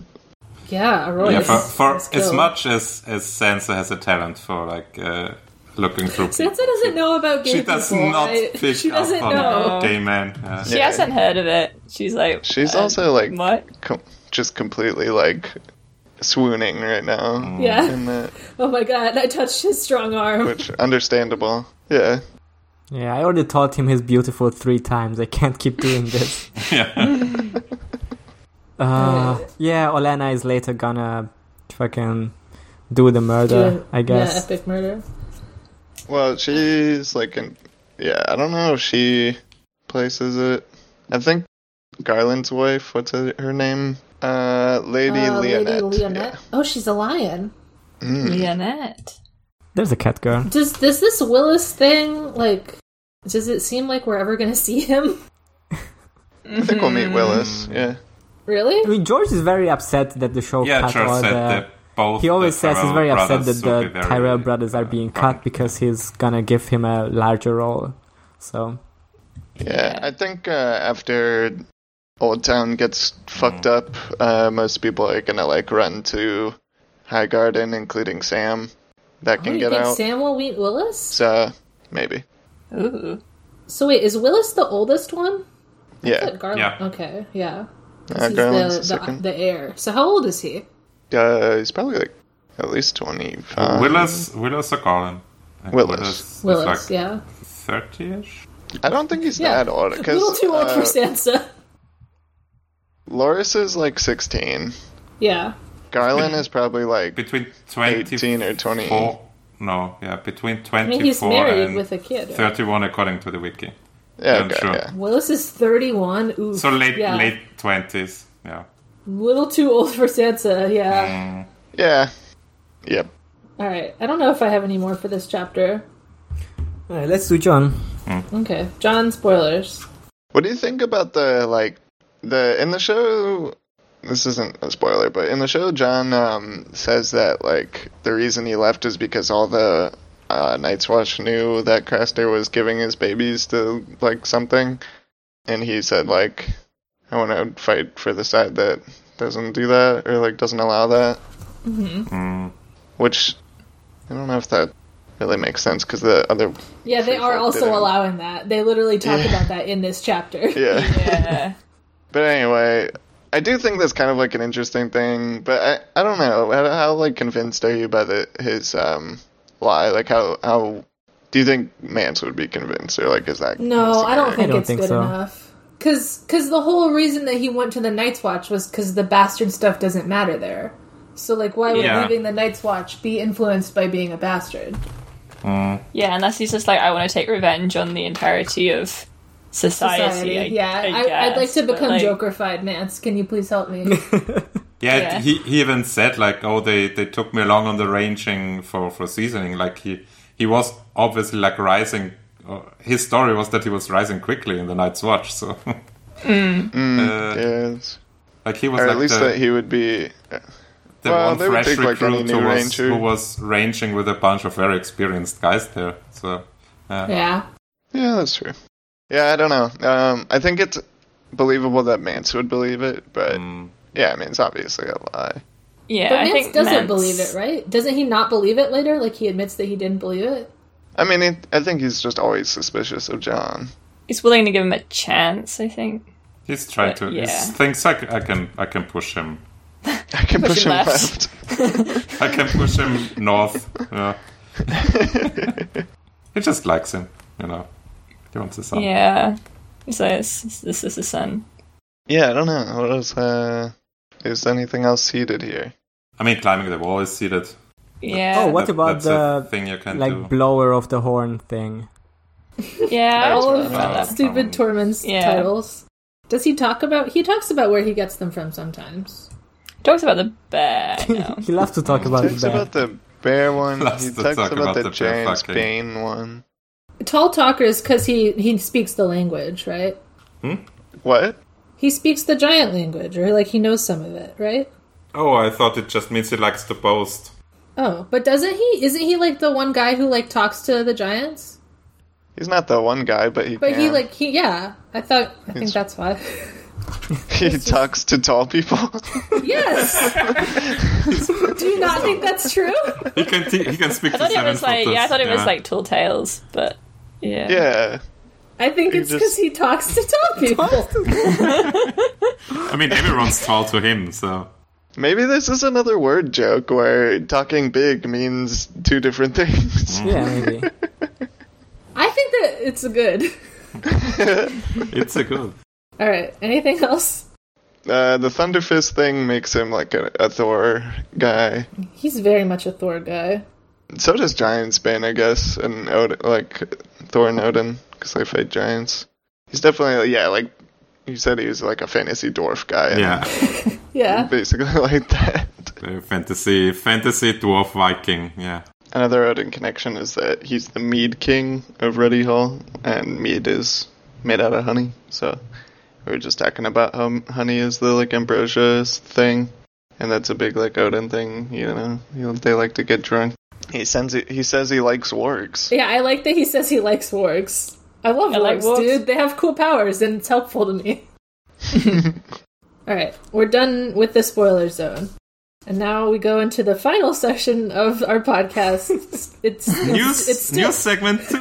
Speaker 2: Yeah, a Royce.
Speaker 5: yeah, for, for
Speaker 2: was
Speaker 5: as
Speaker 2: killed.
Speaker 5: much as as Sansa has a talent for like uh, looking through.
Speaker 2: Sansa doesn't know about gay
Speaker 5: She
Speaker 2: people.
Speaker 5: does not
Speaker 2: I-
Speaker 5: pick
Speaker 2: she doesn't
Speaker 5: up on
Speaker 2: know.
Speaker 5: gay men. Uh,
Speaker 3: She hasn't heard of it. She's like,
Speaker 6: She's
Speaker 3: uh,
Speaker 6: also like
Speaker 3: what?
Speaker 6: com- just completely like swooning right
Speaker 5: mm.
Speaker 6: now.
Speaker 2: Yeah.
Speaker 6: In that,
Speaker 2: Oh my god, I touched his strong arm.
Speaker 6: which understandable. Yeah.
Speaker 4: Yeah, I already taught him he's beautiful three times. I can't keep doing this.
Speaker 5: yeah.
Speaker 4: Uh, yeah, Olena is later gonna fucking do the murder, I
Speaker 2: Yeah,
Speaker 4: guess.
Speaker 2: epic murder.
Speaker 6: Well, she's like an yeah. I don't know if she places it. I think Garland's wife. What's her her name? Uh, Lady
Speaker 2: Uh,
Speaker 6: Leonette.
Speaker 2: Lady Leonette. Oh, she's a lion.
Speaker 6: hmm.
Speaker 3: Leonette.
Speaker 4: There's a cat girl.
Speaker 2: Does does this Willis thing like? Does it seem like we're ever gonna see him?
Speaker 6: Yeah. I think we'll meet Willis.
Speaker 4: I
Speaker 6: Yeah.
Speaker 2: Really?
Speaker 4: mean, George is very upset that the show
Speaker 5: yeah,
Speaker 4: cut all
Speaker 5: George said
Speaker 4: the.
Speaker 5: that both.
Speaker 4: He always
Speaker 5: the
Speaker 4: says he's
Speaker 5: Tyrell
Speaker 4: very upset
Speaker 5: brothers
Speaker 4: that
Speaker 5: would
Speaker 4: the
Speaker 5: be very,
Speaker 4: Tyrell brothers are being
Speaker 5: uh,
Speaker 4: cut because he's gonna give him a larger role. So
Speaker 6: Yeah.
Speaker 3: Yeah.
Speaker 6: I think uh, after Old Town gets fucked up, uh, most people are gonna like run to High Garden, including Sam. That
Speaker 2: Oh,
Speaker 6: can
Speaker 2: you
Speaker 6: get
Speaker 2: think
Speaker 6: out.
Speaker 2: Sam will meet Willis?
Speaker 6: so maybe.
Speaker 3: Ooh.
Speaker 2: So wait, is Willis the oldest one?
Speaker 6: Yeah.
Speaker 2: Good, Garland.
Speaker 5: Yeah.
Speaker 2: Okay, yeah.
Speaker 6: Uh,
Speaker 2: he's
Speaker 6: Garland's the,
Speaker 2: the, the,
Speaker 6: second.
Speaker 2: the heir. So how old is he?
Speaker 6: uh, he's probably like at least twenty-five.
Speaker 5: Uh, Willis, Willis or Colin? Like,
Speaker 6: Um, Willis.
Speaker 5: is
Speaker 2: Willis,
Speaker 5: like
Speaker 2: yeah.
Speaker 5: thirty-ish.
Speaker 6: I don't think he's
Speaker 2: Yeah.
Speaker 6: that old.
Speaker 2: A little
Speaker 6: Because
Speaker 2: too old for
Speaker 6: uh,
Speaker 2: Sansa.
Speaker 6: Loris is like 16.
Speaker 2: Yeah.
Speaker 6: Garland is probably like
Speaker 5: Between
Speaker 6: 18 or 20.
Speaker 5: four- No, yeah, between
Speaker 2: I
Speaker 5: twenty-four
Speaker 2: mean, he's married
Speaker 5: and
Speaker 2: with a kid. right?
Speaker 5: thirty-one, according to the wiki.
Speaker 6: Yeah,
Speaker 5: I'm
Speaker 6: okay,
Speaker 5: sure.
Speaker 6: yeah.
Speaker 2: Willis is 31. Ooh.
Speaker 5: So late,
Speaker 2: yeah.
Speaker 5: late twenties. Yeah.
Speaker 2: Little too old for Sansa, yeah.
Speaker 6: Yeah. Yep.
Speaker 2: All right. I don't know if I have any more for this chapter.
Speaker 4: All right, let's do John.
Speaker 2: Okay. John, spoilers.
Speaker 6: What do you think about the like the in the show? This isn't a spoiler, but in the show, John um, says that like the reason he left is because all the uh, Night's Watch knew that Craster was giving his babies to like something, and he said like, "I want to fight for the side that doesn't do that or like doesn't allow that."
Speaker 5: Mm.
Speaker 6: Which I don't know if that really makes sense because the other
Speaker 2: Yeah, they
Speaker 6: Sure,
Speaker 2: are
Speaker 6: fuck
Speaker 2: also
Speaker 6: did it.
Speaker 2: allowing that. They literally talk about that in this chapter.
Speaker 6: yeah.
Speaker 3: Yeah.
Speaker 6: But anyway, I do think that's kind of like an interesting thing. But I, I don't know how, how like convinced are you by the his um lie? Like how how do you think Mance would be convinced or like is that
Speaker 2: No, I don't think
Speaker 4: don't
Speaker 2: it's
Speaker 4: think
Speaker 2: good
Speaker 4: so.
Speaker 2: enough. Because cause the whole reason that he went to the Night's Watch was because the bastard stuff doesn't matter there. So, like, why would
Speaker 5: Yeah.
Speaker 2: leaving the Night's Watch be influenced by being a bastard?
Speaker 3: Yeah, unless he's just like, I want to take revenge on the entirety of society.
Speaker 2: Society.
Speaker 3: I,
Speaker 2: yeah,
Speaker 3: I
Speaker 2: I would like
Speaker 3: guess,
Speaker 2: to
Speaker 3: but,
Speaker 2: become
Speaker 3: like,
Speaker 2: Joker-fied, Mance. Can you please help me?
Speaker 5: Yeah,
Speaker 3: Yeah.
Speaker 5: He, he even said like, oh, they, they took me along on the ranging for, for seasoning. Like he he was obviously like rising. Uh, his story was that he was rising quickly in the Night's Watch. So
Speaker 3: Mm.
Speaker 5: Uh,
Speaker 6: Mm, Yes.
Speaker 5: like he was
Speaker 6: Or
Speaker 5: like
Speaker 6: at least
Speaker 5: the,
Speaker 6: that he would be.
Speaker 5: the
Speaker 6: well,
Speaker 5: one
Speaker 6: they would
Speaker 5: fresh
Speaker 6: take, like,
Speaker 5: recruit
Speaker 6: any new
Speaker 5: who, was,
Speaker 6: ranger.
Speaker 5: who was ranging with a bunch of very experienced guys there. So uh,
Speaker 2: yeah.
Speaker 6: Yeah, that's true. Yeah, I don't know. Um, I think it's believable that Mance would believe it, but
Speaker 5: mm,
Speaker 6: yeah, I mean it's obviously a lie.
Speaker 3: Yeah,
Speaker 2: But
Speaker 3: I
Speaker 2: Mance
Speaker 3: think
Speaker 2: doesn't
Speaker 3: Mance-
Speaker 2: believe it, right? Doesn't he not believe it later? Like, he admits that he didn't believe it?
Speaker 6: I mean, it, I think he's just always suspicious of John.
Speaker 3: He's willing to give him a chance. I think.
Speaker 5: he's trying
Speaker 3: But,
Speaker 5: to.
Speaker 3: yeah.
Speaker 5: He thinks I, c- I can I can push him.
Speaker 6: I can
Speaker 3: Push
Speaker 6: push,
Speaker 3: him
Speaker 6: him
Speaker 3: left.
Speaker 6: left.
Speaker 5: I can push him north. Yeah. he just likes him, you know. He wants his son.
Speaker 3: Yeah. He's like, this, this is the sun.
Speaker 6: Yeah, I don't know. What else? Uh, is there anything else heated here?
Speaker 5: I mean, climbing the wall is seated.
Speaker 3: Yeah.
Speaker 4: Oh, what
Speaker 5: That-
Speaker 4: about
Speaker 5: that's a
Speaker 4: the
Speaker 5: thing you can
Speaker 4: like
Speaker 5: do?
Speaker 4: blower of the horn thing?
Speaker 3: Yeah. I
Speaker 6: That's
Speaker 3: was
Speaker 2: what
Speaker 3: wondering about
Speaker 5: I
Speaker 3: that.
Speaker 5: thought.
Speaker 2: Stupid
Speaker 5: Um,
Speaker 2: Tormund's
Speaker 3: yeah.
Speaker 2: titles. Does he talk about... He talks about where he gets them from sometimes.
Speaker 3: Talks about the bear. now.
Speaker 4: he loves to talk about
Speaker 6: Talks about
Speaker 4: that.
Speaker 6: the bear one.
Speaker 5: Loves
Speaker 6: He
Speaker 5: to
Speaker 6: talks
Speaker 5: talk
Speaker 6: about
Speaker 5: about
Speaker 6: the
Speaker 5: the bear
Speaker 6: James
Speaker 5: fucking.
Speaker 6: Bane one.
Speaker 2: Tall talker is because he he speaks the language, right?
Speaker 5: Hmm?
Speaker 6: What?
Speaker 2: He speaks the giant language, or like he knows some of it, right?
Speaker 5: Oh, I thought it just means he likes to boast.
Speaker 2: Oh, but doesn't he? Isn't he like the one guy who like talks to the giants?
Speaker 6: He's not the one guy, but he
Speaker 2: But he
Speaker 6: can.
Speaker 2: like he yeah. I thought I think
Speaker 6: It's-
Speaker 2: that's why.
Speaker 6: he talks to tall people.
Speaker 2: yes. Do you not think that's true?
Speaker 5: He can te- he can speak
Speaker 3: I
Speaker 5: to
Speaker 3: thought it
Speaker 5: seven
Speaker 3: was like
Speaker 5: footers,
Speaker 3: yeah. I thought it was like tall tales, but yeah.
Speaker 6: yeah,
Speaker 2: I think
Speaker 6: He
Speaker 2: it's because
Speaker 6: just-
Speaker 2: he talks to tall people.
Speaker 5: I mean, everyone's tall to him, so
Speaker 6: maybe this is another word joke where talking big means two different things.
Speaker 5: hmm.
Speaker 4: Yeah, maybe.
Speaker 2: I think that it's good.
Speaker 5: it's a good.
Speaker 2: All right. Anything else?
Speaker 6: Uh, the Thunderfist thing makes him like a, a Thor guy.
Speaker 2: He's very much a Thor guy.
Speaker 6: So does Giants Bane, I guess, and Od- like Thor and Odin, because they fight giants. He's definitely, yeah, like you said, he was like a fantasy dwarf guy.
Speaker 5: Yeah,
Speaker 3: Mm.
Speaker 2: Yeah.
Speaker 6: basically like that.
Speaker 5: Uh, fantasy fantasy dwarf Viking. Yeah,
Speaker 6: Another Odin connection is that he's the mead king of Ruddy Hall, and mead is made out of honey. So we were just talking about how honey is the like ambrosia thing, and that's a big like Odin thing. You know, you know they like to get drunk. He sends. He says he likes wargs.
Speaker 2: Yeah, I like that he says he likes wargs. I love
Speaker 3: I
Speaker 2: wargs,
Speaker 3: like wargs.
Speaker 2: dude. They have cool powers and it's helpful to me. All right, we're done with the spoiler zone. And now we go into the final section of our podcast. It's it's,
Speaker 5: news
Speaker 2: it's still-
Speaker 5: news segment two.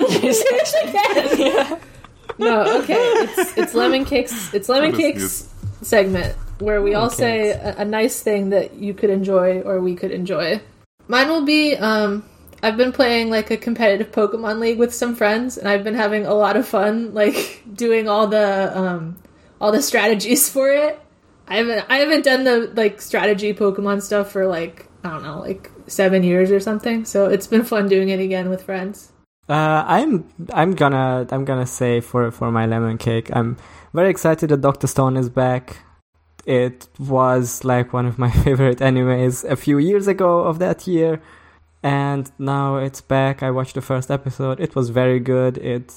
Speaker 2: no, okay. It's it's lemon cakes. It's lemon
Speaker 5: What is
Speaker 2: cakes segment where we all say a, a nice thing that you could enjoy or we could enjoy. Mine will be um I've been playing like a competitive Pokemon League with some friends and I've been having a lot of fun like doing all the um all the strategies for it. I haven't I haven't done the like strategy Pokemon stuff for like I don't know, like 7 years or something. So it's been fun doing it again with friends.
Speaker 4: Uh, I'm I'm gonna I'm gonna say for for my lemon cake. I'm very excited that Doctor Stone is back. It was like one of my favorite animes a few years ago of that year, and now it's back. I watched the first episode. It was very good. It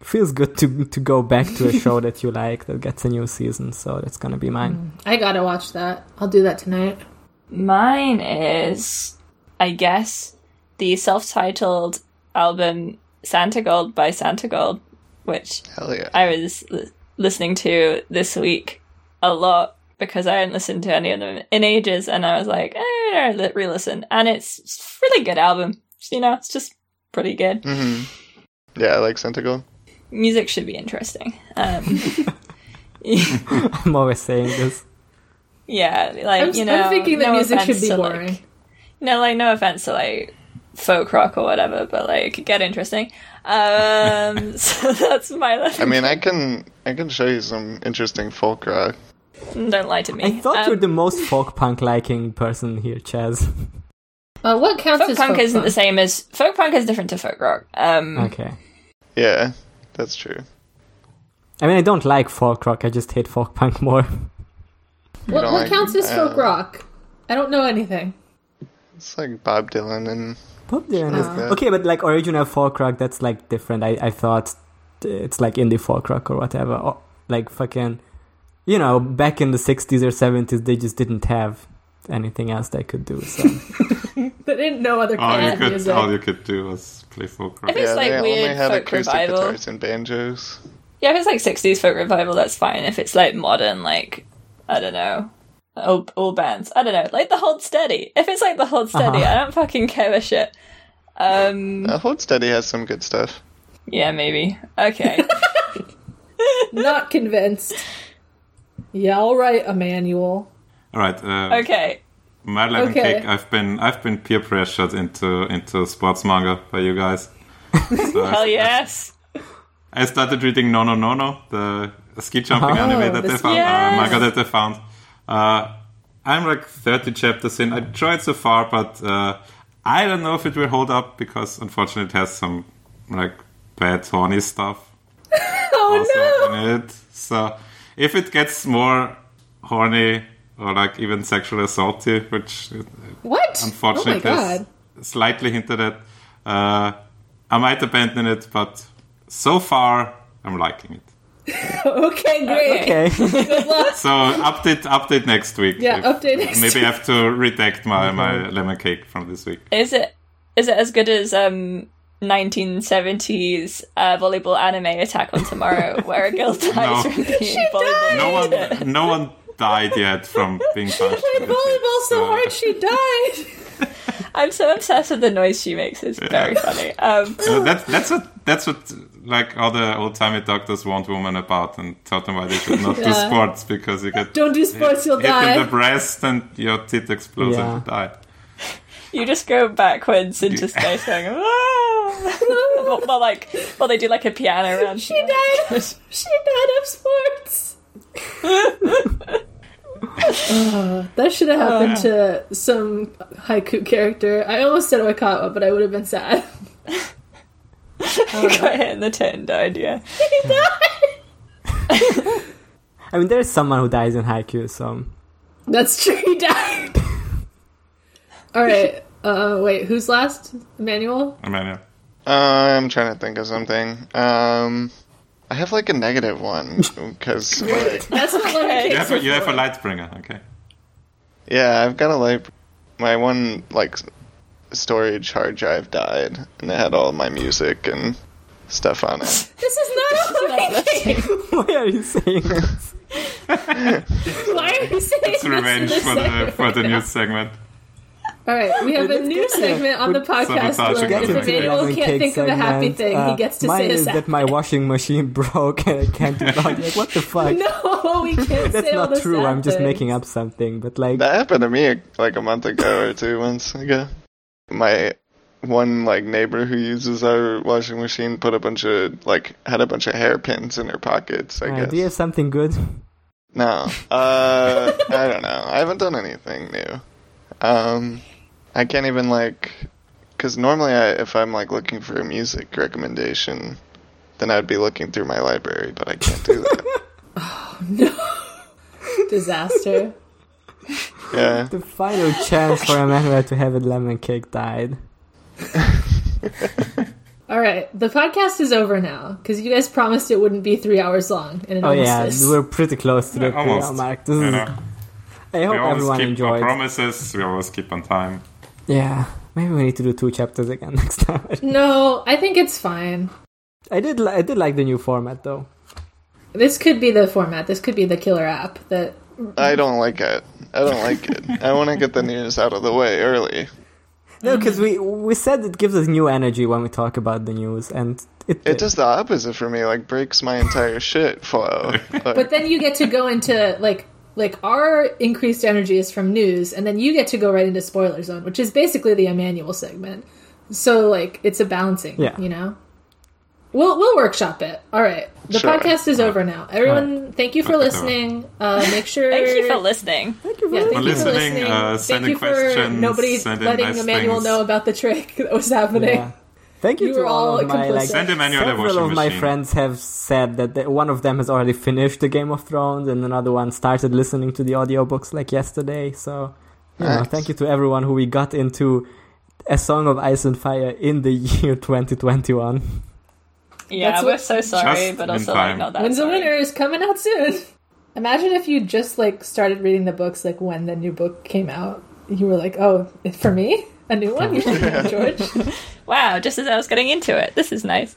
Speaker 4: feels good to to go back to a show that you like that gets a new season. So that's gonna be mine.
Speaker 3: Mm.
Speaker 2: I gotta watch that. I'll do that tonight.
Speaker 3: Mine is, I guess, the self titled album Santa Gold by Santa Gold, which
Speaker 6: Hell yeah.
Speaker 3: I was li- listening to this week a lot because I hadn't listened to any of them in ages, and I was like, eh, re listen. And it's it's a really good album. You know, it's just pretty good.
Speaker 6: hmm Yeah, I like Centigold.
Speaker 3: Music should be interesting. Um,
Speaker 4: I'm always saying this.
Speaker 3: yeah, like,
Speaker 2: I'm,
Speaker 3: you know,
Speaker 2: I'm thinking that
Speaker 3: no
Speaker 2: music should
Speaker 3: offense
Speaker 2: be
Speaker 3: to, like,
Speaker 2: boring.
Speaker 3: No, like no offense to like folk rock or whatever, but like get interesting. Um, so that's my.
Speaker 6: I mean, I can I can show you some interesting folk rock.
Speaker 3: don't lie to me.
Speaker 4: I thought
Speaker 3: Um,
Speaker 4: you're the most folk punk liking person here, Chaz.
Speaker 2: Uh, what counts
Speaker 3: folk
Speaker 2: as
Speaker 3: punk
Speaker 2: folk
Speaker 3: isn't
Speaker 2: punk?
Speaker 3: the same as folk punk is different to folk rock. Um,
Speaker 4: Okay.
Speaker 6: Yeah, that's true.
Speaker 4: I mean, I don't like folk rock. I just hate folk punk more.
Speaker 2: What, what
Speaker 6: don't like-
Speaker 2: counts as folk
Speaker 6: uh,
Speaker 2: rock? I don't know anything.
Speaker 6: It's like Bob Dylan and
Speaker 4: Bob Dylan is
Speaker 6: Uh.
Speaker 4: okay, but like original folk rock, that's like different. I, I thought it's like indie folk rock or whatever, or, like fucking, you know, back in the sixties or seventies, they just didn't have anything else they could do. So
Speaker 2: They didn't know other
Speaker 5: All
Speaker 2: kinds
Speaker 5: Oh, you
Speaker 2: of
Speaker 5: could
Speaker 2: music.
Speaker 5: all you could do was play folk rock.
Speaker 3: I think- It's
Speaker 6: yeah,
Speaker 3: like
Speaker 6: they only
Speaker 3: weird
Speaker 6: had
Speaker 3: folk
Speaker 6: acoustic
Speaker 3: revival.
Speaker 6: guitars and banjos.
Speaker 3: yeah, if it's like sixties folk revival, that's fine. If it's like modern, like I don't know. All, all bands. I don't know. Like the Hold Steady. If it's like the Hold Steady,
Speaker 4: Uh-huh.
Speaker 3: I don't fucking care a shit. Um,
Speaker 6: Uh, Hold Steady has some good stuff.
Speaker 3: yeah, maybe. Okay.
Speaker 2: Not convinced. Yeah, all right, Emmanuel.
Speaker 5: All right. Uh,
Speaker 3: okay.
Speaker 5: Mad Lion
Speaker 2: Okay.
Speaker 5: Cake. I've been I've been peer pressured into into sports manga by you guys. So
Speaker 3: Hell
Speaker 5: I,
Speaker 3: yes.
Speaker 5: I started reading No No No No, the ski jumping
Speaker 4: Oh,
Speaker 5: anime
Speaker 2: the
Speaker 5: that they
Speaker 2: ski-
Speaker 5: found,
Speaker 3: Yes.
Speaker 5: uh, manga that they found. Uh, I'm like 30 chapters in. I tried so far, but uh, I don't know if it will hold up because unfortunately it has some like bad horny stuff
Speaker 2: Oh
Speaker 5: also in it. So if it gets more horny or like even sexually assaulty, which
Speaker 2: no! What? oh my
Speaker 5: unfortunately is
Speaker 2: god.
Speaker 5: slightly hinted at, uh, I might abandon it. But so far, I'm liking it.
Speaker 2: Okay, great.
Speaker 4: okay,
Speaker 5: So update update next week.
Speaker 2: Yeah, update next
Speaker 5: Maybe I have to redact my, my lemon cake from this week.
Speaker 3: Is it is it as good as um 1970s uh, volleyball anime Attack on Tomorrow, where a girl dies
Speaker 5: No.
Speaker 3: from being volleyball?
Speaker 5: No one no one died yet from being punched.
Speaker 2: Played volleyball so hard she died.
Speaker 3: I'm so obsessed with the noise she makes. It's very funny. Um,
Speaker 5: So that's uh, that's what that's what like other old timey doctors warned women about and taught them why they should not do
Speaker 2: Yeah.
Speaker 5: sports because you get
Speaker 2: Don't do sports, you'll
Speaker 5: hit in
Speaker 2: die.
Speaker 5: the breast and your tit explodes
Speaker 4: Yeah.
Speaker 5: and you die.
Speaker 3: you just go backwards into space, going. "Ah." well, well, like, well, they do like a piano round.
Speaker 2: She died. of- She died of sports. Uh, that should have happened to some haiku character. I almost said Oikawa, but I would have been sad.
Speaker 3: got hit in the tit and died. Yeah.
Speaker 4: I mean there is someone who dies in haiku, so
Speaker 2: That's true. He died. All right. Uh, wait. Who's last? Emmanuel.
Speaker 5: I mean, yeah.
Speaker 6: I'm trying to think of something. Um, I have like a negative one because like
Speaker 2: That's what okay.
Speaker 5: you have a, you have a light bringer, okay?
Speaker 6: yeah, I've got a like my one like s- storage hard drive died and it had all my music and stuff on it.
Speaker 2: This is not a liking.
Speaker 4: why are you saying? that?
Speaker 2: Why are you saying
Speaker 5: It's revenge
Speaker 2: this
Speaker 5: for
Speaker 2: in this
Speaker 5: the for the
Speaker 2: segment?
Speaker 5: news segment.
Speaker 2: All right, we have a
Speaker 4: Let's
Speaker 2: new
Speaker 4: get there.
Speaker 2: segment on the podcast
Speaker 5: Sabotage
Speaker 2: where
Speaker 5: again.
Speaker 2: if
Speaker 5: Get to the
Speaker 2: Emmanuel
Speaker 4: Lemon
Speaker 2: can't
Speaker 4: cake
Speaker 2: think of a happy
Speaker 4: segment.
Speaker 2: thing,
Speaker 4: Uh,
Speaker 2: he gets to
Speaker 4: mine
Speaker 2: say a
Speaker 4: is
Speaker 2: sad.
Speaker 4: that my washing machine broke and I can't do like, what the fuck?
Speaker 2: No, we can't
Speaker 4: That's
Speaker 2: say all
Speaker 4: not
Speaker 2: the
Speaker 4: true.
Speaker 2: sad
Speaker 4: I'm just
Speaker 2: things.
Speaker 4: making up something, but like
Speaker 6: That happened to me like a month ago or two months ago. My one like neighbor who uses our washing machine put a bunch of like had a bunch of hairpins in her pockets. I
Speaker 4: uh,
Speaker 6: guess.
Speaker 4: do you have something good?
Speaker 6: No. Uh, I don't know. I haven't done anything new. Um, I can't even like, because normally I, if I'm like looking for a music recommendation, then I'd be looking through my library, but I can't do that.
Speaker 2: disaster.
Speaker 6: Yeah.
Speaker 4: The final chance for Emmanuel to have a lemon cake died.
Speaker 2: All right, the podcast is over now because you guys promised it wouldn't be three hours long, and it
Speaker 4: Oh
Speaker 2: almost
Speaker 4: yeah,
Speaker 2: is.
Speaker 4: we're pretty close to the three hour
Speaker 5: Almost.
Speaker 4: mark. This
Speaker 5: You
Speaker 4: is,
Speaker 5: know,
Speaker 4: I hope
Speaker 5: we always
Speaker 4: everyone
Speaker 5: keep our
Speaker 4: enjoyed.
Speaker 5: promises. We always keep on time.
Speaker 4: Yeah, maybe we need to do two chapters again next time.
Speaker 2: No, I think it's fine.
Speaker 4: I did, li- I did like the new format though.
Speaker 2: This could be the format. This could be the killer app that
Speaker 6: I don't like it. I don't like it. I want to get the news out of the way early.
Speaker 2: Mm.
Speaker 4: No, because we we said it gives us new energy when we talk about the news, and it
Speaker 6: It
Speaker 4: did.
Speaker 6: does the opposite for me. Like breaks my entire shit flow. Like,
Speaker 2: But then you get to go into like like our increased energy is from news, and then you get to go right into spoiler zone, which is basically the Emmanuel segment. So like it's a balancing,
Speaker 4: Yeah.
Speaker 2: you know. We'll we'll workshop it. All right, the
Speaker 6: Sure.
Speaker 2: podcast is over now. Everyone, thank you for listening. Uh, make sure
Speaker 3: Thank you for listening.
Speaker 2: yeah, thank
Speaker 5: For
Speaker 2: you for
Speaker 5: listening,
Speaker 2: listening.
Speaker 5: uh,
Speaker 2: thank
Speaker 5: sending
Speaker 2: you for
Speaker 5: questions,
Speaker 2: nobody
Speaker 5: sending
Speaker 2: letting
Speaker 5: nice
Speaker 2: Emmanuel
Speaker 5: things.
Speaker 2: know about the trick that was happening.
Speaker 4: Yeah. Thank you,
Speaker 2: You
Speaker 4: to
Speaker 2: were
Speaker 4: all,
Speaker 2: all
Speaker 4: of my like.
Speaker 2: complicit.
Speaker 5: Send Emmanuel a
Speaker 4: Several
Speaker 5: washing
Speaker 4: of my
Speaker 5: machine.
Speaker 4: friends have said that they, one of them has already finished the Game of Thrones, and another one started listening to the audiobooks like yesterday. So, you know,
Speaker 6: Nice.
Speaker 4: thank you to everyone who we got into A Song of Ice and Fire in the year 2021.
Speaker 3: Yeah,
Speaker 2: That's
Speaker 3: we're
Speaker 2: what-
Speaker 3: so sorry,
Speaker 5: Just
Speaker 3: but
Speaker 5: in
Speaker 3: also like
Speaker 5: time.
Speaker 3: not that.
Speaker 2: When's the
Speaker 3: sorry.
Speaker 2: winner is coming out soon. Imagine if you just like started reading the books like when the new book came out. You were like, oh, for me, a new one, George.
Speaker 3: Wow, just as I was getting into it, this is nice.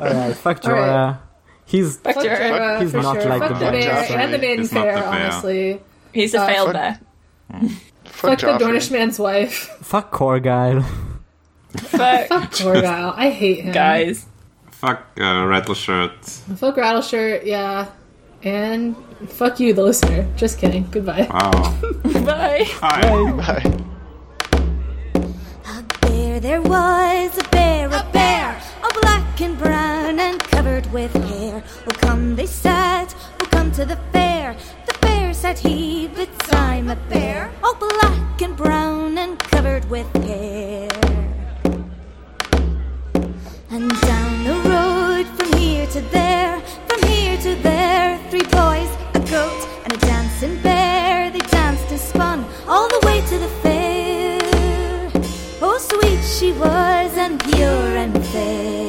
Speaker 4: All right, fuck
Speaker 2: All right.
Speaker 4: Jorah. He's
Speaker 3: Fuck
Speaker 2: Fuck
Speaker 3: Jorah.
Speaker 2: Jorah,
Speaker 4: He's
Speaker 2: for
Speaker 4: not
Speaker 2: sure.
Speaker 4: like
Speaker 2: Fuck
Speaker 4: the
Speaker 2: the
Speaker 4: bear.
Speaker 2: bear
Speaker 6: Joffrey.
Speaker 2: and the maiden
Speaker 5: He's not
Speaker 2: fair.
Speaker 5: the bear.
Speaker 2: Honestly,
Speaker 3: He's a
Speaker 2: Uh,
Speaker 3: failed
Speaker 6: fuck-
Speaker 3: bear.
Speaker 6: fuck
Speaker 2: fuck the
Speaker 6: Joffrey.
Speaker 2: Dornishman's wife.
Speaker 4: fuck Corgyle.
Speaker 3: Fuck,
Speaker 2: Fuck Torgal. I hate him.
Speaker 3: guys.
Speaker 5: Fuck uh, rattle shirt.
Speaker 2: Fuck Rattleshirt. Yeah, and fuck you, the listener. Just kidding. Goodbye.
Speaker 5: Wow.
Speaker 3: Bye.
Speaker 5: Oh, Hi.
Speaker 6: Bye.
Speaker 7: A bear, there was a bear, a, bear, all black and brown and covered with hair. Oh, come, they sat, oh, come to the fair. The bear said he, but I'm a bear, all black and brown and covered with hair. And down the road, from here to there, from here to there, three boys, a goat, and a dancing bear. They danced and spun all the way to the fair. Oh, sweet she was, and pure and fair.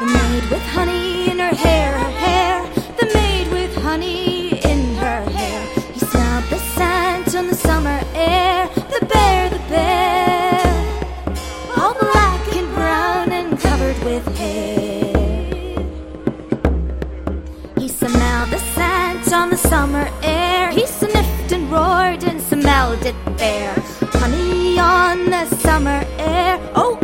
Speaker 7: The maid with honey in her hair, her hair. The maid with honey in her hair. He smelled the scent on the summer air. The bear, the bear all black and brown and covered with hair. He smelled the scent on the summer air. He sniffed and roared and smelled it there. Honey on the summer air. Oh,